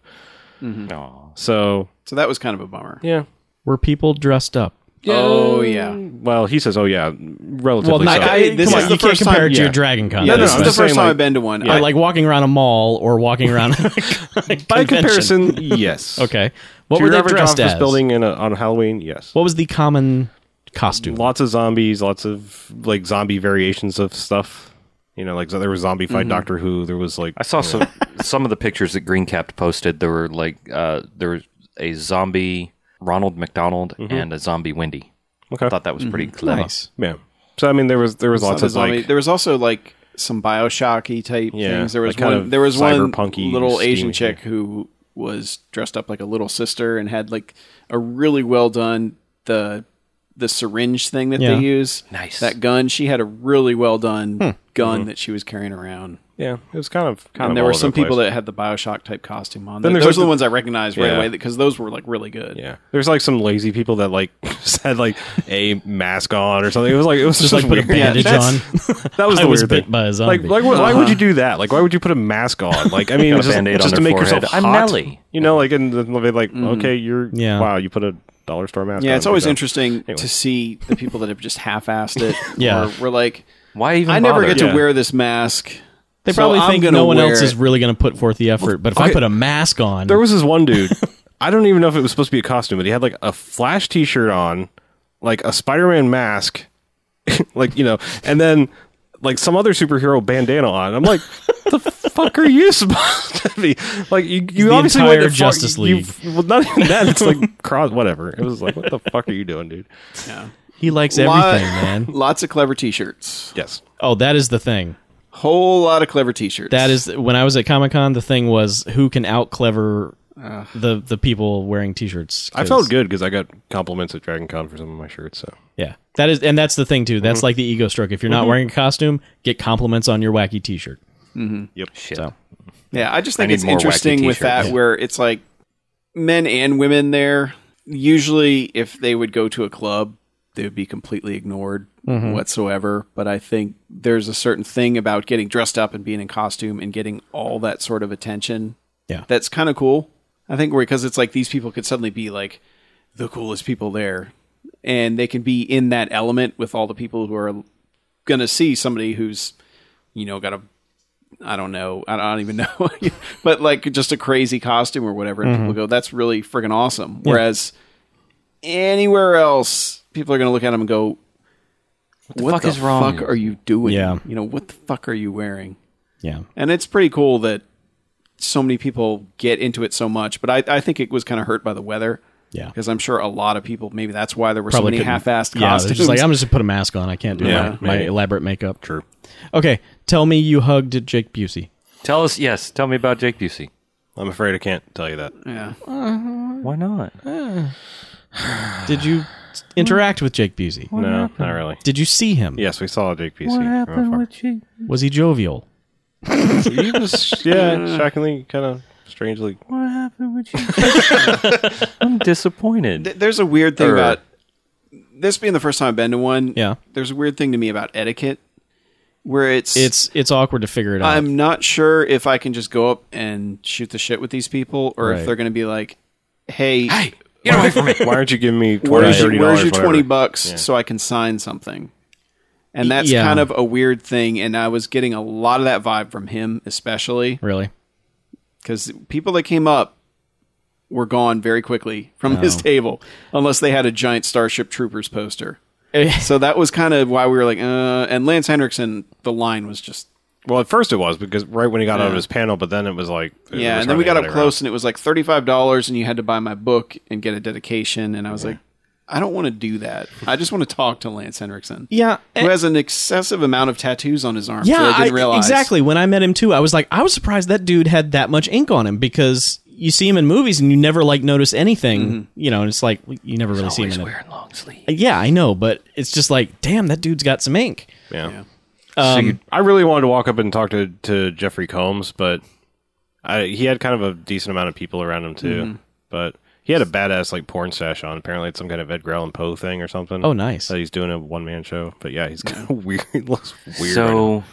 S5: Aw.
S3: So
S4: So that was kind of a bummer.
S3: yeah.
S6: Were people dressed up?
S4: Oh yeah.
S3: Well, he says, "Oh yeah, relatively."
S6: Well,
S3: so.
S6: not,
S4: I-
S6: I,
S4: this
S6: come
S4: is
S6: on,
S4: the
S6: you can't
S4: first
S6: compare
S4: time-
S6: it to
S3: yeah.
S6: your Dragon Con.
S4: No, no,
S3: that's
S4: it's
S3: what
S4: the
S3: I'm saying,
S4: first time
S3: like-
S4: I've been to one.
S6: Or like walking around a mall or walking
S9: [laughs]
S6: around [laughs] a
S3: by
S6: convention.
S3: comparison, yes.
S6: Okay. What
S3: To
S6: were
S3: your
S6: they
S3: average
S6: dressed
S3: office
S6: as?
S3: building in a, on Halloween, yes.
S6: What was the common costume?
S3: lots of zombies, lots of like zombie variations of stuff. You know, like so there was zombie fight Doctor Who. There was like
S5: I saw some some of the pictures that Greencap posted. There were like uh, there was a zombie Ronald McDonald and a zombie Wendy.
S3: okay,
S5: I thought that was pretty
S4: Mm-hmm.
S5: clever.
S6: Nice.
S3: yeah. So I mean, there was there was lots
S4: Lots of
S3: of
S4: zombie-
S3: like
S4: there was also like some Bioshocky type
S3: Yeah,
S4: things. There was
S3: like kind
S4: one.
S3: of
S4: There was one
S3: cyberpunk-y,
S4: little Asian
S3: steamy-
S4: chick who was dressed up like a little sister and had like a really well done the the syringe thing that
S6: Yeah.
S4: they use.
S5: Nice.
S4: that gun. She had a really well done
S3: Hmm.
S4: gun that she was carrying around.
S3: yeah. It was kind of Mm-hmm. kind of
S4: And there
S3: all
S4: were
S3: over
S4: some
S3: the place.
S4: people that had the Bioshock type costume on.
S3: Then
S4: Th-
S3: there's, like,
S4: those are the
S3: the-
S4: ones I recognized right
S3: Yeah.
S4: away because those were like really good.
S3: Yeah, there's like some lazy people that like [laughs] just had like a mask on or something. It was like it was just,
S6: Just like put a
S3: weird.
S6: bandage
S3: That's-
S6: on.
S3: [laughs] That was
S6: I
S3: the
S6: was
S3: weird
S6: bit
S3: thing.
S6: by a
S3: Like,
S6: zombie.
S3: like why why would
S6: [laughs]
S3: you do that? Like, why would you put a mask on? Like, I mean,
S5: Got a
S3: just,
S5: Band-Aid on
S3: just to
S5: their
S3: make
S5: forehead.
S3: yourself
S5: I'm
S3: hot.
S5: Nelly.
S3: You know, like, and then they'll be like, okay, you're
S6: Yeah.
S3: wow, you put a dollar store mask.
S4: Yeah,
S3: on.
S4: it's always
S3: Like,
S4: interesting
S3: Anyway.
S4: to see the people that have just half-assed
S3: [laughs]
S4: it.
S6: Yeah.
S4: or we're like,
S5: Why even?
S4: I never
S5: bother?
S4: get
S3: Yeah.
S4: to wear this mask.
S6: They
S4: so
S6: probably
S4: I'm
S6: think
S4: gonna
S6: no one
S4: wear
S6: else
S4: it.
S6: is really going to put forth the effort. But if
S3: okay.
S6: I put a mask on,
S3: There was this one dude. [laughs] I don't even know if it was supposed to be a costume, but he had like a Flash T-shirt on, like a Spider-Man mask, [laughs] like you know, and then like some other superhero bandana on. I'm like, the fuck are you [laughs] supposed to be? Like you, you
S6: the
S3: obviously went
S6: entire
S3: the
S6: Justice
S3: fuck,
S6: League.
S3: You, well, not even that. It's like [laughs] cross whatever. It was like, what the fuck are you doing, dude?
S6: he likes
S4: Lot-
S6: everything, man.
S4: [laughs] Lots of clever T-shirts.
S3: Yes.
S6: Oh, that is the thing.
S4: Whole lot of clever T-shirts.
S6: That is when I was at Comic Con. The thing was who can out clever the the people wearing T-shirts.
S3: I
S6: 'cause-
S3: felt good because I got compliments at Dragon Con for some of my shirts. So
S6: Yeah, that is, and that's the thing too. That's like the ego stroke. If you're not wearing a costume, get compliments on your wacky T-shirt.
S5: Shit.
S6: So.
S4: yeah. I just
S5: I
S4: think
S5: need
S4: it's
S5: more wacky
S4: interesting with
S5: T-shirts.
S4: that where it's like men and women there usually if they would go to a club, they would be completely ignored whatsoever. But I think there's a certain thing about getting dressed up and being in costume and getting all that sort of attention.
S6: Yeah.
S4: That's kind of cool. I think because it's like these people could suddenly be like the coolest people there and they can be in that element with all the people who are going to see somebody who's you know got a I don't know. I don't, I don't even [laughs] know. but like just a crazy costume or whatever. And
S6: Mm-hmm.
S4: people go, that's really freaking awesome. Whereas anywhere else, people are going to look at them and go, what the,
S5: fuck is wrong?"
S4: fuck are you doing?
S6: Yeah.
S4: You know, what the fuck are you wearing?
S6: Yeah.
S4: And it's pretty cool that so many people get into it so much. But I, I think it was kind of hurt by the weather.
S6: Yeah.
S4: Because I'm sure a lot of people, maybe that's why there were so many
S6: couldn't-
S4: half-assed
S6: Yeah, they're
S4: costumes.
S6: just like I'm just gonna put a mask on. I can't do
S3: Yeah,
S6: my, my
S3: maybe.
S6: elaborate makeup. True. Okay, tell me you hugged Jake Busey.
S5: Tell us, yes, tell me about Jake Busey.
S3: I'm afraid I can't tell you that.
S4: yeah.
S5: Why not?
S6: Did you interact with Jake Busey?
S3: no, not really.
S6: Did you see him?
S3: Yes, we saw Jake Oh, PC. What
S6: Was he jovial?
S3: He
S6: [laughs]
S3: was,
S6: Uh.
S3: yeah, shockingly, kind of strangely.
S5: What happened with you? I'm disappointed.
S4: Th- there's a weird thing
S5: Or-
S4: about this being the first time I've been to one.
S6: Er. Yeah.
S4: There's a weird thing to me about etiquette where it's
S6: It's it's awkward to figure it out.
S4: I'm not sure if I can just go up and shoot the shit with these people or
S6: Right.
S4: if they're going to be like, "Hey,
S5: Get away from me.
S3: Why aren't you giving me 20
S4: where's, your,
S3: $30,
S4: where's your 20
S3: whatever?
S4: bucks so I can sign something?" And that's
S6: Yeah.
S4: kind of a weird thing and I was getting a lot of that vibe from him especially
S6: really.
S4: because people that came up were gone very quickly from
S3: Oh.
S4: his table unless they had a giant Starship
S3: [laughs]
S4: Troopers poster. so that was kind of why we were like, uh, and Lance Hendrickson, the line was just
S3: Well, at first it was because right when he got out of
S4: Yeah.
S3: his panel, but then it was like it
S4: yeah.
S3: was
S4: And then we got
S3: hardly
S4: up
S3: anybody around.
S4: close, and it was like thirty five dollars, and you had to buy my book and get a dedication. And I was like, I don't want to do that. I just want to talk to Lance Hendrickson,
S6: Yeah.
S4: who has an excessive amount of tattoos on his arms.
S6: Eh. Yeah,
S4: that I didn't
S6: I-
S4: realize
S6: exactly. When I met him too, I was like, I was surprised that dude had that much ink on him because you see him in movies and you never like notice anything, you know. And it's like you never really see him.
S5: Always
S6: In a-
S5: wearing long sleeves.
S6: yeah, I know, but it's just like, damn, that dude's got some ink.
S3: Yeah.
S5: so
S6: Um,
S5: you,
S3: I really wanted to walk up and talk to, to Jeffrey Combs, but I, he had kind of a decent amount of people around him too.
S4: Mm-hmm.
S3: But he had a badass like porn stash on. Apparently, it's some kind of Edgar Allan Poe thing or something.
S6: Oh, nice.
S3: So he's doing a one man show. But yeah, he's kind of [laughs] weird. He looks weird.
S5: so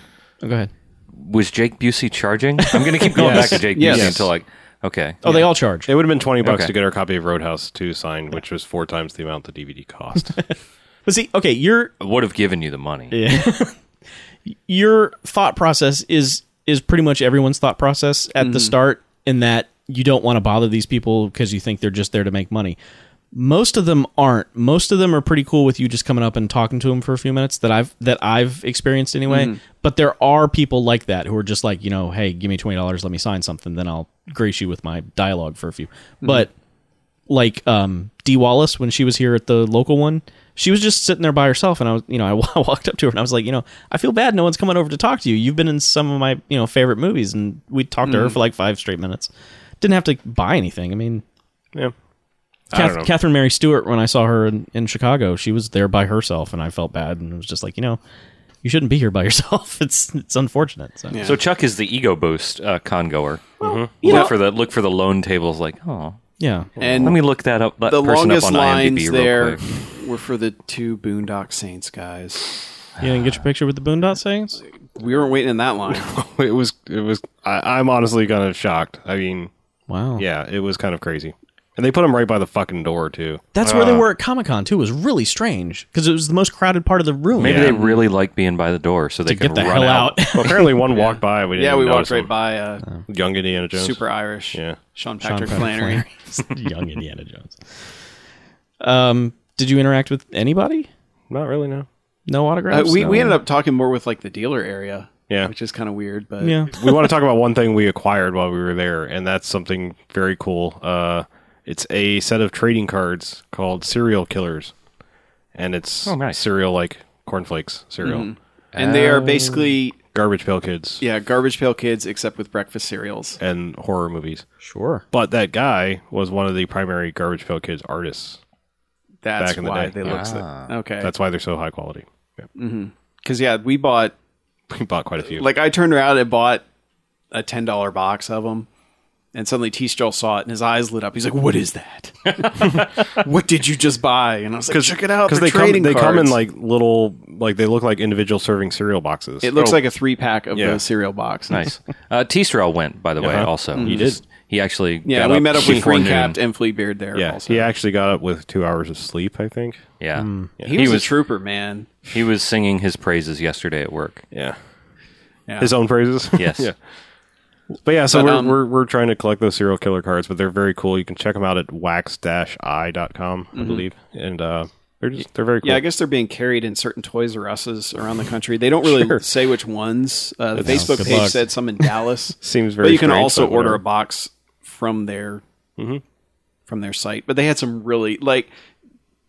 S6: Oh, go ahead.
S5: was Jake Busey charging? I'm going to keep going
S3: Yes.
S5: back to Jake
S4: Yes.
S5: Busey until like, okay.
S6: Oh, they all charge.
S3: it would have been twenty bucks
S5: Okay.
S3: to get our copy of Roadhouse Two signed, which was four times the amount the DVD
S6: [laughs]
S3: cost.
S6: But see, okay, you're
S5: I would have given you the money.
S6: your thought process is is pretty much everyone's thought process at the start in that you don't want to bother these people because you think they're just there to make money. Most of them aren't. Most of them are pretty cool with you just coming up and talking to them for a few minutes that I've that I've experienced anyway. But there are people like that who are just like, you know, hey, give me twenty dollars, let me sign something, then I'll grace you with my dialogue for a few. But like um Dee Wallace when she was here at the local one. She was just sitting there by herself, and I was, you know, I [laughs] walked up to her and I was like, you know, I feel bad. No one's coming over to talk to you. You've been in some of my, you know, favorite movies, and we talked
S3: Mm-hmm.
S6: to her for like five straight minutes. Didn't have to buy anything. I mean,
S3: yeah. I don't know.
S6: Kath- Catherine Mary Stewart, when I saw her in, in Chicago, she was there by herself, and I felt bad, and it was just like, you know, you shouldn't be here by [laughs] yourself. It's it's unfortunate. So.
S5: So Chuck is the ego boost uh, con goer.
S6: you
S5: Look
S6: know-
S5: for the look for the loan tables. Like, oh,
S6: yeah.
S4: And
S5: let me look that up. That
S4: the
S5: person
S4: longest
S5: up on
S4: lines
S5: IMDb real
S4: there
S5: quick.
S4: were for the two Boondock Saints guys.
S6: You didn't get your picture with the Boondock Saints?
S4: We weren't waiting in that line.
S3: it was it was I, I'm honestly kind of shocked. I mean,
S6: Wow.
S3: yeah, it was kind of crazy. And they put him right by the fucking door too.
S6: That's where they were at Comic Con too. It was really strange because it was the most crowded part of the room.
S5: Maybe they really like being by the door, so they
S6: to
S5: can
S6: get the
S5: run
S6: hell out.
S3: Well, apparently [laughs] one walked by. We didn't
S4: yeah,
S3: even
S4: we walked
S3: notice
S4: right
S3: him.
S4: by uh,
S3: Young Indiana Jones.
S4: Super Irish.
S3: Yeah.
S4: Sean
S6: Sean
S4: Patrick
S6: Patrick
S4: Flannery.
S6: Flannery. [laughs] young Indiana Jones. Um, did you interact with anybody?
S3: Not really. No.
S6: No
S4: Uh,
S6: autographs.
S4: we,
S6: No.
S4: we ended up talking more with like the dealer area.
S3: Yeah.
S4: Which is kind of weird, but
S6: Yeah.
S3: we want to talk about one thing we acquired while we were there, and that's something very cool. Uh, it's a set of trading cards called Serial Killers, and it's
S5: Oh, nice.
S3: cereal like cornflakes cereal,
S4: and they are basically
S3: garbage pail kids,
S4: yeah, garbage pail kids except with breakfast cereals.
S3: and horror movies.
S6: Sure.
S3: But that guy was one of the primary garbage pail kids artists.
S4: That's
S3: Back in the
S4: why
S3: day.
S4: they look so okay.
S3: That's why they're so high quality. [laughs] Yeah.
S4: Because yeah, we bought
S3: We bought quite a few.
S4: like I turned around and bought a ten dollar box of them, And suddenly T Stroll saw it and his eyes lit up. He's like, What is that?
S3: [laughs]
S4: what did you just buy? And I was like, Check it out.
S3: because
S4: they're
S3: they come
S4: trading
S3: they come in
S4: cards."
S3: like little like they look like individual serving cereal boxes.
S4: It looks like a three pack of
S3: oh. Yeah.
S4: the cereal box.
S5: Nice. Uh, T-Strel went, by the way, also. Uh-huh. Mm. He did. He actually
S4: Yeah,
S5: got
S4: we
S5: up
S4: met up with
S5: before
S4: Green
S5: noon.
S4: Capped and Fleabeard there.
S3: yeah.
S4: also.
S3: He actually got up with two hours of sleep, I think.
S5: Yeah.
S4: He, was a trooper, man.
S5: He was singing his praises yesterday at work.
S3: Yeah.
S4: Yeah.
S3: His own praises. [laughs]
S5: Yes.
S3: yeah. But yeah, so
S4: But,
S3: we're,
S4: um,
S3: we're we're trying to collect those serial killer cards, but they're very cool. You can check them out at wax-i.com, I believe, and uh, they're just they're very cool.
S4: Mm-hmm. Yeah, I guess they're being carried in certain Toys R Us's
S3: [laughs]
S4: around the country. They don't really
S3: Sure.
S4: say which ones. Uh, the
S6: That's-
S4: Facebook
S6: Good
S4: page
S6: luck.
S4: said some in Dallas,
S3: [laughs] seems very.
S4: but you can
S3: strange,
S4: also
S3: but
S4: order
S3: whatever. Mm-hmm.
S4: a box from their from their site. But they had some really like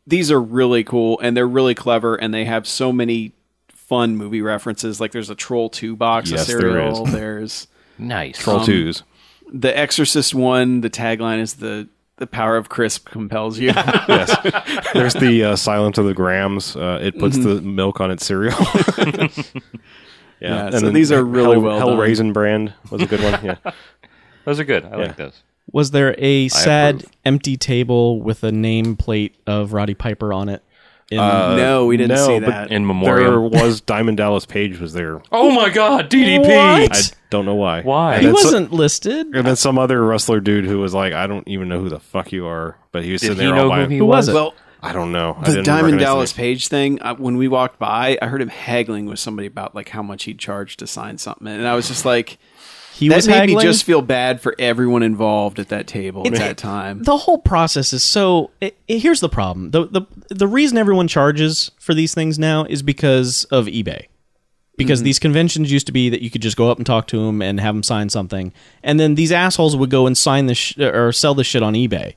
S4: these are really cool and they're really clever and they have so many fun movie references. Like there's a Troll Two box,
S3: Yes,
S4: a
S3: there
S4: cereal.
S3: is. [laughs]
S4: There's
S5: Nice.
S4: um,
S3: Troll twos.
S4: the Exorcist one. The tagline is the the power of crisp compels you.
S3: There's the uh, Silence of the Grams. Uh, it puts
S4: Mm-hmm.
S3: the milk on its
S4: [laughs]
S3: cereal.
S4: Yeah,
S3: and
S4: so
S3: then
S4: these are really
S3: Hell,
S4: well
S3: Hell
S4: done.
S3: Raisin Brand was a good one. Yeah,
S5: Those are good. I like those.
S6: Was there a sad
S5: approve.
S6: empty table with a nameplate of Roddy Piper on it? In,
S4: [laughs] no, [laughs] we didn't
S3: Uh, no,
S4: see
S3: but
S4: that.
S5: In
S3: there
S5: memoriam.
S3: was Diamond Dallas Page was there.
S5: Oh my god, DDP.
S6: What?
S3: I don't know why.
S5: Why?
S3: And
S6: he
S3: then so-
S6: wasn't listed.
S3: And then some other wrestler dude who was like, I don't even know who the fuck you are, but he was
S5: Did
S3: sitting
S5: he
S3: there all
S5: know
S3: by
S5: who he
S6: Who
S5: was?
S6: was it?
S4: well,
S3: I don't know. I
S4: the
S3: didn't
S4: Diamond
S3: recognize
S4: Dallas
S3: the
S4: Page thing, I, when we walked by, I heard him haggling with somebody about like how much he'd charge to sign something, and I was just like,
S6: He
S4: that
S6: was
S4: made
S6: haggling.
S4: me just feel bad for everyone involved at that table at
S6: [laughs]
S4: that time.
S6: the whole process is so. i i- here's the problem: the the the reason everyone charges for these things now is because of eBay. Because these conventions used to be that you could just go up and talk to them and have them sign something, and then these assholes would go and sign this sh- or sell this shit on eBay.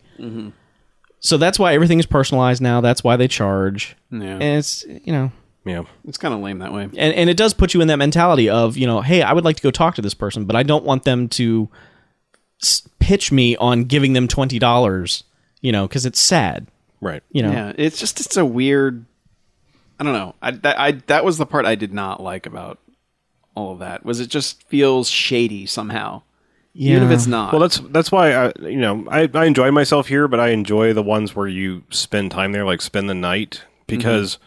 S6: So that's why everything is personalized now. That's why they charge,
S4: Yeah.
S6: and it's you know
S3: name.
S4: It's kind of lame that way.
S6: and and it does put you in that mentality of you know hey i would like to go talk to this person but i don't want them to s- pitch me on giving them $20 you know because it's sad
S3: Yeah, right.
S6: you know
S4: Yeah, it's just it's a weird. I don't know. I that, I that was the part I did not like about all of that. Was it just feels shady somehow, even if
S6: Yeah.
S4: it's not.
S3: Well, that's that's why I you know I, I enjoy myself here, but I enjoy the ones where you spend time there, like spend the night,
S6: Mm-hmm.
S3: because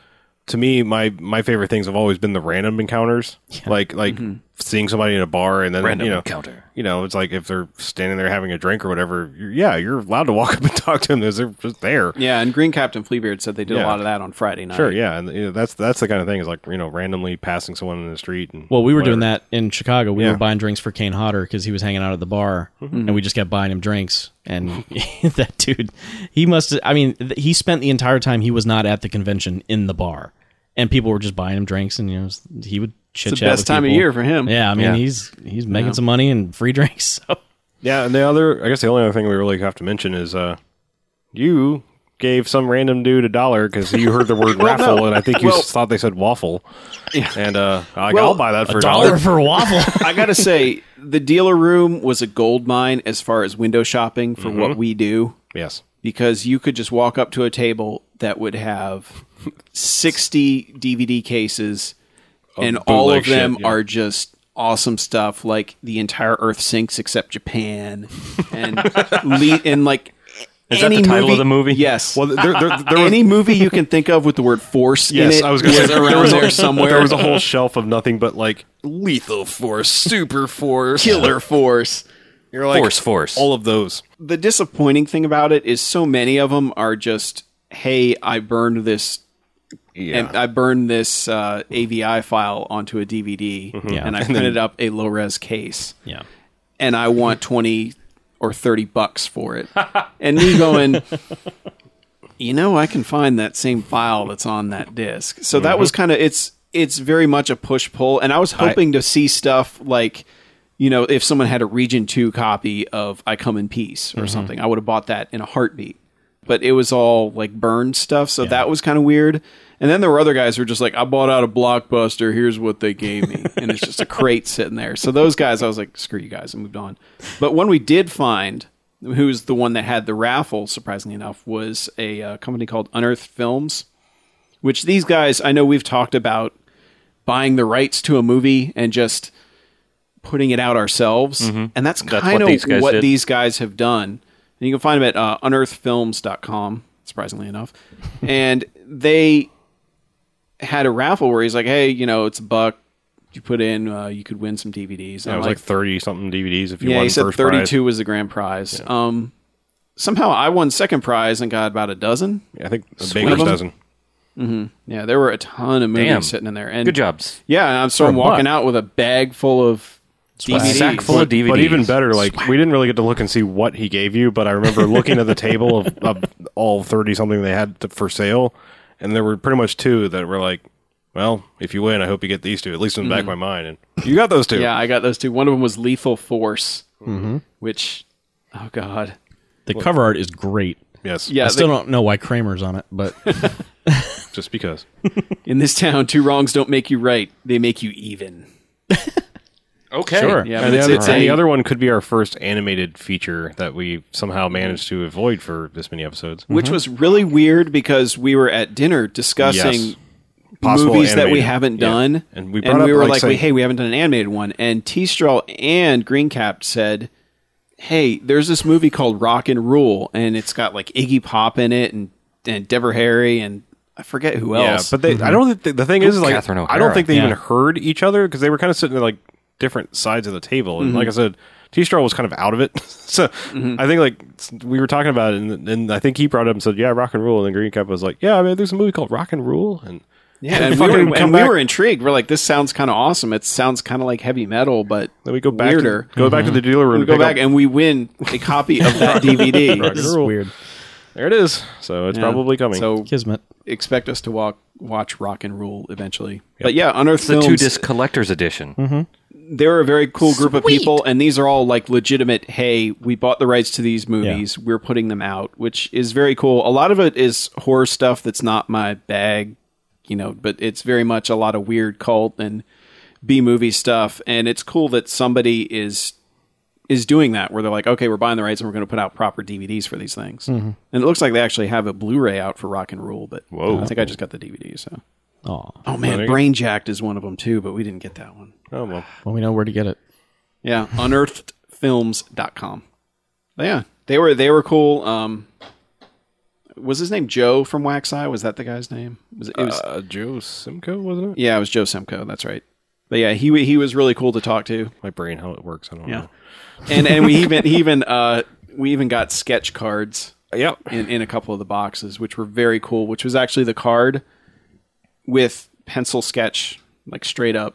S3: to me my my favorite things have always been the random encounters, like like
S6: Mm-hmm.
S3: seeing somebody in a bar and then
S5: Random
S3: you know
S5: encounter.
S3: you know it's like if they're standing there having a drink or whatever, you're, yeah, you're allowed to walk [laughs] up and talk to them. They're they're just there.
S4: yeah, and Green Captain Fleabeard said they did a
S3: Yeah.
S4: lot of that on Friday night.
S3: Sure, yeah, and you know, that's that's the kind of thing is like you know randomly passing someone in the street. And
S6: well we were doing
S3: whatever.
S6: that in chicago we
S3: Yeah.
S6: were buying drinks for kane hodder because he was hanging out at the bar and we just kept buying him drinks and [laughs] that dude he must i mean th- he spent the entire time he was not at the convention in the bar and people were just buying him drinks and you know he would chit
S4: It's the
S6: chat
S4: best time of year for him.
S6: yeah i mean
S5: Yeah.
S6: he's he's making some money and free drinks [laughs] so
S3: Yeah, and the other, I guess the only other thing we really have to mention is uh, you gave some random dude a dollar because you heard the
S4: [laughs]
S3: word raffle, and I think you s thought they said waffle. And uh, I,
S4: Well,
S3: I'll buy that for a dollar.
S6: dollar for a waffle.
S4: I
S3: [laughs]
S4: gotta say, the dealer room was a gold mine as far as window shopping for
S3: Mm-hmm.
S4: what we do,
S3: Yes.
S4: because you could just walk up to a table that would have sixty DVD cases, and all of
S3: bootleg
S4: them
S3: shit, yeah.
S4: are just awesome stuff. Like the entire Earth sinks except Japan,
S3: [laughs]
S4: and le- and like.
S5: Is that the title of the movie?
S4: Yes.
S3: Well, there, there, there was,
S4: any movie you can think of with the word force in
S3: yes,
S4: it
S3: I was going to say
S4: around
S3: was
S4: there
S3: a,
S4: somewhere.
S3: There was a whole shelf of nothing but like lethal force, super force,
S4: killer force.
S3: You're like,
S5: Force, force.
S3: all of those.
S4: the disappointing thing about it is so many of them are just hey i burned this
S3: Yeah.
S4: and i burned this uh, avi file onto a dvd
S6: Yeah.
S4: and i
S6: And
S4: printed up a low res case
S6: Yeah.
S4: and i want 20 or 30 bucks for it and me going you know i can find that same file that's on that disc so that was kind of it's it's very much a push pull and i was hoping to see stuff like you know if someone had a region 2 copy of i come in peace or something i would have bought that in a heartbeat but it was all like burned stuff so that was kind of weird and then there were other guys who were just like i bought out a blockbuster here's what they gave me and it's just a crate sitting there so those guys i was like screw you guys and moved on but one we did find who's the one that had the raffle, surprisingly enough, was a uh, company called Unearthed Films, which these guys, I know we've talked about buying the rights to a movie and just putting it out ourselves, and that's
S5: That's
S4: kind
S5: what
S4: of
S5: these guys
S4: what
S5: did.
S4: these guys have done. And you can find them at uh, unearthfilms.com, surprisingly enough. and they had a raffle where he's like, "Hey, you know, it's a buck. You put in, uh, you could win some DVDs." And
S3: Yeah, it
S4: I'm
S3: was like thirty something DVDs if you
S4: yeah,
S3: won
S4: he said
S3: first prize.
S4: 32 was the grand prize. Um, somehow I won second prize and got about a dozen.
S3: I think a baker's
S4: them.
S3: dozen.
S4: Yeah, there were a ton of movies
S5: Damn.
S4: sitting in there. And
S5: Good jobs.
S4: Yeah, and so I'm walking out with a bag full of
S5: A
S4: DVDs.
S5: sack full of DVDs.
S3: But even better, like we didn't really get to look and see what he gave you, but I remember looking at the table of, of all thirty something they had to, for sale, and there were pretty much two that were like, "Well, if you win, I hope you get these two." At least in the back of my mind, and you got those two.
S4: Mm-hmm. Yeah, I got those two. One of them was Lethal Force,
S3: Mm-hmm.
S4: which, oh god,
S6: The cover art is great.
S3: Yes.
S4: yeah.
S6: I still
S4: they-
S6: don't know why Kramer's on it, but
S3: Just because.
S4: in this town, two wrongs don't make you right; they make you even.
S5: Okay.
S6: sure.
S4: Yeah, but
S3: and the,
S4: it's,
S3: other,
S4: it's
S3: and the
S4: a-
S3: other one could be our first animated feature that we somehow managed to avoid for this many episodes.
S4: which was really weird because we were at dinner discussing
S3: Possible
S4: movies that we
S3: animated.
S4: haven't
S3: Yeah.
S4: done,
S3: And we brought up,
S4: were
S3: like,
S4: like,
S3: saying-
S4: "Hey, we haven't done an animated one." And T. Straw and Greencap said, "Hey, there's this movie called Rock and Rule, and it's got like Iggy Pop in it, and and Deborra Harry, and I forget who
S3: Yeah,
S4: else." Mm-hmm.
S3: but they, I don't. Think, the thing is, is like,
S5: Catherine
S3: I don't
S5: O'Hara.
S3: think they even
S6: Yeah.
S3: heard each other because they were kind of sitting at like different sides of the table. And
S4: Mm-hmm.
S3: like I said, T Straw was kind of out of it. [laughs] so I think like s- we were talking about it, and, and I think he brought it up and said, "Yeah, rock and rule." And then Green Cap was like, "Yeah, I mean, there's a movie called Rock and Rule." And
S4: Yeah,
S3: [laughs]
S4: and, we
S3: fucking
S4: were,
S3: come
S4: and we
S3: back-
S4: were intrigued. We're like, this sounds kind of awesome. It sounds kind of like heavy metal, but
S3: then we go back,
S4: weirder. Mm-hmm.
S3: To, go back to the dealer room. to
S4: we go
S3: pick
S4: back
S3: up-
S4: and we win a copy of
S3: [laughs]
S4: that
S3: Rock
S4: DVD.
S3: and
S6: This is
S3: Rule.
S6: weird.
S3: There it is. So it's
S4: Yeah.
S3: probably coming.
S4: So
S6: Kismet.
S4: expect us to walk, watch Rock and Rule eventually. But yeah, Unearthed
S5: The
S4: Films,
S5: two disc collector's edition.
S4: Mm-hmm. they're a very cool group of people, and these are all like legitimate. Hey, we bought the rights to these movies. We're putting them out, which is very cool. A lot of it is horror stuff that's not my bag, you know, but it's very much a lot of weird cult and B movie stuff, and it's cool that somebody is is doing that where they're like, okay, we're buying the rights and we're going to put out proper DVDs for these things. And it looks like they actually have a Blu-ray out for Rock and Rule, but I think I just got the DVD. So,
S6: Oh,
S4: oh man, Brain Jacked is one of them too, but we didn't get that one.
S3: oh, well.
S6: well, we know where to get it.
S4: Yeah, unearthedfilms.com. But yeah, they were they were cool. Um, was his name Joe from Wax Eye? Was that the guy's name? Was it, it was
S3: Uh, Joe Simcoe wasn't it?
S4: yeah, it was Joe Semko. That's right. But yeah, he wa- he was really cool to talk to.
S3: My brain, how it works, I don't
S4: Yeah,
S3: know.
S4: and and we even he even uh we even got sketch cards
S3: Yep.
S4: in in a couple of the boxes, which were very cool. Which was actually the card with pencil sketch, like straight up.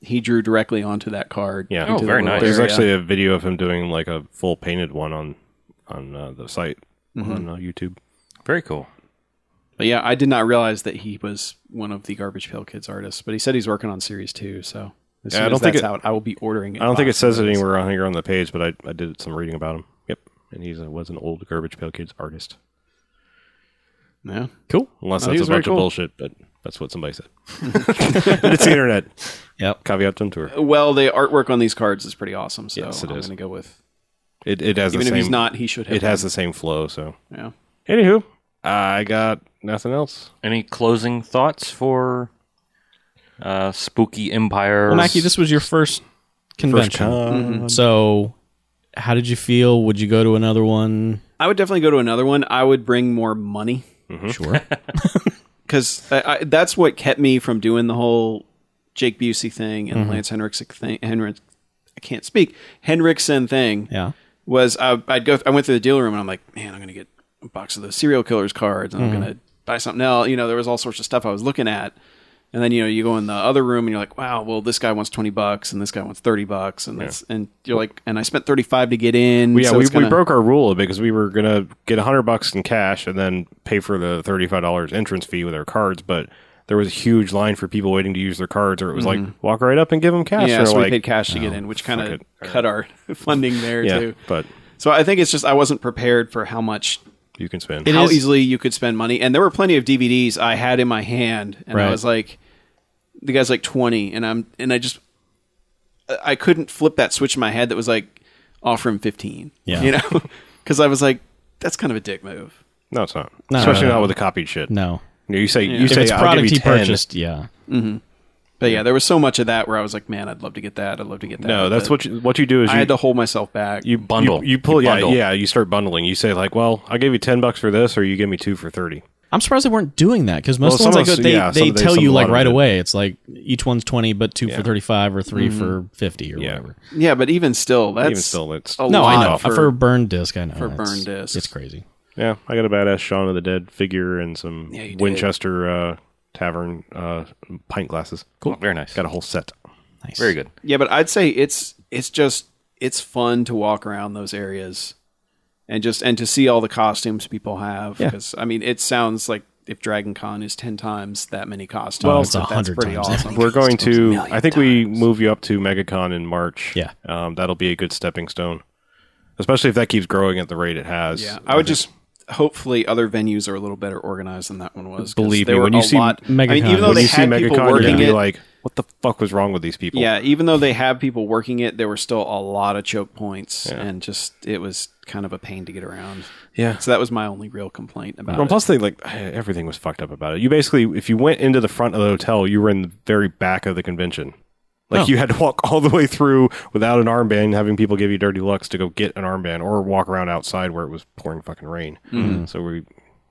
S4: He drew directly onto that card.
S3: Yeah.
S5: Oh,
S4: into the
S5: very
S4: little
S5: nice.
S3: There's
S4: area.
S3: actually a video of him doing like a full painted one on on uh, the site
S4: Mm-hmm.
S3: on uh, YouTube.
S5: Very cool.
S4: But yeah, I did not realize that he was one of the Garbage Pail Kids artists, but he said he's working on series two. So as
S3: Yeah,
S4: soon
S3: I don't
S4: as
S3: think
S4: that's
S3: it-
S4: out, I will be ordering it.
S3: I don't think it
S4: boxed.
S3: says it anywhere on here on the page, but I, I did some reading about him. Yep, and he was an old Garbage Pail Kids artist.
S4: Yeah.
S6: Cool.
S3: Unless
S4: Oh, he
S3: that's a
S4: was very
S3: bunch
S4: cool.
S3: of bullshit, but that's what somebody
S4: [laughs]
S3: said. [laughs] it's the internet.
S6: Yep.
S3: Caveat emptor.
S4: Well, the artwork on these cards is pretty awesome. So
S3: Yes, it
S4: I'm
S3: is.
S4: going to go with
S3: It it has
S4: even
S3: the
S4: if
S3: same.
S4: he's not, he should have.
S3: it has the same flow. So,
S4: one. Yeah.
S3: anywho, I got nothing else.
S5: Any closing thoughts for uh, Spooky Empire?
S6: Well, Mackie, this was your first convention, so how did you feel? Would you go to another one?
S4: I would definitely go to another one. I would bring more money
S3: Mm-hmm. [laughs]
S6: Sure.
S4: because I, I, that's what kept me from doing the whole Jake Busey thing
S6: Mm-hmm.
S4: and Lance Henriksen thing. Henrik, I can't speak Henriksen thing.
S6: yeah.
S4: was I, I'd go. I went through the dealer room and I'm like, man, I'm gonna get a box of those serial killers cards and
S6: Mm-hmm.
S4: I'm gonna buy something else. You know, there was all sorts of stuff I was looking at. And then you know you go in the other room and you're like, wow, well this guy wants twenty bucks and this guy wants thirty bucks and that's and you're like, and I spent thirty five to get in.
S3: Yeah,
S4: so
S3: we,
S4: it's kinda-
S3: we broke our rule because we were gonna get hundred bucks in cash and then pay for the thirty five dollars entrance fee with our cards, but. There was a huge line for people waiting to use their cards, or it was like walk right up and give them cash.
S4: Yeah,
S3: They're
S4: so we
S3: like, oh,
S4: paid cash to get in, which kind of
S3: it.
S4: cut our [laughs] funding there
S3: yeah,
S4: too.
S3: but
S4: So I think it's just I wasn't prepared for how much
S3: you can spend.
S4: how
S6: is-
S4: easily you could spend money. And there were plenty of DVDs I had in my hand, and I
S6: Right.
S4: was like, the guy's like twenty, and I'm and I just I couldn't flip that switch in my head that was like offer him fifteen,
S6: Yeah.
S4: you know, [laughs] because I was like that's kind of a dick move.
S3: No, it's not.
S6: No,
S3: Especially
S6: no, no.
S3: not with the copied shit.
S6: No.
S3: You say you
S6: If
S3: say
S6: it's
S3: I'll give
S6: product
S3: you
S6: he
S3: 10.
S6: purchased, yeah.
S4: But But yeah, there was so much of that where I was like, man, I'd love to get that. I'd love to get that.
S3: No, that's
S4: But
S3: what you, what you do is
S4: I
S3: you,
S4: had to hold myself back.
S3: you
S5: bundle.
S3: You, you pull
S5: You
S3: yeah
S5: bundle.
S3: yeah you start bundling. You say like, well, I'll give you ten bucks for this, or you give me two for thirty.
S6: I'm surprised they weren't doing that because
S3: Well,
S6: most
S3: some
S6: ones I
S3: of
S6: go,
S3: us-
S6: they,
S3: yeah,
S6: they
S3: some- they-
S6: tell
S3: some-
S6: you
S3: a
S6: like
S3: lot of
S6: right
S3: it.
S6: away. It's like each one's 20, but two for 35 or 3 for 50 or
S3: Mm-hmm. Yeah.
S6: whatever.
S4: yeah, but even still, that's
S3: Even still, it's
S4: a
S6: No,
S4: lot
S6: I know. For,
S4: For,
S6: burned disc, I know.
S4: for
S6: It's-
S4: burned discs.
S6: It's crazy.
S3: yeah. I got a badass Shaun of the Dead figure and some
S4: you did.
S3: Winchester uh, Tavern uh, pint glasses.
S5: Cool. Very nice.
S3: Got a whole set.
S6: Nice.
S5: Very good.
S4: yeah, but I'd say it's it's just it's fun to walk around those areas and just and to see all the costumes people have.
S6: Yeah.
S4: Because I mean, it sounds like if Dragon Con is ten times that many costumes,
S6: Well, it's
S4: but that's
S6: 100
S4: pretty
S6: times.
S4: awesome.
S3: We're going to.
S4: million
S3: I think we move you up to MegaCon in March.
S6: Yeah.
S3: um, that'll be a good stepping stone, especially if that keeps growing at the rate it has.
S4: Yeah, I would
S3: think-
S4: just hopefully other venues are a little better organized than that one was. 'cause
S3: Believe
S4: there
S3: me,
S4: were
S3: when you
S4: a
S3: see
S4: lot, I mean,
S6: MegaCon,
S4: even though
S6: when
S4: they
S3: you see
S4: had people
S3: MegaCon, you're
S4: working
S3: gonna be
S4: it,
S3: like, what the fuck was wrong with these people?
S4: yeah, even though they have people working it, there were still a lot of choke points, and just it was kind of a pain to get around.
S3: yeah.
S4: So that was my only real complaint about
S3: Well,
S4: it.
S3: plus they like [sighs] everything was fucked up about it. You basically, if you went into the front of the hotel, you were in the very back of the convention.
S5: Oh.
S3: Like you had to walk all the way through without an armband, having people give you dirty looks to go get an armband, or walk around outside where it was pouring fucking rain.
S5: Mm-hmm.
S3: So we,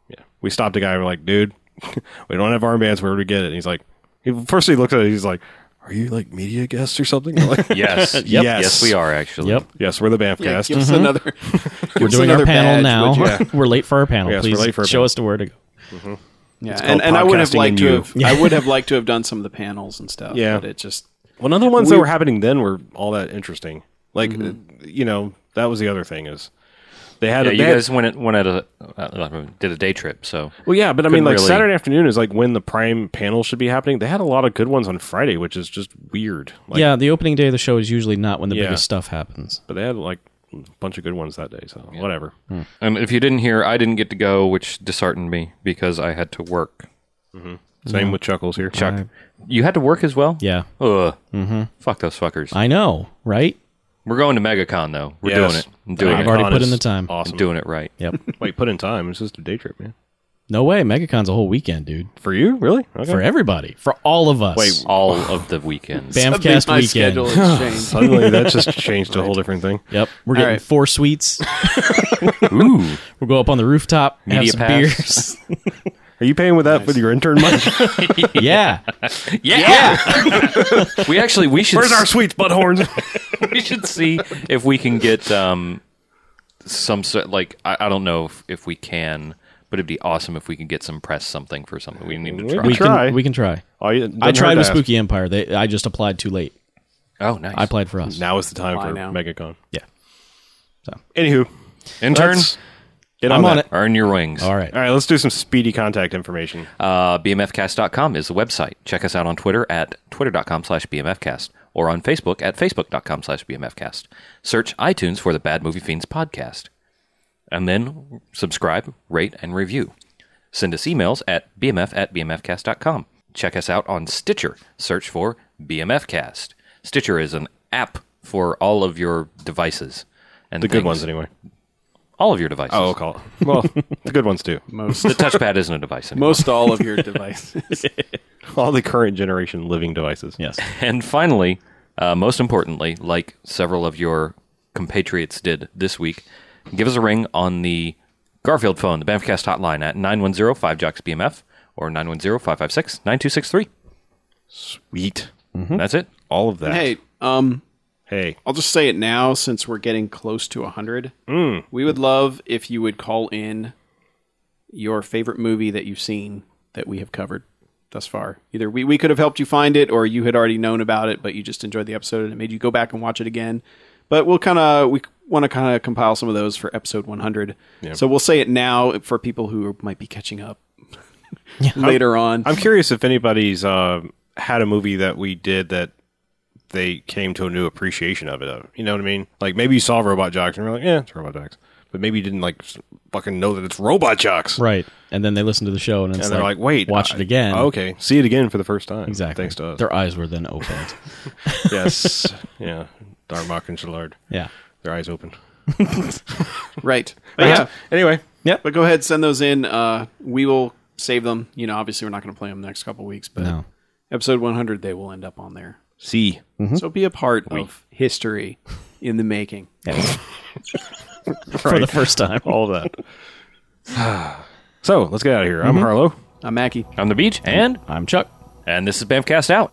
S3: yeah, we stopped a guy. We're like, dude, [laughs] we don't have armbands. Where do we get it? And he's like, he, first he looks at it. He's like, are you like media guests or something? [laughs] I'm
S5: [laughs]
S3: like,
S6: [laughs]
S5: Yes. yes. Yes, we are actually.
S6: Yep.
S3: yes, we're the Banff
S4: Yeah,
S3: cast.
S4: give us another. [laughs]
S6: Mm-hmm. [laughs] We're doing our panel now.
S4: Yeah,
S6: [laughs] we're late for our panel.
S3: Yes, we're
S6: Please
S3: late for our
S6: show
S3: panel.
S6: us to where to go.
S4: yeah.
S3: called
S4: and, and I would have
S3: podcasting
S4: liked
S3: and
S4: to
S3: you.
S4: have. I would have liked to have done some of the panels and stuff.
S3: Yeah.
S4: but it just
S3: Well, none of the ones
S4: We-
S3: that were happening then were all that interesting. Like, uh, you know, that was the other thing is they had.
S5: Yeah,
S3: they
S5: you
S3: had-
S5: guys went at, went at a uh, did a day trip, so
S3: well, yeah, but I mean,
S5: couldn't
S3: like
S5: really-
S3: Saturday afternoon is like when the prime panel should be happening. They had a lot of good ones on Friday, which is just weird. Like,
S6: yeah, the opening day of the show is usually not when the
S3: Yeah.
S6: biggest stuff happens.
S3: but they had like a bunch of good ones that day. So whatever.
S5: And if you didn't hear, I didn't get to go, which disheartened me because I had to work.
S3: Same with Chuckles here.
S5: Chuck, you had to work as well.
S6: Yeah.
S5: Ugh. Mm-hmm. Fuck those fuckers.
S6: I know, right?
S5: We're going to MegaCon though. We're
S3: Yes.
S5: doing it. I'm doing
S6: I've
S5: it.
S6: already
S3: Con
S6: put
S3: is
S6: in the time.
S5: I'm
S3: Awesome.
S5: doing it right.
S6: Yep.
S3: Wait, put in time. It's just a day trip, man.
S6: No way. MegaCon's a whole weekend, dude.
S3: For you, really? Okay.
S6: For everybody. For all of us. Wait.
S5: All of the weekends.
S6: Bamcast
S4: my
S6: weekend.
S4: schedule
S6: [laughs]
S4: has changed.
S3: Suddenly, that just changed to a whole different thing.
S6: Yep. We're getting
S4: right.
S6: four suites.
S5: Ooh.
S6: We'll go up on the rooftop, have
S5: Media
S6: some
S5: pass.
S3: Are you paying with that with your intern money?
S6: beers. [laughs] yeah.
S5: Yeah. [laughs] we actually we should
S3: Where's our
S5: s-
S3: sweets, butthorns?
S5: [laughs] we should see if we can get um some sort like I, I don't know if, if we can, but it'd be awesome if we could get some press something for something. We need to try.
S6: We
S3: Try.
S6: can we can try.
S3: Oh, yeah,
S6: I
S3: doesn't hurt
S6: tried
S3: to
S6: with
S3: ask.
S6: Spooky Empire. They I just applied too late.
S5: oh, nice.
S6: I applied for us.
S3: Now is the time for
S4: now.
S3: MegaCon.
S6: Yeah.
S3: Anywho,
S5: Intern,
S3: let's get
S6: I'm on
S3: that.
S6: it.
S5: earn your wings.
S9: Oh,
S6: All right.
S3: All right, let's do some speedy contact information.
S5: Uh, BMFcast.com is the website. Check us out on Twitter at twitter.com slash BMFcast or on Facebook at facebook.com slash BMFcast. Search iTunes for the Bad Movie Fiends podcast. And then subscribe, rate, and review. Send us emails at bmf at bmfcast.com. Check us out on Stitcher. Search for BMFcast. Stitcher is an app for all of your devices. And
S3: the good
S5: things.
S3: ones, anyway.
S5: All of your devices.
S3: Oh,
S4: [laughs]
S3: call. Well, the good ones too.
S5: The touchpad isn't
S3: [laughs]
S5: a device anymore.
S4: Most all of your
S6: [laughs]
S4: devices.
S3: All the current generation living devices.
S6: Yes.
S5: And finally, uh, most importantly, like several of your compatriots did this week, give us a ring on the Garfield phone, the Banffcast hotline at 910 5 Jocks BMF or 910 556 9263.
S3: Sweet.
S5: That's it.
S3: All of that.
S4: hey, um,
S3: Hey.
S4: I'll just say it now since we're getting close to 100. We would love if you would call in your favorite movie that you've seen that we have covered thus far. Either we, we could have helped you find it or you had already known about it, but you just enjoyed the episode and it made you go back and watch it again. But we'll kind of, we want to kind of compile some of those for episode 100. So we'll say it now for people who might be catching up [laughs] later on.
S3: I'm curious if anybody's uh, had a movie that we did that they came to a new appreciation of it. Of. You know what I mean? Like maybe you saw Robot Jocks and you're like, yeah, it's Robot Jocks. But maybe you didn't like s- fucking know that it's Robot Jocks.
S6: Right. And then they listen to the show and it's
S3: And they're like, wait.
S6: watch
S3: I- Oh,
S6: it again.
S3: Okay. See it again for the first time.
S6: Exactly.
S3: Thanks to us.
S6: Their eyes were then
S3: [laughs]
S6: opened.
S3: Yes.
S6: [laughs]
S3: yeah. Darmok and Shillard.
S6: yeah.
S3: Their eyes open.
S4: right. But yeah.
S3: Anyway.
S4: But go ahead, send those in. Uh, we will save them. You know, obviously we're not going to play them the next couple weeks, but
S6: No.
S4: episode 100, they will end up on there.
S3: See.
S4: So be a part of history in the making.
S6: for the first time.
S3: All
S6: [laughs]
S3: that. [sighs] so let's get out of here. I'm
S6: Mm-hmm.
S3: Harlow.
S4: I'm Uh, Mackie.
S5: On the beach, and
S6: I'm Chuck.
S5: and this is Bamcast out.